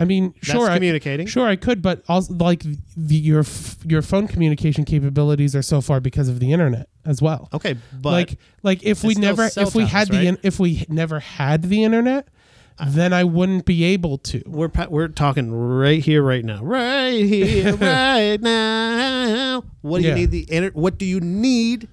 Speaker 1: I mean,
Speaker 2: That's
Speaker 1: sure, I,
Speaker 2: communicating.
Speaker 1: sure, I could, but also like the, your f- your phone communication capabilities are so far because of the internet as well.
Speaker 2: Okay, but
Speaker 1: like like if we
Speaker 2: it's still
Speaker 1: never
Speaker 2: cell
Speaker 1: if we
Speaker 2: towers,
Speaker 1: had the
Speaker 2: right? Uh-huh.
Speaker 1: in, if we never had the internet, then I wouldn't be able to.
Speaker 2: we're pa- we're talking right here, right now, right here, right now. What do
Speaker 1: Yeah.
Speaker 2: you need the inter- What do you need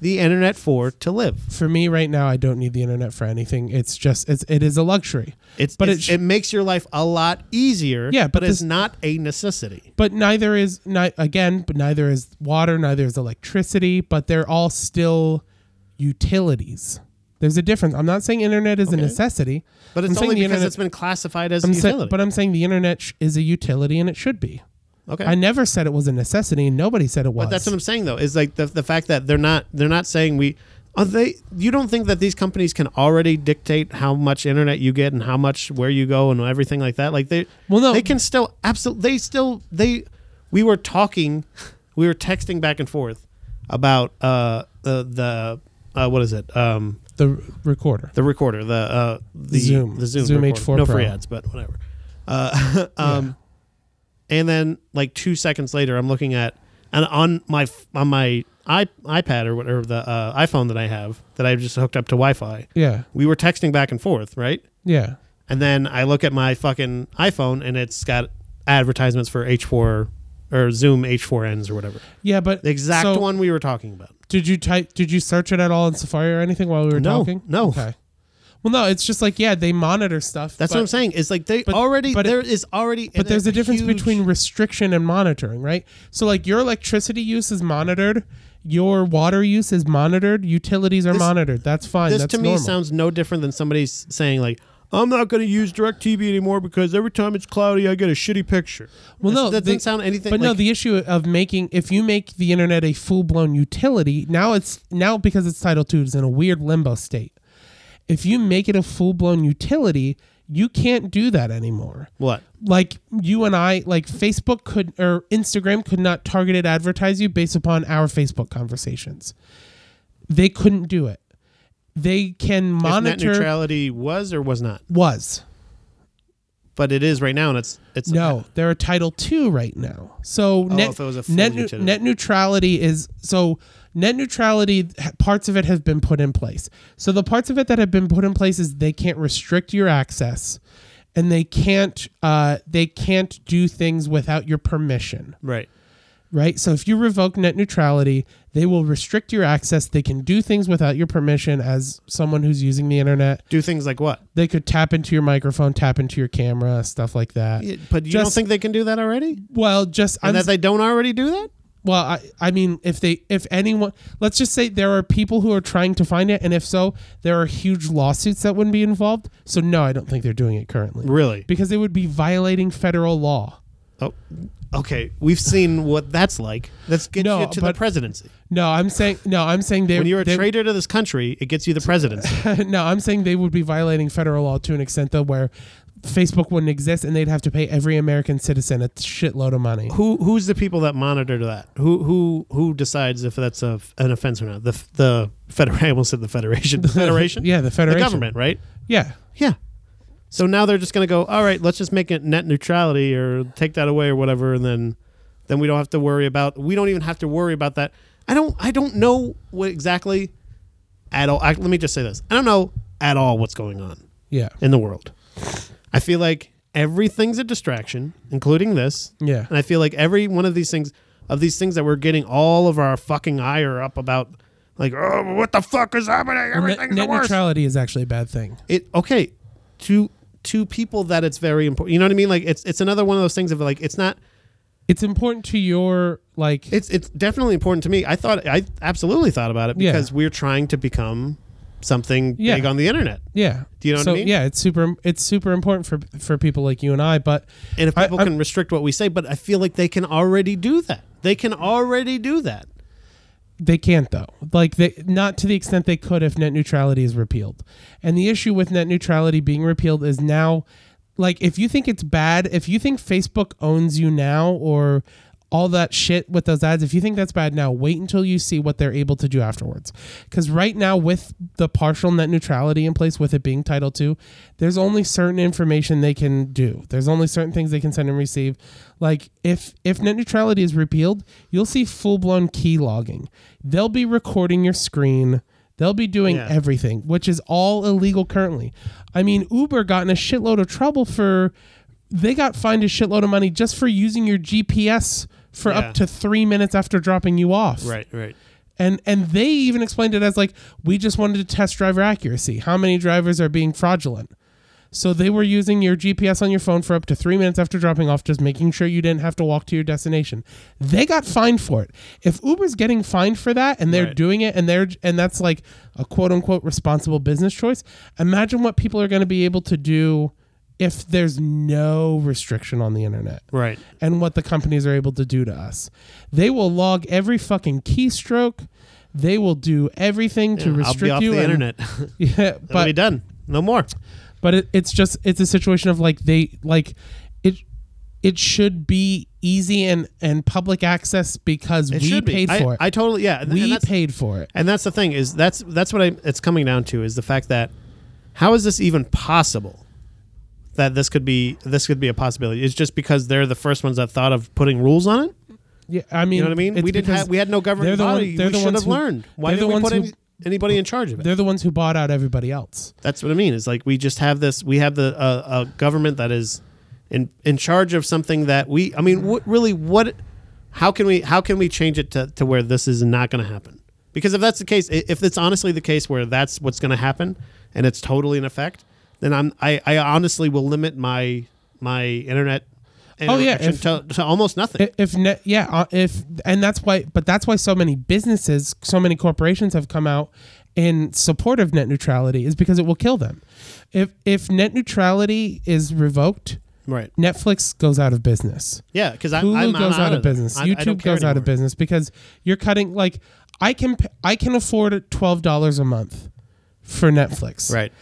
Speaker 2: the internet for to live?
Speaker 1: For me right now, I don't need the internet for anything. It's just it's it is a luxury.
Speaker 2: It's
Speaker 1: But
Speaker 2: but
Speaker 1: it
Speaker 2: it,
Speaker 1: sh-
Speaker 2: it makes your life a lot easier.
Speaker 1: Yeah, but
Speaker 2: but it's
Speaker 1: this-
Speaker 2: not a necessity.
Speaker 1: But neither is not again, but neither is water, neither is electricity, but they're all still utilities. There's a difference. I'm not saying internet is a necessity,
Speaker 2: But it's
Speaker 1: I'm saying
Speaker 2: only
Speaker 1: the
Speaker 2: because
Speaker 1: internet-
Speaker 2: it's been classified as a
Speaker 1: I'm sa-
Speaker 2: utility.
Speaker 1: but I'm saying the internet sh- is a utility and it should be.
Speaker 2: okay,
Speaker 1: I never said it was a necessity, and nobody said it was.
Speaker 2: But that's what I'm saying though. Is like the, the fact that they're not they're not saying we are they. You don't think that these companies can already dictate how much internet you get and how much where you go and everything like that? Like they
Speaker 1: Well, no.
Speaker 2: they can still absolutely they still they we were talking we were texting back and forth about uh the the uh, what is it um
Speaker 1: the r- recorder.
Speaker 2: the recorder the uh the
Speaker 1: Zoom.
Speaker 2: the Zoom
Speaker 1: Zoom
Speaker 2: recorder.
Speaker 1: H4
Speaker 2: no
Speaker 1: Pro.
Speaker 2: free ads but whatever uh um and then like two seconds later i'm looking at and on my f- on my I, ipad or whatever the uh, iphone that i have that i've just hooked up to wi-fi
Speaker 1: Yeah,
Speaker 2: we were texting back and forth right
Speaker 1: yeah.
Speaker 2: and then i look at my fucking iphone and it's got advertisements for h4 or zoom h4ns or whatever
Speaker 1: Yeah, but
Speaker 2: the exact
Speaker 1: so
Speaker 2: one we were talking about
Speaker 1: Did you type? Did you search it at all in Safari or anything while we were
Speaker 2: No,
Speaker 1: talking?
Speaker 2: no.
Speaker 1: Okay. Well, no. It's just like yeah, they monitor stuff.
Speaker 2: that's
Speaker 1: but-
Speaker 2: what i'm saying it's like they
Speaker 1: but-
Speaker 2: already
Speaker 1: but it-
Speaker 2: there is already
Speaker 1: But there's a difference
Speaker 2: huge-
Speaker 1: between restriction and monitoring, right? So like your electricity use is monitored, your water use is monitored, utilities are monitored. That's fine.
Speaker 2: this
Speaker 1: That's
Speaker 2: to me
Speaker 1: normal.
Speaker 2: sounds no different than somebody s- saying like i'm not going to use directv anymore because every time it's cloudy i get a shitty picture
Speaker 1: well, no,
Speaker 2: that
Speaker 1: the-
Speaker 2: doesn't sound anything
Speaker 1: But no,
Speaker 2: like-
Speaker 1: the issue of making if you make the internet a full blown utility now it's now because it's Title II is in a weird limbo state. If you make it a full blown utility, you can't do that anymore.
Speaker 2: what
Speaker 1: like you and I, like Facebook could or Instagram could not targeted advertise you based upon our Facebook conversations. They couldn't do it. They can
Speaker 2: if net
Speaker 1: monitor
Speaker 2: neutrality was or was not
Speaker 1: was.
Speaker 2: but it is right now and it's it's
Speaker 1: No, they're a Title II right now. So net,
Speaker 2: Oh, if it was a full
Speaker 1: net, neu-
Speaker 2: utility.
Speaker 1: net neutrality is so net neutrality h- parts of it have been put in place. So the parts of it that have been put in place is they can't restrict your access, and they can't uh, they can't do things without your permission.
Speaker 2: right
Speaker 1: right? So if you revoke net neutrality, they will restrict your access. They can do things without your permission as someone who's using the internet.
Speaker 2: do things like what
Speaker 1: They could tap into your microphone, tap into your camera, stuff like that.
Speaker 2: Yeah, but you don't
Speaker 1: Just-
Speaker 2: think they can do that already and
Speaker 1: Well, just I'm,
Speaker 2: that they don't already do that
Speaker 1: well, I I mean, if they if anyone, let's just say there are people who are trying to find it, and if so, there are huge lawsuits that wouldn't be involved. So no, I don't think they're doing it currently.
Speaker 2: really
Speaker 1: Because it would be violating federal law.
Speaker 2: oh okay we've seen what that's like that's get
Speaker 1: No,
Speaker 2: you to the
Speaker 1: but-
Speaker 2: presidency
Speaker 1: No, I'm saying no. I'm saying they.
Speaker 2: when you're a
Speaker 1: they,
Speaker 2: traitor to this country it gets you the presidency
Speaker 1: no, I'm saying they would be violating federal law to an extent though, where Facebook wouldn't exist and they'd have to pay every American citizen a shitload of money.
Speaker 2: who who's the people that monitor that? Who who who decides if that's a, an offense or not? The the federation, I almost said the federation, the federation,
Speaker 1: Yeah, the
Speaker 2: the
Speaker 1: federation.
Speaker 2: government, right?
Speaker 1: Yeah.
Speaker 2: Yeah. So now they're just going to go. All right, let's just make it net neutrality or take that away or whatever, and then then we don't have to worry about. We don't even have to worry about that. I don't I don't know what exactly at all. I, let me just say this. I don't know at all what's going on
Speaker 1: Yeah.
Speaker 2: in the world. I feel like everything's a distraction, including this.
Speaker 1: Yeah.
Speaker 2: And I feel like every one of these things, of these things that we're getting all of our fucking ire up about, like, oh, what the fuck is happening?
Speaker 1: Net,
Speaker 2: Everything's
Speaker 1: net
Speaker 2: the worst.
Speaker 1: neutrality is actually a bad thing.
Speaker 2: It okay to to people that it's very important. You know what I mean? Like, it's it's another one of those things of like, it's not.
Speaker 1: It's important to your like
Speaker 2: It's it's definitely important to me. I thought I absolutely thought about it
Speaker 1: Yeah.
Speaker 2: because we're trying to become something
Speaker 1: Yeah.
Speaker 2: big on the internet.
Speaker 1: yeah.
Speaker 2: Do you know what
Speaker 1: so,
Speaker 2: I mean?
Speaker 1: Yeah, it's super it's super important for for people like you and I, but
Speaker 2: And if
Speaker 1: I-
Speaker 2: people
Speaker 1: I'm-
Speaker 2: can restrict what we say, but I feel like they can already do that. They can already do that.
Speaker 1: they can't though like they not to the extent they could if net neutrality is repealed and the issue with net neutrality being repealed is now like if you think it's bad, if you think Facebook owns you now or all that shit with those ads, if you think that's bad now, wait until you see what they're able to do afterwards. Because right now, with the partial net neutrality in place, with it being Title II, there's only certain information they can do. There's only certain things they can send and receive. Like if if net neutrality is repealed, you'll see full blown key logging. They'll be recording your screen. They'll be doing
Speaker 2: Yeah.
Speaker 1: everything, which is all illegal currently. I mean, Uber got in a shitload of trouble for they got fined a shitload of money just for using your GPS for
Speaker 2: Yeah.
Speaker 1: up to three minutes after dropping you off.
Speaker 2: Right, right.
Speaker 1: And and they even explained it as like, we just wanted to test driver accuracy. How many drivers are being fraudulent? So they were using your GPS on your phone for up to three minutes after dropping off, just making sure you didn't have to walk to your destination. They got fined for it. If Uber's getting fined for that and they're
Speaker 2: Right.
Speaker 1: doing it and they're and that's like a quote unquote responsible business choice, imagine what people are gonna be able to do if there's no restriction on the internet
Speaker 2: Right.
Speaker 1: and what the companies are able to do to us. They will log every fucking keystroke. They will do everything to
Speaker 2: I'll
Speaker 1: restrict
Speaker 2: be off
Speaker 1: you.
Speaker 2: the
Speaker 1: and-
Speaker 2: internet.
Speaker 1: Yeah,
Speaker 2: I'll be
Speaker 1: but
Speaker 2: done. No more.
Speaker 1: but it, it's just it's a situation of like they like it. It should be easy and and public access because
Speaker 2: It
Speaker 1: we
Speaker 2: should be.
Speaker 1: paid
Speaker 2: I,
Speaker 1: for it.
Speaker 2: I totally yeah. and- and
Speaker 1: we
Speaker 2: that's,
Speaker 1: paid for it.
Speaker 2: and that's the thing is that's that's what I, it's coming down to is the fact that how is this even possible that this could be this could be a possibility? It's just because they're the first ones that thought of putting rules on it.
Speaker 1: Yeah, I mean,
Speaker 2: You know what I mean?
Speaker 1: it's
Speaker 2: We didn't
Speaker 1: because
Speaker 2: have we had no
Speaker 1: they're
Speaker 2: government
Speaker 1: the one-
Speaker 2: body.
Speaker 1: they're
Speaker 2: we
Speaker 1: the
Speaker 2: should
Speaker 1: ones
Speaker 2: have
Speaker 1: who-
Speaker 2: learned. Why
Speaker 1: they're the
Speaker 2: didn't we
Speaker 1: ones
Speaker 2: put
Speaker 1: who-
Speaker 2: any, anybody in charge of it?
Speaker 1: They're the ones who bought out everybody else.
Speaker 2: That's what I mean. Is like we just have this. We have the uh, a government that is in in charge of something that we. I mean, what really? What? How can we? How can we change it to to where this is not going to happen? Because if that's the case, i- if it's honestly the case where that's what's going to happen, and it's totally in effect, then I'm I, I honestly will limit my my internet.
Speaker 1: Oh, yeah,
Speaker 2: interaction
Speaker 1: if-
Speaker 2: to, to almost nothing.
Speaker 1: I- if ne- yeah uh, if and that's why but that's why so many businesses so many corporations have come out in support of net neutrality is because it will kill them if if net neutrality is revoked
Speaker 2: right.
Speaker 1: netflix goes out of business
Speaker 2: Yeah, because I'm,
Speaker 1: hulu
Speaker 2: I'm, I'm
Speaker 1: goes out, of
Speaker 2: there.
Speaker 1: business
Speaker 2: I- I don't
Speaker 1: youtube
Speaker 2: care
Speaker 1: goes out of
Speaker 2: anymore.
Speaker 1: business because you're cutting like i can p- i can afford $12 a month for netflix
Speaker 2: Right.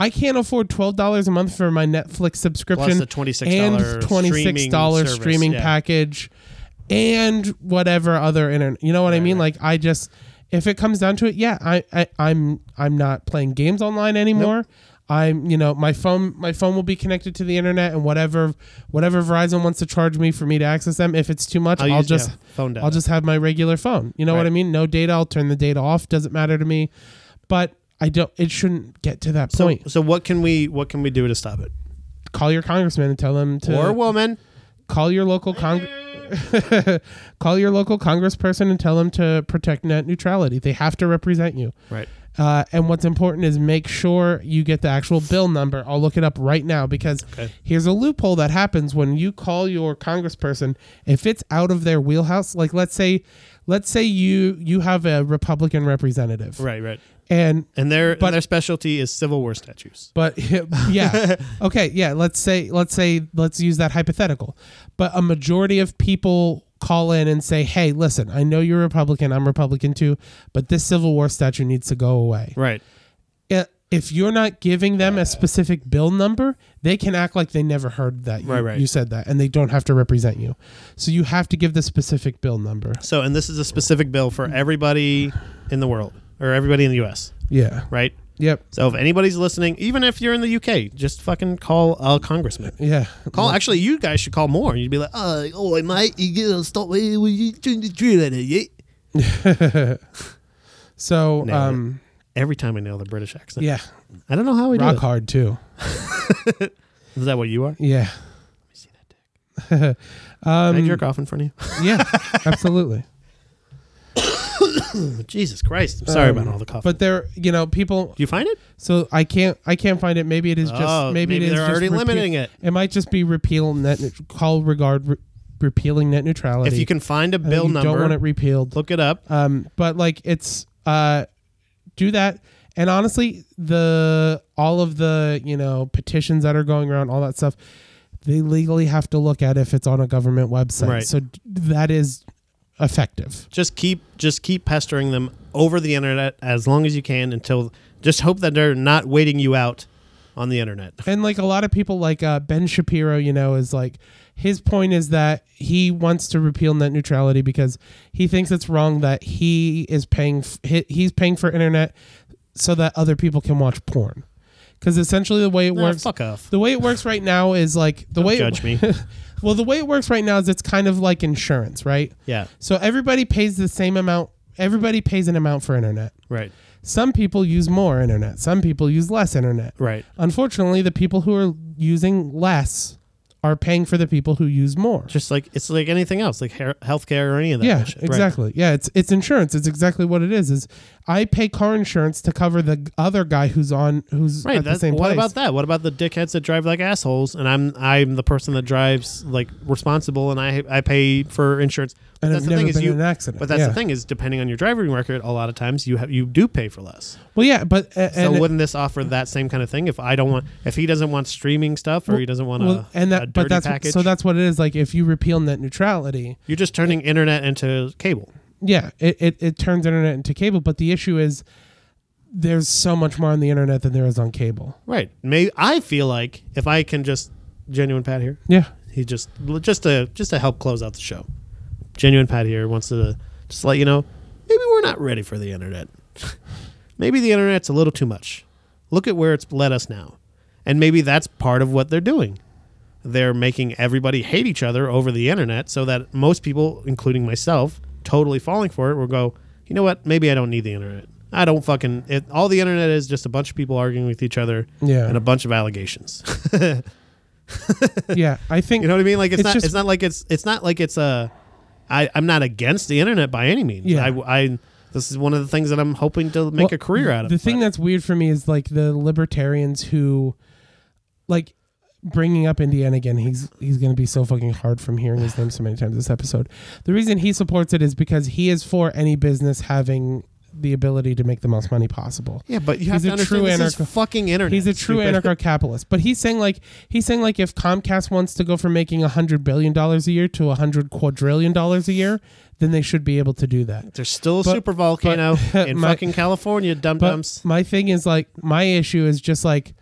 Speaker 1: I can't afford twelve dollars a month for my Netflix subscription
Speaker 2: Plus the $26
Speaker 1: and twenty six
Speaker 2: streaming
Speaker 1: dollar
Speaker 2: service,
Speaker 1: streaming
Speaker 2: yeah.
Speaker 1: package and whatever other internet. You know what I mean? Like I just, if it comes down to it, yeah, I, I I'm I'm not playing games online anymore. I'm, you know, my phone, my phone will be connected to the internet, and whatever, whatever Verizon wants to charge me for me to access them, if it's too much, I'll,
Speaker 2: I'll use,
Speaker 1: just,
Speaker 2: yeah, phone data.
Speaker 1: I'll just have my regular phone. You know what
Speaker 2: Right.
Speaker 1: I mean? No data. I'll turn the data off. Doesn't matter to me. But I don't. It shouldn't get to that
Speaker 2: So,
Speaker 1: point
Speaker 2: so what can we what can we do to stop it?
Speaker 1: call your congressman and tell them to
Speaker 2: Or woman.
Speaker 1: call your local con- call your local congressperson and tell them to protect net neutrality. They have to represent you.
Speaker 2: Right.
Speaker 1: Uh, and what's important is make sure you get the actual bill number. I'll look it up right now because here's a loophole that happens when you call your congressperson if it's out of their wheelhouse. Like let's say, let's say you you have a Republican representative,
Speaker 2: Right, right.
Speaker 1: and
Speaker 2: And their
Speaker 1: But-
Speaker 2: and their specialty is Civil War statues.
Speaker 1: But yeah, okay, yeah. Let's say let's say let's use that hypothetical. But a majority of people call in and say, "Hey, listen, I know you're Republican. I'm Republican too, but this Civil War statue needs to go away."
Speaker 2: Right.
Speaker 1: I- If you're not giving them a specific bill number, they can act like they never heard that you,
Speaker 2: Right, right.
Speaker 1: you said that, and they don't have to represent you. So you have to give the specific bill number.
Speaker 2: So and this is a specific bill for everybody in the world or everybody in the US,
Speaker 1: Yeah.
Speaker 2: right?
Speaker 1: Yep.
Speaker 2: So if anybody's listening, even if you're in the UK, just fucking call a congressman.
Speaker 1: Yeah.
Speaker 2: Call actually you guys should call more. You'd be like, "Oh, oh mate, you gotta stop eh, well, you doing the drill at it, yeah?"
Speaker 1: So,
Speaker 2: Nailed it.
Speaker 1: um,
Speaker 2: Every time I nail the British accent.
Speaker 1: yeah,
Speaker 2: I don't know how we
Speaker 1: rock
Speaker 2: do
Speaker 1: hard too.
Speaker 2: it. Is that what you are?
Speaker 1: Yeah.
Speaker 2: Can I jerk off in front of you?
Speaker 1: Yeah. absolutely.
Speaker 2: Jesus Christ. I'm sorry
Speaker 1: Um,
Speaker 2: about all the coughing.
Speaker 1: But there, you know, people.
Speaker 2: do you find it?
Speaker 1: So I can't, I can't find it. Maybe it is just,
Speaker 2: Oh,
Speaker 1: maybe,
Speaker 2: maybe
Speaker 1: it is
Speaker 2: they're
Speaker 1: just
Speaker 2: already
Speaker 1: repeal-
Speaker 2: limiting it.
Speaker 1: It might just be repeal net, call regard re- repealing net neutrality.
Speaker 2: If you can find a
Speaker 1: I think
Speaker 2: bill
Speaker 1: you don't want it
Speaker 2: number,
Speaker 1: repealed.
Speaker 2: look it up.
Speaker 1: Um, but like it's uh, do that. And honestly, the all of the you know petitions that are going around, all that stuff, they legally have to look at if it's on a government website.
Speaker 2: Right.
Speaker 1: So d- that is effective.
Speaker 2: just keep just keep pestering them over the internet as long as you can until just hope that they're not waiting you out on the internet.
Speaker 1: and like a lot of people like uh, ben shapiro you know is like his point is that he wants to repeal net neutrality because he thinks it's wrong that he is paying f- he, he's paying for internet so that other people can watch porn because essentially the way it
Speaker 2: Nah,
Speaker 1: works
Speaker 2: fuck off.
Speaker 1: the way it works right now is like the way
Speaker 2: judge me.
Speaker 1: it, well the way it works right now is it's kind of like insurance right
Speaker 2: Yeah.
Speaker 1: so everybody pays the same amount everybody pays an amount for internet
Speaker 2: Right.
Speaker 1: some people use more internet some people use less internet
Speaker 2: Right.
Speaker 1: unfortunately, the people who are using less are paying for the people who use more.
Speaker 2: Just like it's like anything else, like hair, healthcare or any of that.
Speaker 1: yeah,
Speaker 2: bullshit. Right.
Speaker 1: exactly. Yeah, it's it's insurance. It's exactly what it is. Is I pay car insurance to cover the g- other guy who's on who's
Speaker 2: Right.
Speaker 1: at the
Speaker 2: That's,
Speaker 1: same
Speaker 2: what
Speaker 1: place.
Speaker 2: about that? What about the dickheads that drive like assholes? And I'm I'm the person that drives like responsible, and I I pay for insurance.
Speaker 1: And
Speaker 2: that's
Speaker 1: I've
Speaker 2: the
Speaker 1: never
Speaker 2: thing is
Speaker 1: been
Speaker 2: you.
Speaker 1: in an accident.
Speaker 2: But that's
Speaker 1: Yeah.
Speaker 2: the thing is, depending on your driving record, a lot of times you have you do pay for less.
Speaker 1: Well, yeah, but a-
Speaker 2: So
Speaker 1: and it-
Speaker 2: wouldn't this offer that same kind of thing? If I don't want, if he doesn't want streaming stuff, or he doesn't want
Speaker 1: well,
Speaker 2: a,
Speaker 1: and that
Speaker 2: a dirty
Speaker 1: but that's
Speaker 2: package,
Speaker 1: so that's what it is. Like if you repeal net neutrality,
Speaker 2: you're just turning internet into cable.
Speaker 1: yeah, it, it, it turns internet into cable. But the issue is there's so much more on the internet than there is on cable.
Speaker 2: Right. May I feel like if I can just genuine Pat here,
Speaker 1: Yeah,
Speaker 2: he just just to just to help close out the show. Genuine Pat here wants to just let you know maybe we're not ready for the internet. maybe the internet's a little too much. Look at where it's led us now. And maybe that's part of what they're doing. They're making everybody hate each other over the internet so that most people, including myself, totally falling for it, will go, you know what? Maybe I don't need the internet. I don't fucking. It, all the internet is just a bunch of people arguing with each other
Speaker 1: Yeah.
Speaker 2: and a bunch of allegations.
Speaker 1: yeah. I think
Speaker 2: You know what I mean? Like it's,
Speaker 1: It's
Speaker 2: not.
Speaker 1: just-
Speaker 2: it's not like it's. It's not like it's a. I I'm not against the internet by any means.
Speaker 1: Yeah.
Speaker 2: I. I this is one of the things that I'm hoping to make
Speaker 1: Well,
Speaker 2: a career out of.
Speaker 1: The thing
Speaker 2: but-
Speaker 1: that's weird for me is like the libertarians who, like, bringing up Indiana again. He's he's going to be so fucking hard from hearing his name so many times this episode. The reason he supports it is because he is for any business having the ability to make the most money possible.
Speaker 2: yeah, but you
Speaker 1: he's
Speaker 2: have to
Speaker 1: a true
Speaker 2: understand this
Speaker 1: anarcho-
Speaker 2: is fucking internet.
Speaker 1: He's a true
Speaker 2: stupid.
Speaker 1: anarcho-capitalist, but he's saying like he's saying like if Comcast wants to go from making a hundred billion dollars a year to a hundred quadrillion dollars a year, then they should be able to do that.
Speaker 2: There's still a
Speaker 1: But-
Speaker 2: super volcano
Speaker 1: but-
Speaker 2: in
Speaker 1: my-
Speaker 2: fucking California, dum
Speaker 1: But
Speaker 2: dums.
Speaker 1: my thing is like my issue is just like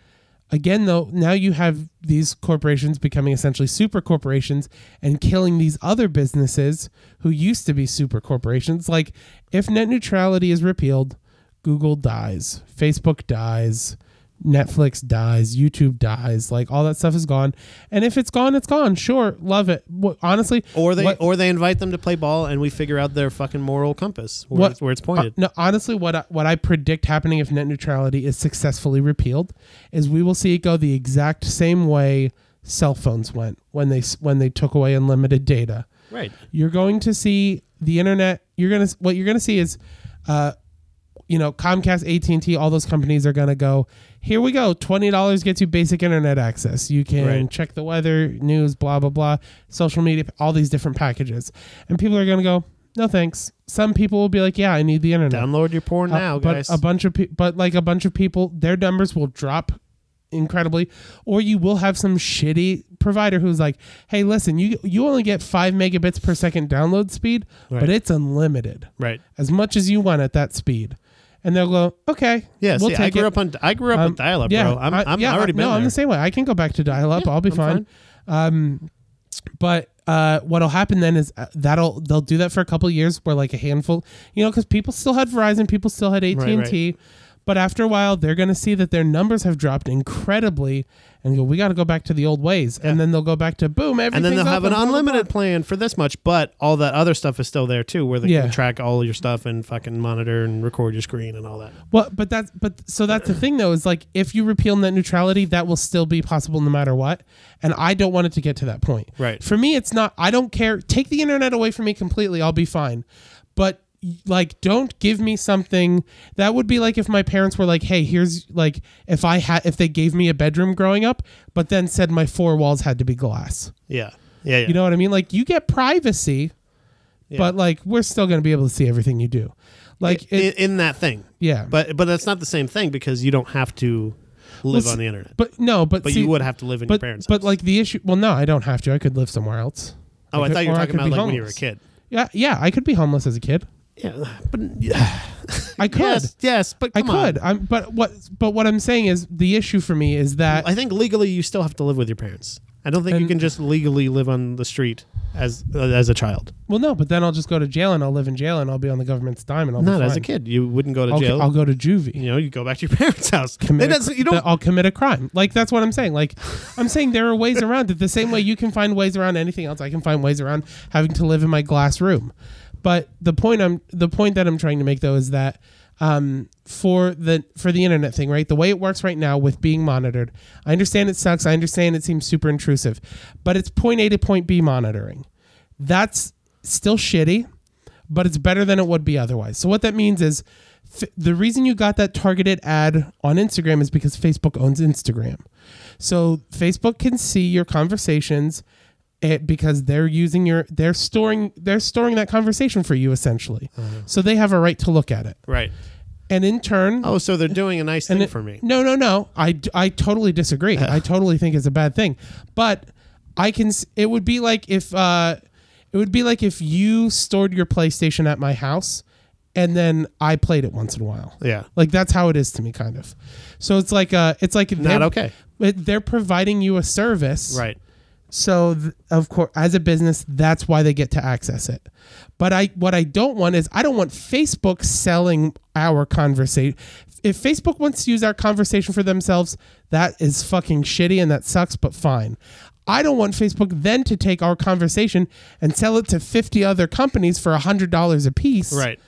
Speaker 1: again though now you have these corporations becoming essentially super corporations and killing these other businesses who used to be super corporations like if net neutrality is repealed google dies facebook dies netflix dies youtube dies like all that stuff is gone and if it's gone it's gone sure love it Wh- honestly
Speaker 2: Or they
Speaker 1: what-
Speaker 2: or they invite them to play ball, and we figure out their fucking moral compass where, it's, where it's pointed.
Speaker 1: uh, no, honestly, what I, what I predict happening if net neutrality is successfully repealed is we will see it go the exact same way cell phones went when they s- when they took away unlimited data.
Speaker 2: Right.
Speaker 1: You're going to see the internet. You're gonna s- what you're gonna see is, uh, you know, Comcast, AT and T, all those companies are gonna go. Here we go. Twenty dollars gets you basic internet access. You can
Speaker 2: Right.
Speaker 1: check the weather, news, blah blah blah, social media, all these different packages, and people are gonna go. No thanks. Some people will be like, "Yeah, I need the internet."
Speaker 2: Download your porn
Speaker 1: Uh,
Speaker 2: now,
Speaker 1: but
Speaker 2: guys.
Speaker 1: a bunch of pe- but like a bunch of people, their numbers will drop incredibly, or you will have some shitty provider who's like, "Hey, listen, you you only get five megabits per second download speed, but
Speaker 2: Right.
Speaker 1: it's unlimited,
Speaker 2: right.
Speaker 1: as much as you want at that speed." And they'll go, "Okay,
Speaker 2: Yeah.
Speaker 1: we'll
Speaker 2: see,
Speaker 1: take
Speaker 2: I grew
Speaker 1: it."
Speaker 2: up on I grew up
Speaker 1: Um,
Speaker 2: with dial up,
Speaker 1: yeah,
Speaker 2: bro. I'm,
Speaker 1: I-
Speaker 2: I'm
Speaker 1: yeah,
Speaker 2: already
Speaker 1: I-
Speaker 2: been
Speaker 1: no,
Speaker 2: there.
Speaker 1: I'm the same way. I can go back to dial up.
Speaker 2: Yeah,
Speaker 1: I'll be
Speaker 2: I'm
Speaker 1: fine. Um, but uh, what'll happen then is uh, that'll they'll do that for a couple of years, where like a handful, you know, because people still had Verizon, people still had AT and T. But after a while, they're going to see that their numbers have dropped incredibly, and go, "We got to go back to the old ways." And then they'll go back to boom, everything.
Speaker 2: and then they'll have an unlimited plan for this much, but all that other stuff is still there too, where they
Speaker 1: Yeah.
Speaker 2: can track all your stuff and fucking monitor and record your screen and all that.
Speaker 1: Well, but that's but so that's the thing though is like if you repeal net neutrality, that will still be possible no matter what, and I don't want it to get to that point.
Speaker 2: Right.
Speaker 1: For me, it's not. I don't care. Take the internet away from me completely. I'll be fine. But like, don't give me something that would be like if my parents were like, "Hey, here's like if I had if they gave me a bedroom growing up, but then said my four walls had to be glass."
Speaker 2: Yeah, yeah, yeah.
Speaker 1: You know what I mean? Like you get privacy, but like we're still gonna be able to see everything you do. Like
Speaker 2: in,
Speaker 1: it,
Speaker 2: in that thing.
Speaker 1: yeah.
Speaker 2: But but that's not the same thing because you don't have to live
Speaker 1: Well,
Speaker 2: on
Speaker 1: see-
Speaker 2: the internet.
Speaker 1: But no, but
Speaker 2: But
Speaker 1: see-
Speaker 2: you would have to live in your
Speaker 1: but
Speaker 2: parents.
Speaker 1: but
Speaker 2: house.
Speaker 1: like the issue. Well, no, I don't have to. I could live somewhere else.
Speaker 2: oh, I
Speaker 1: could-
Speaker 2: thought you
Speaker 1: or
Speaker 2: were
Speaker 1: I
Speaker 2: talking
Speaker 1: could
Speaker 2: about
Speaker 1: be
Speaker 2: like when you were a
Speaker 1: homeless.
Speaker 2: kid.
Speaker 1: Yeah, yeah, I could be homeless as a kid.
Speaker 2: Yeah, but yeah.
Speaker 1: I could.
Speaker 2: yes, yes, but
Speaker 1: I
Speaker 2: come on.
Speaker 1: could. I'm but what but what I'm saying is the issue for me is that
Speaker 2: I think legally you still have to live with your parents. I don't think you
Speaker 1: And-
Speaker 2: can just legally live on the street as uh, as a child.
Speaker 1: well no, but then I'll just go to jail and I'll live in jail and I'll be on the government's dime and I'll be
Speaker 2: Not as a
Speaker 1: fine.
Speaker 2: kid. You wouldn't go to
Speaker 1: I'll,
Speaker 2: jail.
Speaker 1: I'll go to juvie.
Speaker 2: you know, you go back to your parents' house. It
Speaker 1: commit a
Speaker 2: doesn't-
Speaker 1: cr-
Speaker 2: you don't.
Speaker 1: that I'll commit a crime. Like that's what I'm saying. Like I'm saying there are ways around it. The same way you can find ways around anything else, I can find ways around having to live in my glass room. But the point I'm the point that I'm trying to make though is that um, for the for the internet thing, right? The way it works right now with being monitored, I understand it sucks. I understand it seems super intrusive, but it's point A to point B monitoring. That's still shitty but it's better than it would be otherwise. So what that means is f- the reason you got that targeted ad on Instagram is because Facebook owns Instagram. So Facebook can see your conversations eh, because they're using your they're storing they're storing that conversation for you essentially. So they have a right to look at it.
Speaker 2: right.
Speaker 1: And in turn
Speaker 2: Oh, so they're doing a nice thing
Speaker 1: and it-
Speaker 2: for me.
Speaker 1: No, no, no. I, d- I totally disagree. I totally think it's a bad thing. But I can. s- It would be like if uh, it would be like if you stored your PlayStation at my house, and then I played it once in a while.
Speaker 2: Yeah.
Speaker 1: Like that's how it is to me, kind of. So it's like uh, it's like
Speaker 2: Not
Speaker 1: they're-
Speaker 2: okay.
Speaker 1: but They're providing you a service,
Speaker 2: Right.
Speaker 1: so th- of course, as a business, that's why they get to access it. But I, what I don't want is I don't want Facebook selling our conversation. If Facebook wants to use our conversation for themselves, that is fucking shitty and that sucks, but fine. I don't want Facebook then to take our conversation and sell it to 50 other companies for $100 a piece
Speaker 2: Right.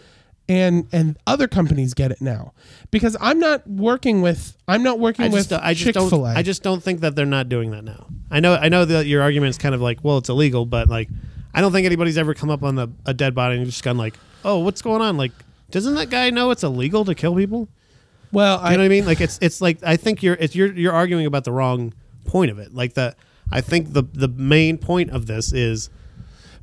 Speaker 1: and and other companies get it now because I'm not working with I'm not working
Speaker 2: I
Speaker 1: with
Speaker 2: just, I just
Speaker 1: Chick-fil-A.
Speaker 2: don't. I just don't think that they're not doing that now. I know. I know that your argument's kind of like, well, it's illegal, but like, I don't think anybody's ever come up on the, a dead body and just gone like, oh, what's going on? Like, doesn't that guy know it's illegal to kill people?
Speaker 1: well, I,
Speaker 2: You know what I mean? Like it's it's like I think you're it's you're you're arguing about the wrong point of it. Like the I think the the main point of this is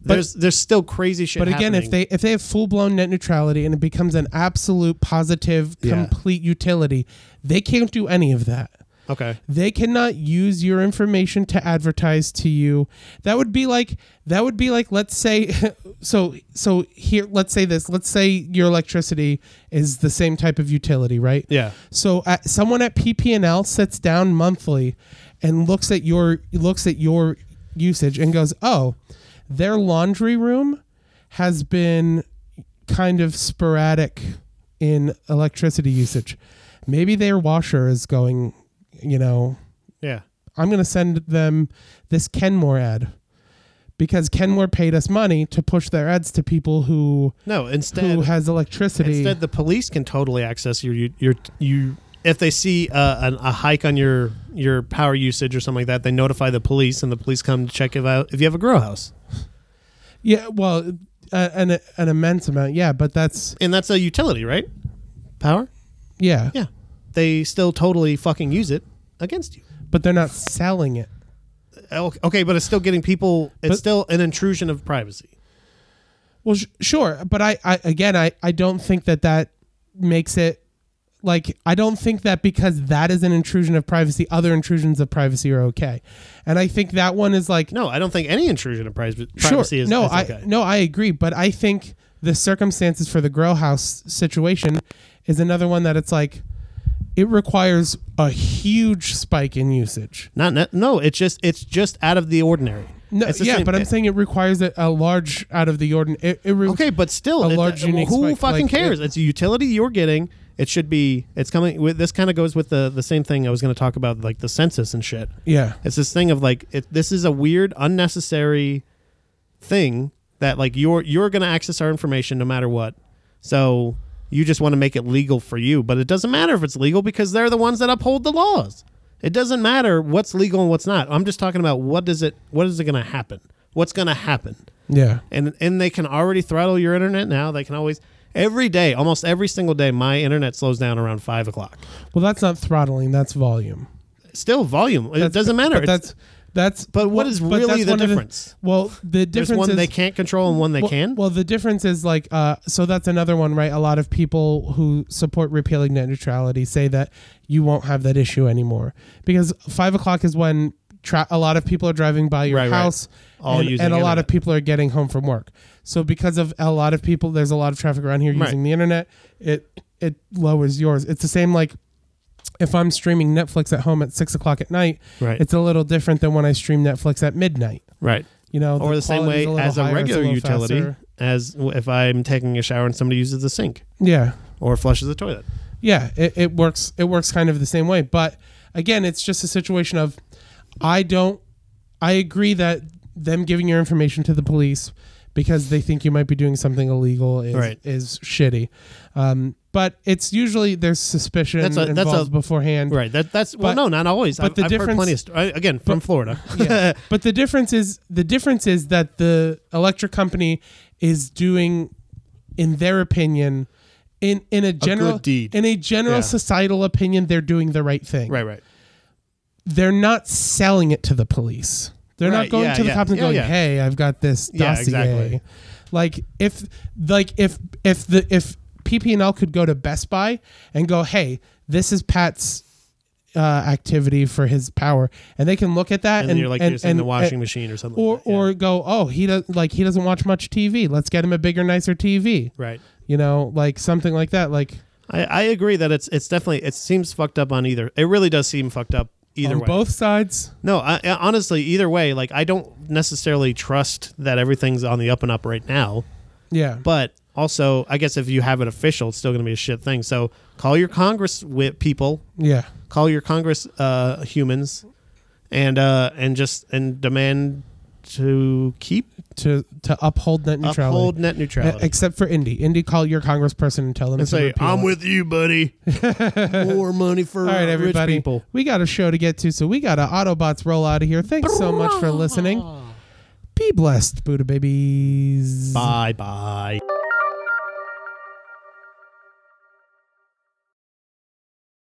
Speaker 2: there's there's still crazy shit.
Speaker 1: But again, if
Speaker 2: happening.
Speaker 1: they if they have full blown net neutrality and it becomes an absolute positive,
Speaker 2: Yeah.
Speaker 1: complete utility, they can't do any of that.
Speaker 2: okay
Speaker 1: They cannot use your information to advertise to you. That would be like that would be like let's say so so here let's say this let's say your electricity is the same type of utility, right?
Speaker 2: yeah
Speaker 1: So at, someone at PP&L sits down monthly and looks at your looks at your usage and goes, "Oh, their laundry room has been kind of sporadic in electricity usage. Maybe their washer is going, you know,
Speaker 2: yeah
Speaker 1: I'm going to send them this Kenmore ad." Because Kenmore paid us money to push their ads to people who
Speaker 2: no instead
Speaker 1: who has electricity.
Speaker 2: Instead, the police can totally access your you your you if they see uh, an, a hike on your your power usage or something like that. They notify the police, and the police come to check if out if you have a grow house.
Speaker 1: yeah, well, uh, an an immense amount. Yeah, but that's
Speaker 2: And that's a utility, right? Power.
Speaker 1: Yeah.
Speaker 2: Yeah, they still totally fucking use it against you.
Speaker 1: But they're not selling it.
Speaker 2: Oh, Okay, but it's still getting people. It's
Speaker 1: But-
Speaker 2: still an intrusion of privacy.
Speaker 1: Well, sh- sure. But I, I, again, I, I don't think that that makes it like, I don't think that because that is an intrusion of privacy, other intrusions of privacy are okay. And I think that one is like,
Speaker 2: No, I don't think any intrusion of privacy,
Speaker 1: sure.
Speaker 2: privacy is
Speaker 1: no,
Speaker 2: is okay.
Speaker 1: I, no, I agree. But I think the circumstances for the grow house situation is another one that it's like, it requires a huge spike in usage.
Speaker 2: Not, not no. It's just it's just out of the ordinary.
Speaker 1: No,
Speaker 2: It's the
Speaker 1: yeah,
Speaker 2: same-
Speaker 1: but I'm saying it requires a, a large out of the ordinary. It, it re-
Speaker 2: Okay, but still,
Speaker 1: A
Speaker 2: it-
Speaker 1: large unique
Speaker 2: who
Speaker 1: spike,
Speaker 2: fucking
Speaker 1: like,
Speaker 2: cares?
Speaker 1: it-
Speaker 2: it's a utility you're getting. It should be. It's coming. With, this kind of goes with the the same thing I was going to talk about, like the census and shit.
Speaker 1: Yeah.
Speaker 2: It's this thing of like it, this is a weird, unnecessary thing that like you're you're going to access our information no matter what. So you just want to make it legal for you, but it doesn't matter if it's legal because they're the ones that uphold the laws. It doesn't matter what's legal and what's not. I'm just talking about what does it what is it going to happen? What's going to happen?
Speaker 1: Yeah.
Speaker 2: and and they can already throttle your internet now. They can always every day, almost every single day, my internet slows down around five o'clock.
Speaker 1: Well, that's not throttling. That's volume.
Speaker 2: Still, volume it
Speaker 1: That's-
Speaker 2: doesn't matter.
Speaker 1: But
Speaker 2: It's-
Speaker 1: that's that's.
Speaker 2: But what is really
Speaker 1: that's
Speaker 2: the
Speaker 1: one of
Speaker 2: difference?
Speaker 1: well, the
Speaker 2: there's
Speaker 1: difference
Speaker 2: one
Speaker 1: is
Speaker 2: they can't control and one they
Speaker 1: well,
Speaker 2: can.
Speaker 1: Well, the difference is like uh, so that's another one, right? A lot of people who support repealing net neutrality say that you won't have that issue anymore because five o'clock is when Tra- a lot of people are driving by your
Speaker 2: Right, right.
Speaker 1: house,
Speaker 2: All
Speaker 1: and,
Speaker 2: using
Speaker 1: and a lot
Speaker 2: internet.
Speaker 1: of people are getting home from work. So because of a lot of people, there's a lot of traffic around here
Speaker 2: Right.
Speaker 1: using the internet. It it lowers yours. It's the same like if I'm streaming Netflix at home at six o'clock at night.
Speaker 2: Right.
Speaker 1: It's a little different than when I stream Netflix at midnight.
Speaker 2: right.
Speaker 1: You know,
Speaker 2: Or the, same way
Speaker 1: quality's little
Speaker 2: as a
Speaker 1: higher, it's
Speaker 2: regular
Speaker 1: little
Speaker 2: utility,
Speaker 1: faster.
Speaker 2: as w- if I'm taking a shower and somebody uses the sink
Speaker 1: Yeah.
Speaker 2: or flushes the toilet.
Speaker 1: yeah it, it works it works kind of the same way but again it's just a situation of i don't i agree that them giving your information to the police because they think you might be doing something illegal is,
Speaker 2: Right.
Speaker 1: is shitty um, but it's usually there's suspicion
Speaker 2: That's a- that's
Speaker 1: involved
Speaker 2: a-
Speaker 1: beforehand
Speaker 2: Right. That that's well,
Speaker 1: But-
Speaker 2: no, not always.
Speaker 1: but
Speaker 2: I've,
Speaker 1: the
Speaker 2: I've heard
Speaker 1: difference-
Speaker 2: plenty of st- I, again from Florida.
Speaker 1: yeah. But the difference is the difference is that the electric company is doing, in their opinion, in in a general
Speaker 2: good deed.
Speaker 1: in a general
Speaker 2: Yeah.
Speaker 1: societal opinion, they're doing the right thing.
Speaker 2: right. Right.
Speaker 1: They're not selling it to the police. They're
Speaker 2: Right,
Speaker 1: not going
Speaker 2: yeah,
Speaker 1: to the
Speaker 2: yeah.
Speaker 1: cops and
Speaker 2: Yeah,
Speaker 1: going,
Speaker 2: yeah.
Speaker 1: "Hey, I've got this
Speaker 2: Yeah,
Speaker 1: dossier."
Speaker 2: exactly.
Speaker 1: Like if like if if the if PP&L could go to Best Buy and go, "Hey, this is Pat's." Uh, activity for his power, and they can look at that,
Speaker 2: And,
Speaker 1: and,
Speaker 2: then you're like
Speaker 1: and,
Speaker 2: you're saying
Speaker 1: and-
Speaker 2: the washing
Speaker 1: and-
Speaker 2: machine or something.
Speaker 1: or
Speaker 2: like that. yeah.
Speaker 1: or go oh he does like he doesn't watch much TV let's get him a bigger nicer TV
Speaker 2: right.
Speaker 1: you know like something like that like
Speaker 2: I, I agree that it's it's definitely it seems fucked up on either. It really does seem fucked up either
Speaker 1: on
Speaker 2: way.
Speaker 1: both sides
Speaker 2: No, I, I- honestly, either way, like I don't necessarily trust that everything's on the up and up right now.
Speaker 1: yeah
Speaker 2: But also, I guess if you have it official, it's still going to be a shit thing. So call your Congress wi- people,
Speaker 1: yeah
Speaker 2: call your Congress uh, humans, and uh, and just and demand to keep
Speaker 1: to to uphold net neutrality
Speaker 2: uphold net
Speaker 1: E-
Speaker 2: neutrality.
Speaker 1: except for Indy Indy call your congressperson and tell them
Speaker 2: and
Speaker 1: to
Speaker 2: say,
Speaker 1: repeal
Speaker 2: "I'm
Speaker 1: it."
Speaker 2: with you, buddy. More money for
Speaker 1: all right, everybody.
Speaker 2: rich people."
Speaker 1: We got a show to get to, so we got to Autobots roll out of here. Thanks so much for listening. Be blessed, Buddha babies.
Speaker 2: Bye bye.